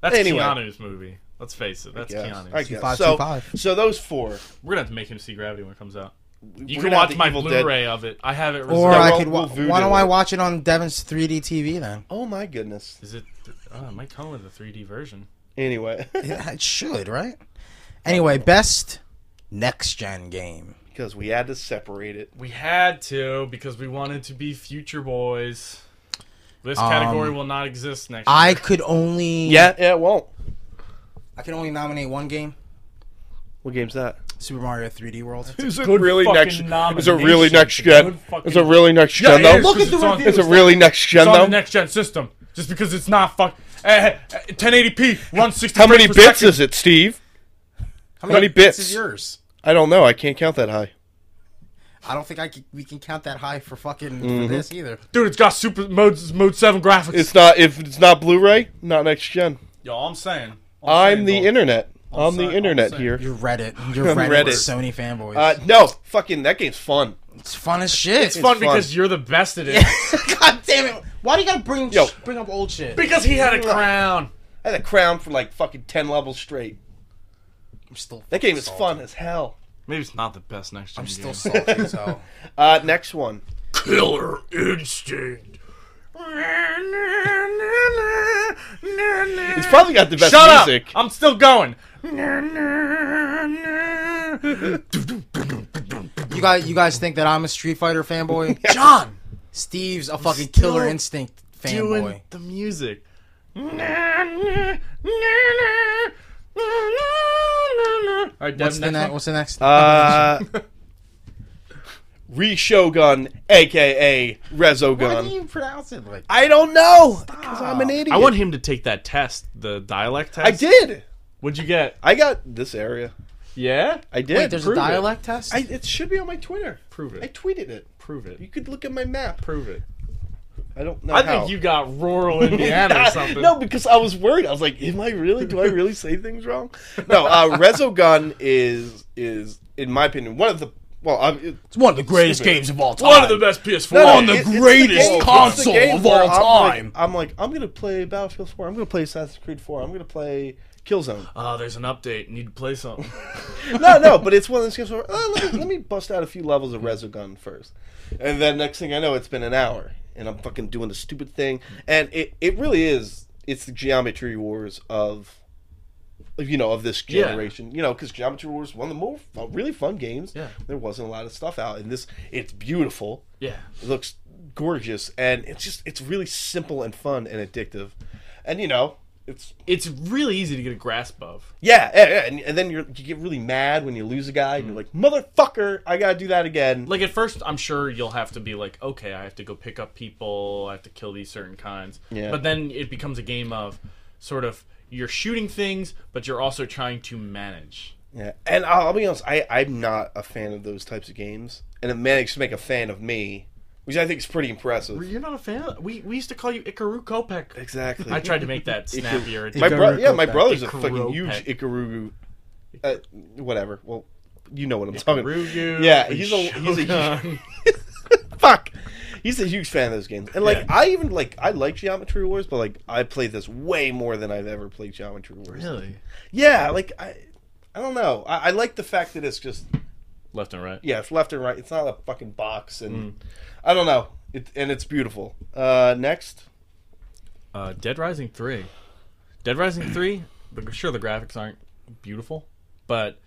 That's Anyway. Keanu's movie. Let's face it. That's Yes, Keanu's. I guess. Five, two, so, five. so those four. We're gonna have to make him see Gravity when it comes out. You can We're gonna have watch the my Evil Dead- Blu-ray of it. I have it. or reserved. I we'll- could. Wa- we'll voodoo why don't I it. watch it on Devin's 3D TV then? Oh my goodness. Is it? Th- oh, it might come with a 3D version. Anyway, <laughs> Yeah, it should, right? Anyway, best next gen game. because we had to separate it. We had to because we wanted to be future boys. This Um, category will not exist next I year. could only Yeah, yeah, it won't. I can only nominate one game. What game's that? Super Mario 3D World. Is it good really fucking next? Is it nomination. really next Good gen? fucking- Is it really next Yeah, gen it though? is, 'cause it's on- Is it really next gen It's on though? the next gen system. Just because it's not fuck. eh, eh, 1080p runs 60. How many frames per bits second. is it, Steve? How many bits? is yours? I don't know. I can't count that high. I don't think I c- we can count that high for fucking Mm-hmm. for this either. Dude, it's got super mode mode seven graphics. It's not. If it's not Blu-ray, not next gen. Yo, I'm saying. I'm the internet. I'm saying- the I'm internet saying. here. You're Reddit. <laughs> You're Reddit, Reddit. Sony fanboys. Uh, no, fucking that game's fun. it's fun as shit. It's fun fun. because you're the best at it. <laughs> God damn it! Why do you gotta bring Yo. bring up old shit? because he <laughs> had a crown. I had a crown for like fucking ten levels straight. I'm still That game is salty. fun as hell. Maybe it's not the best next gen. I'm still salty. So Uh, next one. Killer Instinct. It's probably got the best Shut music. up! I'm still going. you guys, you guys think that I'm a Street Fighter <laughs> fanboy? John, Steve's a fucking Killer still Instinct doing fanboy. the music. All right, Dev, What's next the next? one? <laughs> What's the next? Uh, Re Shogun, Why aka do Rezogun. you pronounce it like? I don't know because I'm an idiot. I want him to take that test, the dialect test. I did. What'd you get? I got this area. Yeah? I did. Wait, there's a prove it. dialect test. I, it should be on my Twitter. Prove it. I tweeted it. Prove it. You could look at my map. Prove it. I don't know. I how. think <laughs> you got rural Indiana or something. No, because I was worried. I was like, "Am I really? Do I really say things wrong?" <laughs> No, uh, Rezogun is is in my opinion one of the well, I'm, it- it's one of the greatest Stupid. games of all time. One of the best PS4. no, On the it- it's greatest game- it's the console game of where all I'm like- time. I'm like, I'm gonna play Battlefield 4. I'm gonna play Assassin's Creed 4. I'm gonna play Killzone. Oh, there's an update. Need to play something. <laughs> no, no, but it's one of those games where oh, let, me, let me bust out a few levels of Resogun first, and then next thing I know, it's been an hour, and I'm fucking doing the stupid thing, and it it really is it's the Geometry Wars of, of, you know, of this Yeah. generation, you know, because Geometry Wars was one of the more fun, really fun games. Yeah. there wasn't a lot of stuff out, and this it's beautiful. Yeah. It looks gorgeous, and it's just it's really simple and fun and addictive, and you know. It's It's really easy to get a grasp of. yeah, yeah, yeah. And, and then you're, you get really mad when you lose a guy, and you're like, "Motherfucker, I gotta do that again." Like, at first, I'm sure you'll have to be like, okay, I have to go pick up people. I have to kill these certain kinds. Yeah. But then it becomes a game of sort of you're shooting things, but you're also trying to manage. Yeah, and I'll, I'll be honest, I I'm not a fan of those types of games, and it managed to make a fan of me, which I think is pretty impressive. You're not a fan? We, we used to call you Ikaru Kopek. Exactly. I tried to make that <laughs> snappier. My bro- Ikaruga yeah, my Kopek. brother's a Ikaruga. fucking huge Ikarugu. Uh, whatever. Well, you know what I'm talking. about. Rugu. Yeah, he's a he's a huge, Shogun. fuck. He's a huge fan of those games, and like I even like I like Geometry Wars, but like I played this way more than I've ever played Geometry Wars. <laughs> Really? Yeah, like I, I don't know. I, I like the fact that it's just Left and right. yeah, it's left and right. It's not a fucking box, Mm. and I don't know. It and it's beautiful. Uh, next, Uh, Dead Rising three. Dead Rising three. the- Sure, the graphics aren't beautiful, but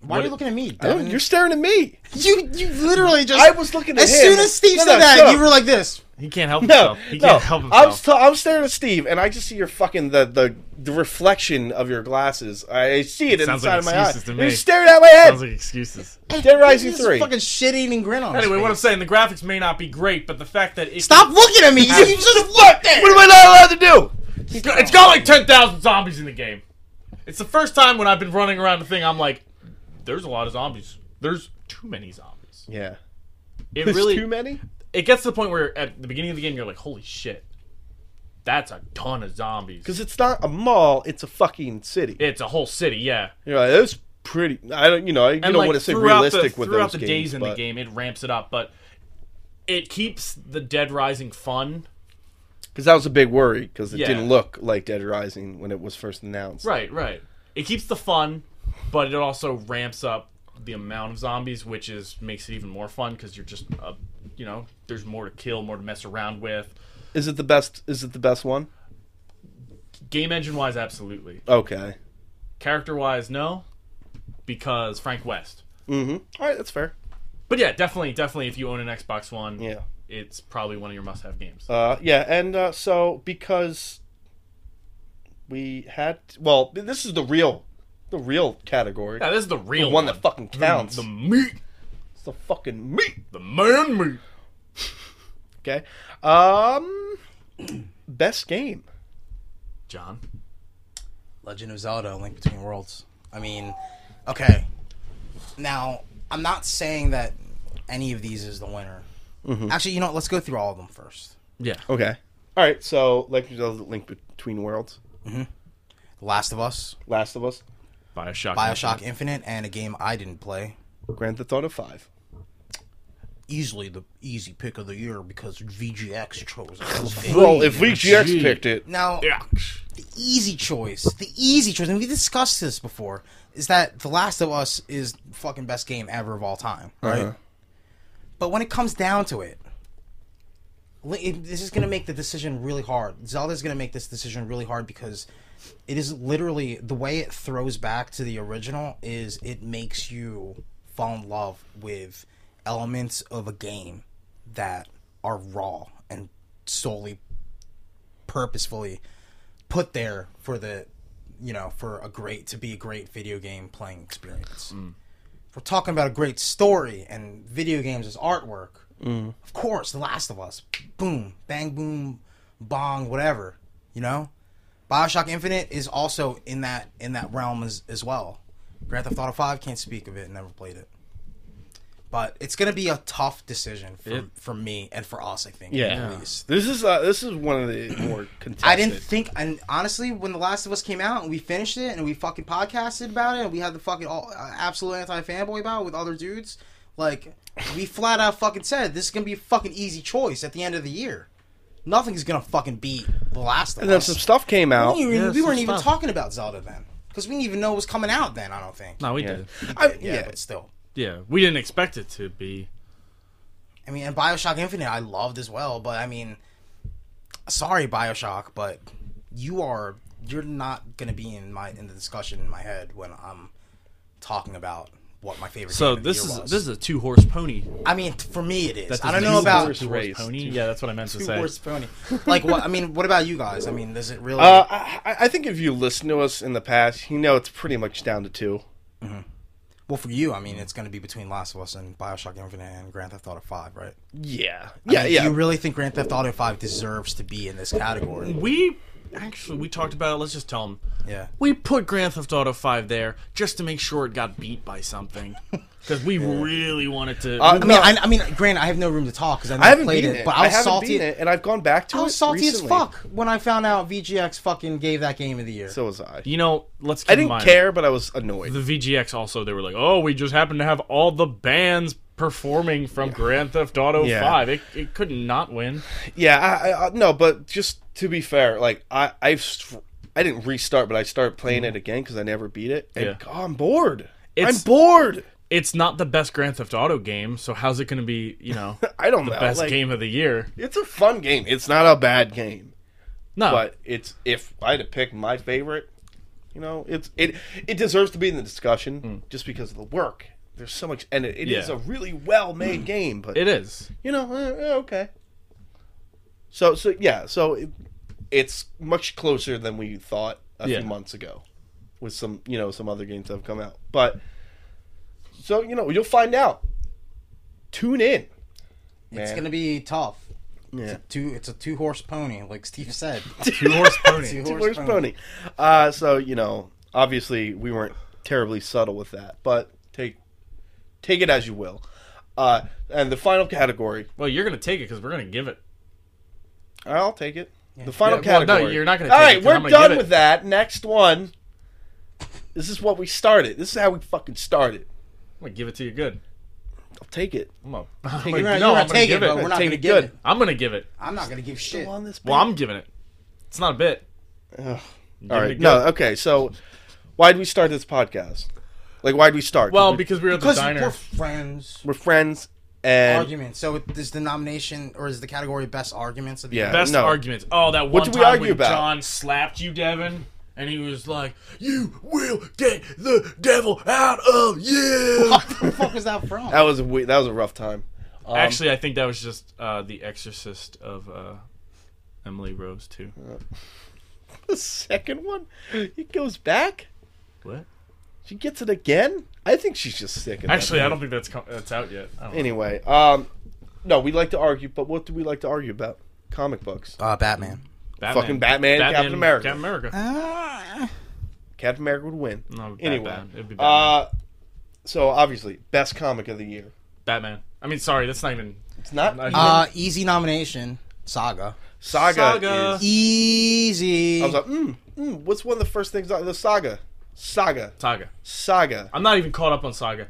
Why are you What- looking at me? Oh, Devin? you're staring at me. you you literally just. I was looking at as him. soon as Steve No, said no, that, shut up. you were like this. he can't help No, himself. He no. can't help I'm, himself. st- I'm staring at Steve, and I just see your fucking the the, the reflection of your glasses. I, I see it, It sounds inside like of my eye. excuses to me. You're staring at my head. Sounds like excuses. Dead Rising This three. Fucking shit eating grin on. his Anyway, what I'm face. saying, the graphics may not be great, but the fact that it Stop looking at me. You you just looked at. What am I not allowed to it's got, it's got like ten thousand zombies in the game. It's the first time when I've been running around the thing. I'm like, there's a lot of zombies. There's too many zombies. do? Yeah, It There's really too many. it gets to the point where at the beginning of the game you're like, holy shit, that's a ton of zombies. Because it's not a mall; it's a fucking city. It's a whole city, yeah. You're like, that's pretty. I don't, you know, you don't like, want to say throughout realistic the, with throughout those the games, days in the but- game it ramps it up but it keeps the dead rising fun Because that was a big worry because it Yeah. didn't look like Dead Rising when it was first announced. right right it keeps the fun but it also ramps up the amount of zombies which is makes it even more fun because you're just uh, you know there's more to kill more to mess around with Is it the best? Is it the best one? game engine wise absolutely Okay. character wise no because frank west Mm-hmm. All right, that's fair. but yeah definitely definitely if you own an xbox one Yeah. it's probably one of your must have games Uh, yeah, and uh, so because we had, well, this is the real, the real category, yeah, this is the real the one one that fucking counts. the meat it's the fucking meat. the man meat Okay. Um, best game. John. Legend of Zelda: A Link Between Worlds. I mean, okay. Now, I'm not saying that any of these is the winner. Mm-hmm. Actually, you know, what, let's go through all of them first. Yeah. Okay. All right, so like the link between worlds, The Last of Us, Last of Us, Bioshock. BioShock Infinite, and a game I didn't play. Grand Theft Auto Five. Easily the easy pick of the year because VGX chose it. Well, if VGX picked it, Now, the easy choice, the easy choice, and we discussed this before, is that The Last of Us is fucking best game ever of all time, right? Uh-huh. But when it comes down to it, li- it- this is going to make the decision really hard. Zelda's going to make this decision really hard because it is literally the way it throws back to the original is it makes you fall in love with elements of a game that are raw and solely purposefully put there for the you know for a great to be a great video game playing experience we're talking about a great story and video games as artwork, of course, The Last of Us, boom, bang, boom, bong, whatever, you know. Bioshock Infinite is also in that in that realm as as well. Grand Theft Auto Five can't speak of it, never played it, but it's gonna be a tough decision for, for me and for us, I think. Yeah. at least. This is uh, this is one of the more <clears throat> contested. I didn't think, and honestly, when The Last of Us came out and we finished it and we fucking podcasted about it and we had the fucking all, uh, absolute anti fanboy about it with other dudes, like we flat out fucking said this is gonna be a fucking easy choice at the end of the year. Nothing's gonna fucking beat The Last of and then Us. some stuff came out. we, Yeah, we some weren't even stuff. talking about Zelda then because we didn't even know it was coming out then. I don't think. No, we Yeah. did. I, Yeah, yeah, but still. Yeah, we didn't expect it to be. I mean, and Bioshock Infinite I loved as well, but I mean, sorry Bioshock, but you are you're not gonna be in my in the discussion in my head when I'm talking about what my favorite. So game of the this year is was. this is a two horse pony. I mean, t- for me it is. That I don't doesn't know mean about Horse two raised. horse pony. Yeah, that's what I meant to two say. horse pony. Like what? I mean, what about you guys? I mean, does it really? Uh, I, I- I think if you listen to us in the past, you know it's pretty much down to two. well, for you, I mean, it's gonna be between Last of Us and Bioshock Infinite and Grand Theft Auto Five, right? Yeah, I yeah, mean, yeah. Do you really think Grand Theft Auto Five deserves to be in this category? We actually we talked about it. Let's just tell them. Yeah. We put Grand Theft Auto 5 there just to make sure it got beat by something because <laughs> we really wanted to. Uh, I mean, I, I mean, granted, I have no room to talk because I never I haven't played beaten it, it, but I I was haven't salty. beaten it, and I've gone back to I it. was salty recently. as fuck when I found out VGX fucking gave that game of the year. So was I. you know, let's. Keep I in didn't mind, care, but I was annoyed. The VGX also they were like, oh, we just happen to have all the bands performing from Grand Theft Auto Yeah. 5. It, it could not win. Yeah, I, I, I no, but just to be fair, like I, I've, str- I didn't restart, but I started playing it again because I never beat it, and Mm. Yeah. God, I'm bored. It's- I'm bored. It's not the best Grand Theft Auto game, so how's it going to be? You <laughs> know, I don't know. best like, game of the year? It's a fun game. It's not a bad game, No, but it's if I had to pick my favorite, you know, it's it it deserves to be in the discussion just because of the work. There's so much, and it, it is Mm. Yeah. a really well made game, but it is. you know, eh, eh, okay. So so yeah, so it, it's much closer than we thought a Yeah. few months ago, with some you know some other games that have come out. But so you know you'll find out. Tune in. it's man. gonna be tough. Yeah. Two, it's a two horse pony, like Steve <laughs> said. Two horse pony. Two-horse Where's Pony? Uh, so you know, obviously we weren't terribly subtle with that, but take take it as you will. Uh, and the final category, well, you're going to take it because we're going to give it. I'll take it. The final Yeah, well, no, category. you're not gonna All take it right, 'cause we're I'm gonna done give it. with that. Next one. This is what we started. This is how we fucking started. I'm going to give it to you good. I'll take it. I'm <laughs> gonna, I'm You're gonna- not, no, you're I'm not gonna taking give it, but we're it. not Take gonna it give good. it. I'm gonna give it. I'm not gonna give shit. On this. Well, I'm giving it. It's not a bit. Ugh. Give All it a right. go. No. Okay. So, why did we start this podcast? Like, why did we start? Well, we, because we were at the Because we're diner. friends. we're friends, and Argument. So it- is the nomination or is the category best arguments of the Yeah. year? Best Uh, no. arguments. Oh, that one did we time argue when about? John slapped you, Devin, and he was like, "You will get the devil out of you." <laughs> What the fuck was that from? that was a we- that was a rough time. Um, Actually, I think that was just uh, the Exorcist of uh, Emily Rose too. the second one, he goes back. What? She gets it again. I think she's just sick. Of Actually, I don't think that's com- that's out yet. I don't know. Anyway, um, no, we like to argue, but what do we like to argue about? Comic books. Uh, Batman. Batman. fucking Batman, Captain America. Captain America. Ah. Captain America would win. No, anyway, Batman. It'd be Batman. uh, so obviously, best comic of the year. Batman. I mean, sorry, that's not even. It's not E! Uh, Uh, easy nomination. Saga. Saga. Saga. is- Easy. I was like, mm, mm, what's one of the first things? on The saga, saga, Saga. saga, I'm not even caught up on Saga,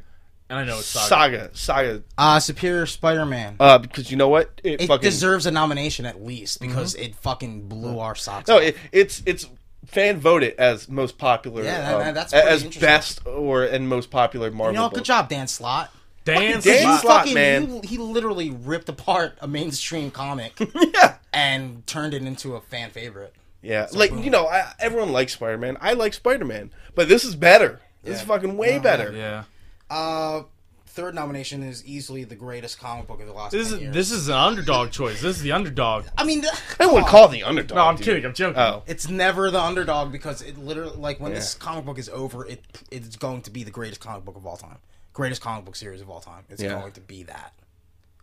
and I know it's Saga. saga, saga. uh, Superior Spider-Man. Uh, because you know what? It It, fucking Mm-hmm. deserves a nomination at least because it fucking blew our socks. no. off. It, it's it's fan voted as most popular. Yeah, that- um, that- that's a- pretty as interesting. best or and most popular Marvel. you know, good book. job, Dan Slot. Dan Dan Slott. Slott, fucking, man. He, he literally ripped apart a mainstream <laughs> comic yeah, and turned it into a fan favorite. yeah. like you know, I, everyone likes Spider Man. I like Spider Man, but this is better. This is Yeah. fucking way better. Yeah. Uh, third nomination is easily the greatest comic book of the last. This 10 is years. this is an underdog choice. This is the underdog. I mean, the- I wouldn't call it the underdog. No, I'm dude. kidding. I'm joking. Oh, <laughs> <laughs> it's never the underdog because it literally, like, when this Yeah. comic book is over, it it's going to be the greatest comic book of all time. greatest comic book series of all time. It's Yeah. going to be that.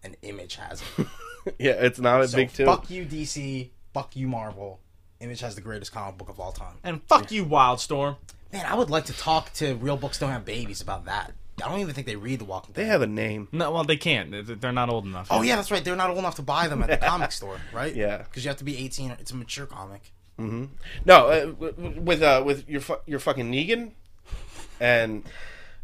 And Image has <laughs> it. Yeah, it's not a So big two. fuck you, DC. Fuck you, Marvel. Image has the greatest comic book of all time. And fuck you, Wildstorm. Man, I would like to talk to Real Books Don't Have Babies about that. I don't even think they read The Walking Dead. They have a name. No, well, they can't. They're- They're not old enough. Oh yeah, that's right. They're not old enough to buy them at the <laughs> comic store, right? Yeah. because you have to be eighteen. Or, it's a mature comic. No, uh, w- w- with uh, with your fu- your fucking Negan, and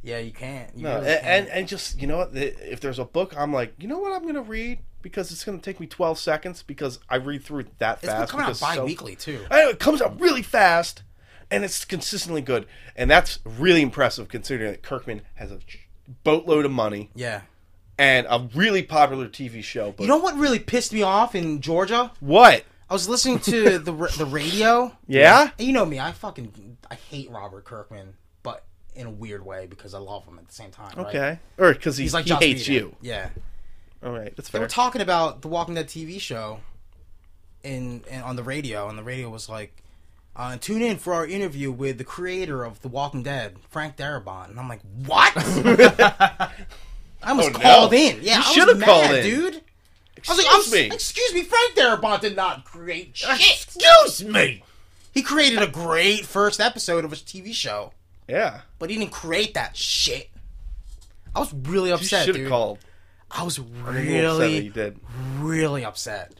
Yeah, you can't. You no, really a- and can't. and just you know what? the- If there's a book, I'm like, you know what? I'm gonna read because it's gonna take me 12 seconds because I read through it that it's been fast. coming out because so- bi-weekly too. I know it comes out really fast, and it's consistently good, and that's really impressive considering that Kirkman has a ch- boatload of money Yeah. and a really popular TV show. But You know what really pissed me off in Georgia? what? I was listening <laughs> to the ra- the radio. Yeah? And you know me, I fucking I hate Robert Kirkman, but in a weird way because I love him at the same time. right? Okay. Or because he, He's like he Joss hates Whedon. you. Yeah. All right, that's They fair. were talking about the Walking Dead TV show, in, in on the radio, and the radio was like, uh, "Tune in for our interview with the creator of The Walking Dead, Frank Darabont." And I'm like, <laughs> "What?" I was Oh, no. called in. Yeah, I was should've mad, called in. dude. I Excuse was like, I'm, me. "Excuse me, Frank Darabont did not create shit. Excuse me. He created a great first episode of a TV show, yeah. but he didn't create that shit." I was really upset, you should dude. have called. I was I'm a little upset that really you did. really upset.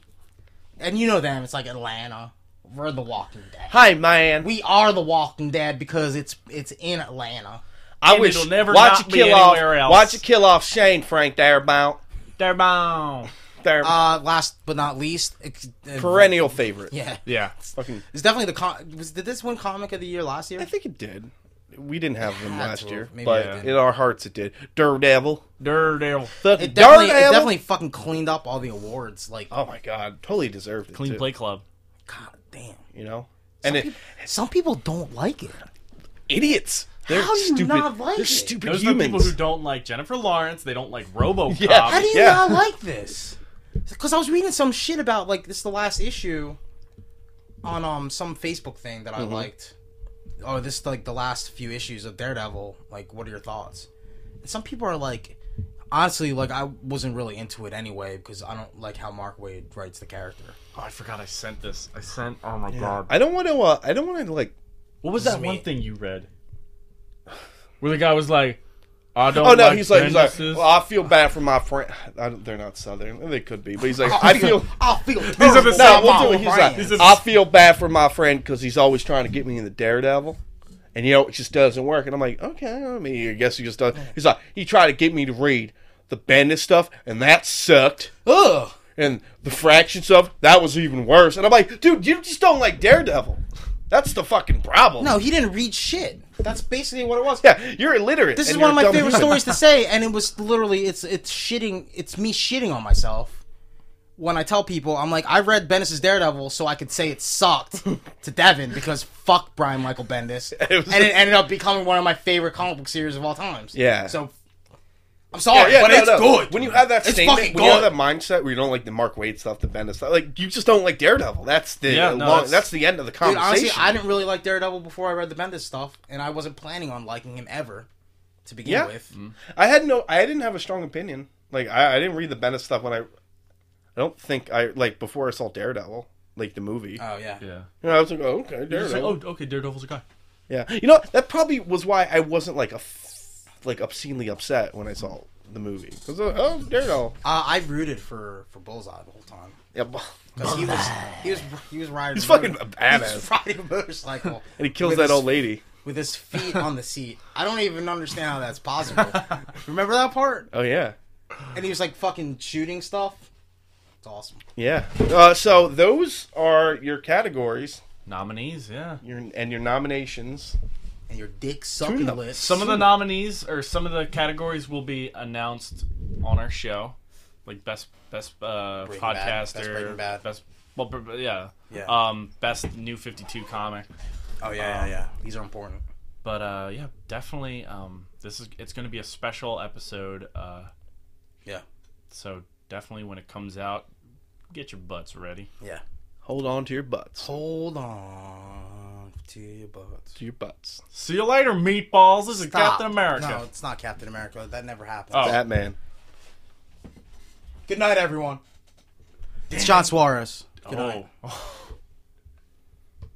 And you know them, it's like Atlanta. We're the Walking Dead. Hi, man. We are the Walking Dead because it's it's in Atlanta. I And wish it'll never watch you not be kill off. anywhere else. Watch you kill off Shane Frank Darabont. They're bound. Their Uh, last but not least, ex- uh, perennial favorite. Yeah, Yeah. Fucking. it's definitely the con- was did this win comic of the year last year? I think it did. We didn't have them had last to. year, Maybe but it did. in our hearts it did. Daredevil. Daredevil. Fucking It definitely, it Daredevil. definitely fucking cleaned up all the awards. Like, Oh my god, totally deserved it. Clean too, Play Club. god damn. you know. And it, Some people don't like it. idiots. They're How do you stupid. not like They're it? stupid Those are the people humans. who don't like Jennifer Lawrence. They don't like RoboCop. <laughs> Yeah. How do you Yeah. not like this? Because I was reading some shit about like this is the last issue on um some Facebook thing that I Mm-hmm. liked. Oh, this is, like the last few issues of Daredevil. Like, what are your thoughts? And some people are like, honestly, like I wasn't really into it anyway because I don't like how Mark Wade writes the character. Oh, I forgot I sent this. I sent. Oh my I don't want to. Uh, I don't want to like. What was This that is one me. thing you read? Where the guy was like, I don't. Oh no, like he's like, he's like. Bendis's- Well, I feel bad for my friend. I don't- They're not southern. They could be, but <laughs> he's like, I feel. I feel. These are the No, same- we'll do Wow, it. He's Brian. like, I feel bad for my friend because he's always trying to get me in the Daredevil, and you know it just doesn't work. And I'm like, okay, I mean, I guess he just does. He's like, he tried to get me to read the Bendis stuff, and that sucked. Ugh. And the Fraction stuff, that was even worse. And I'm like, dude, you just don't like Daredevil. That's the fucking problem. No, he didn't read shit. That's basically what it was. Yeah, you're illiterate. This and is one of you're my a dumb favorite human. stories to say, and it was literally it's it's shitting it's me shitting on myself when I tell people I'm like I read Bendis's Daredevil so I could say it <laughs> sucked to Devin because fuck Brian Michael Bendis, It was- and it ended up becoming one of my favorite comic book series of all times. Yeah. So I'm Yeah, sorry, yeah, but no, it's no. good. When you have that It's statement, fucking when you have good. that mindset where you don't like the Mark Wade stuff, the Bendis stuff, like you just don't like Daredevil. That's the Yeah, no, long, that's- that's, the end of the Dude, conversation. honestly, I didn't really like Daredevil before I read the Bendis stuff, and I wasn't planning on liking him ever to begin Yeah. with. I had no. I didn't have a strong opinion. Like I, I didn't read the Bennett stuff when I. I don't think I like before I saw Daredevil, like the movie. Oh yeah. yeah. You know, I was like, oh, okay, You're just like, Daredevil. oh, okay, Daredevil's a guy. Yeah, you know that probably was why I wasn't like a, f- like obscenely upset when I saw the movie because oh Daredevil. Uh, I rooted for for Bullseye the whole time. Yeah, bu- Because he was he was he was riding. <laughs> He's a fucking motor- <laughs> a He was badass. riding a motorcycle, and he kills with that his- old lady. with his feet on the seat. I don't even understand how that's possible. Remember that part? Oh yeah, And he was like fucking shooting stuff. It's awesome. yeah. Uh, so those are your categories, Nominees, yeah. your and your nominations. And your dick sucking the- list. Some of the nominees or some of the categories will be announced on our show, like best best uh, Breaking Bad. Best podcaster, Breaking Bad. best well, br- br- yeah, Yeah. uh, um, best new Fifty Two comic. oh yeah, yeah, yeah. These are important. But uh, yeah, definitely, um, this is it's going to be a special episode. Uh, Yeah, so definitely, when it comes out, get your butts ready. yeah. Hold on to your butts. Hold on to your butts. to your butts. See you later, meatballs. This is Stop. Captain America. No, it's not Captain America. That never happened. Oh. Batman. Good night, everyone. It's John Suarez. Good Oh. night.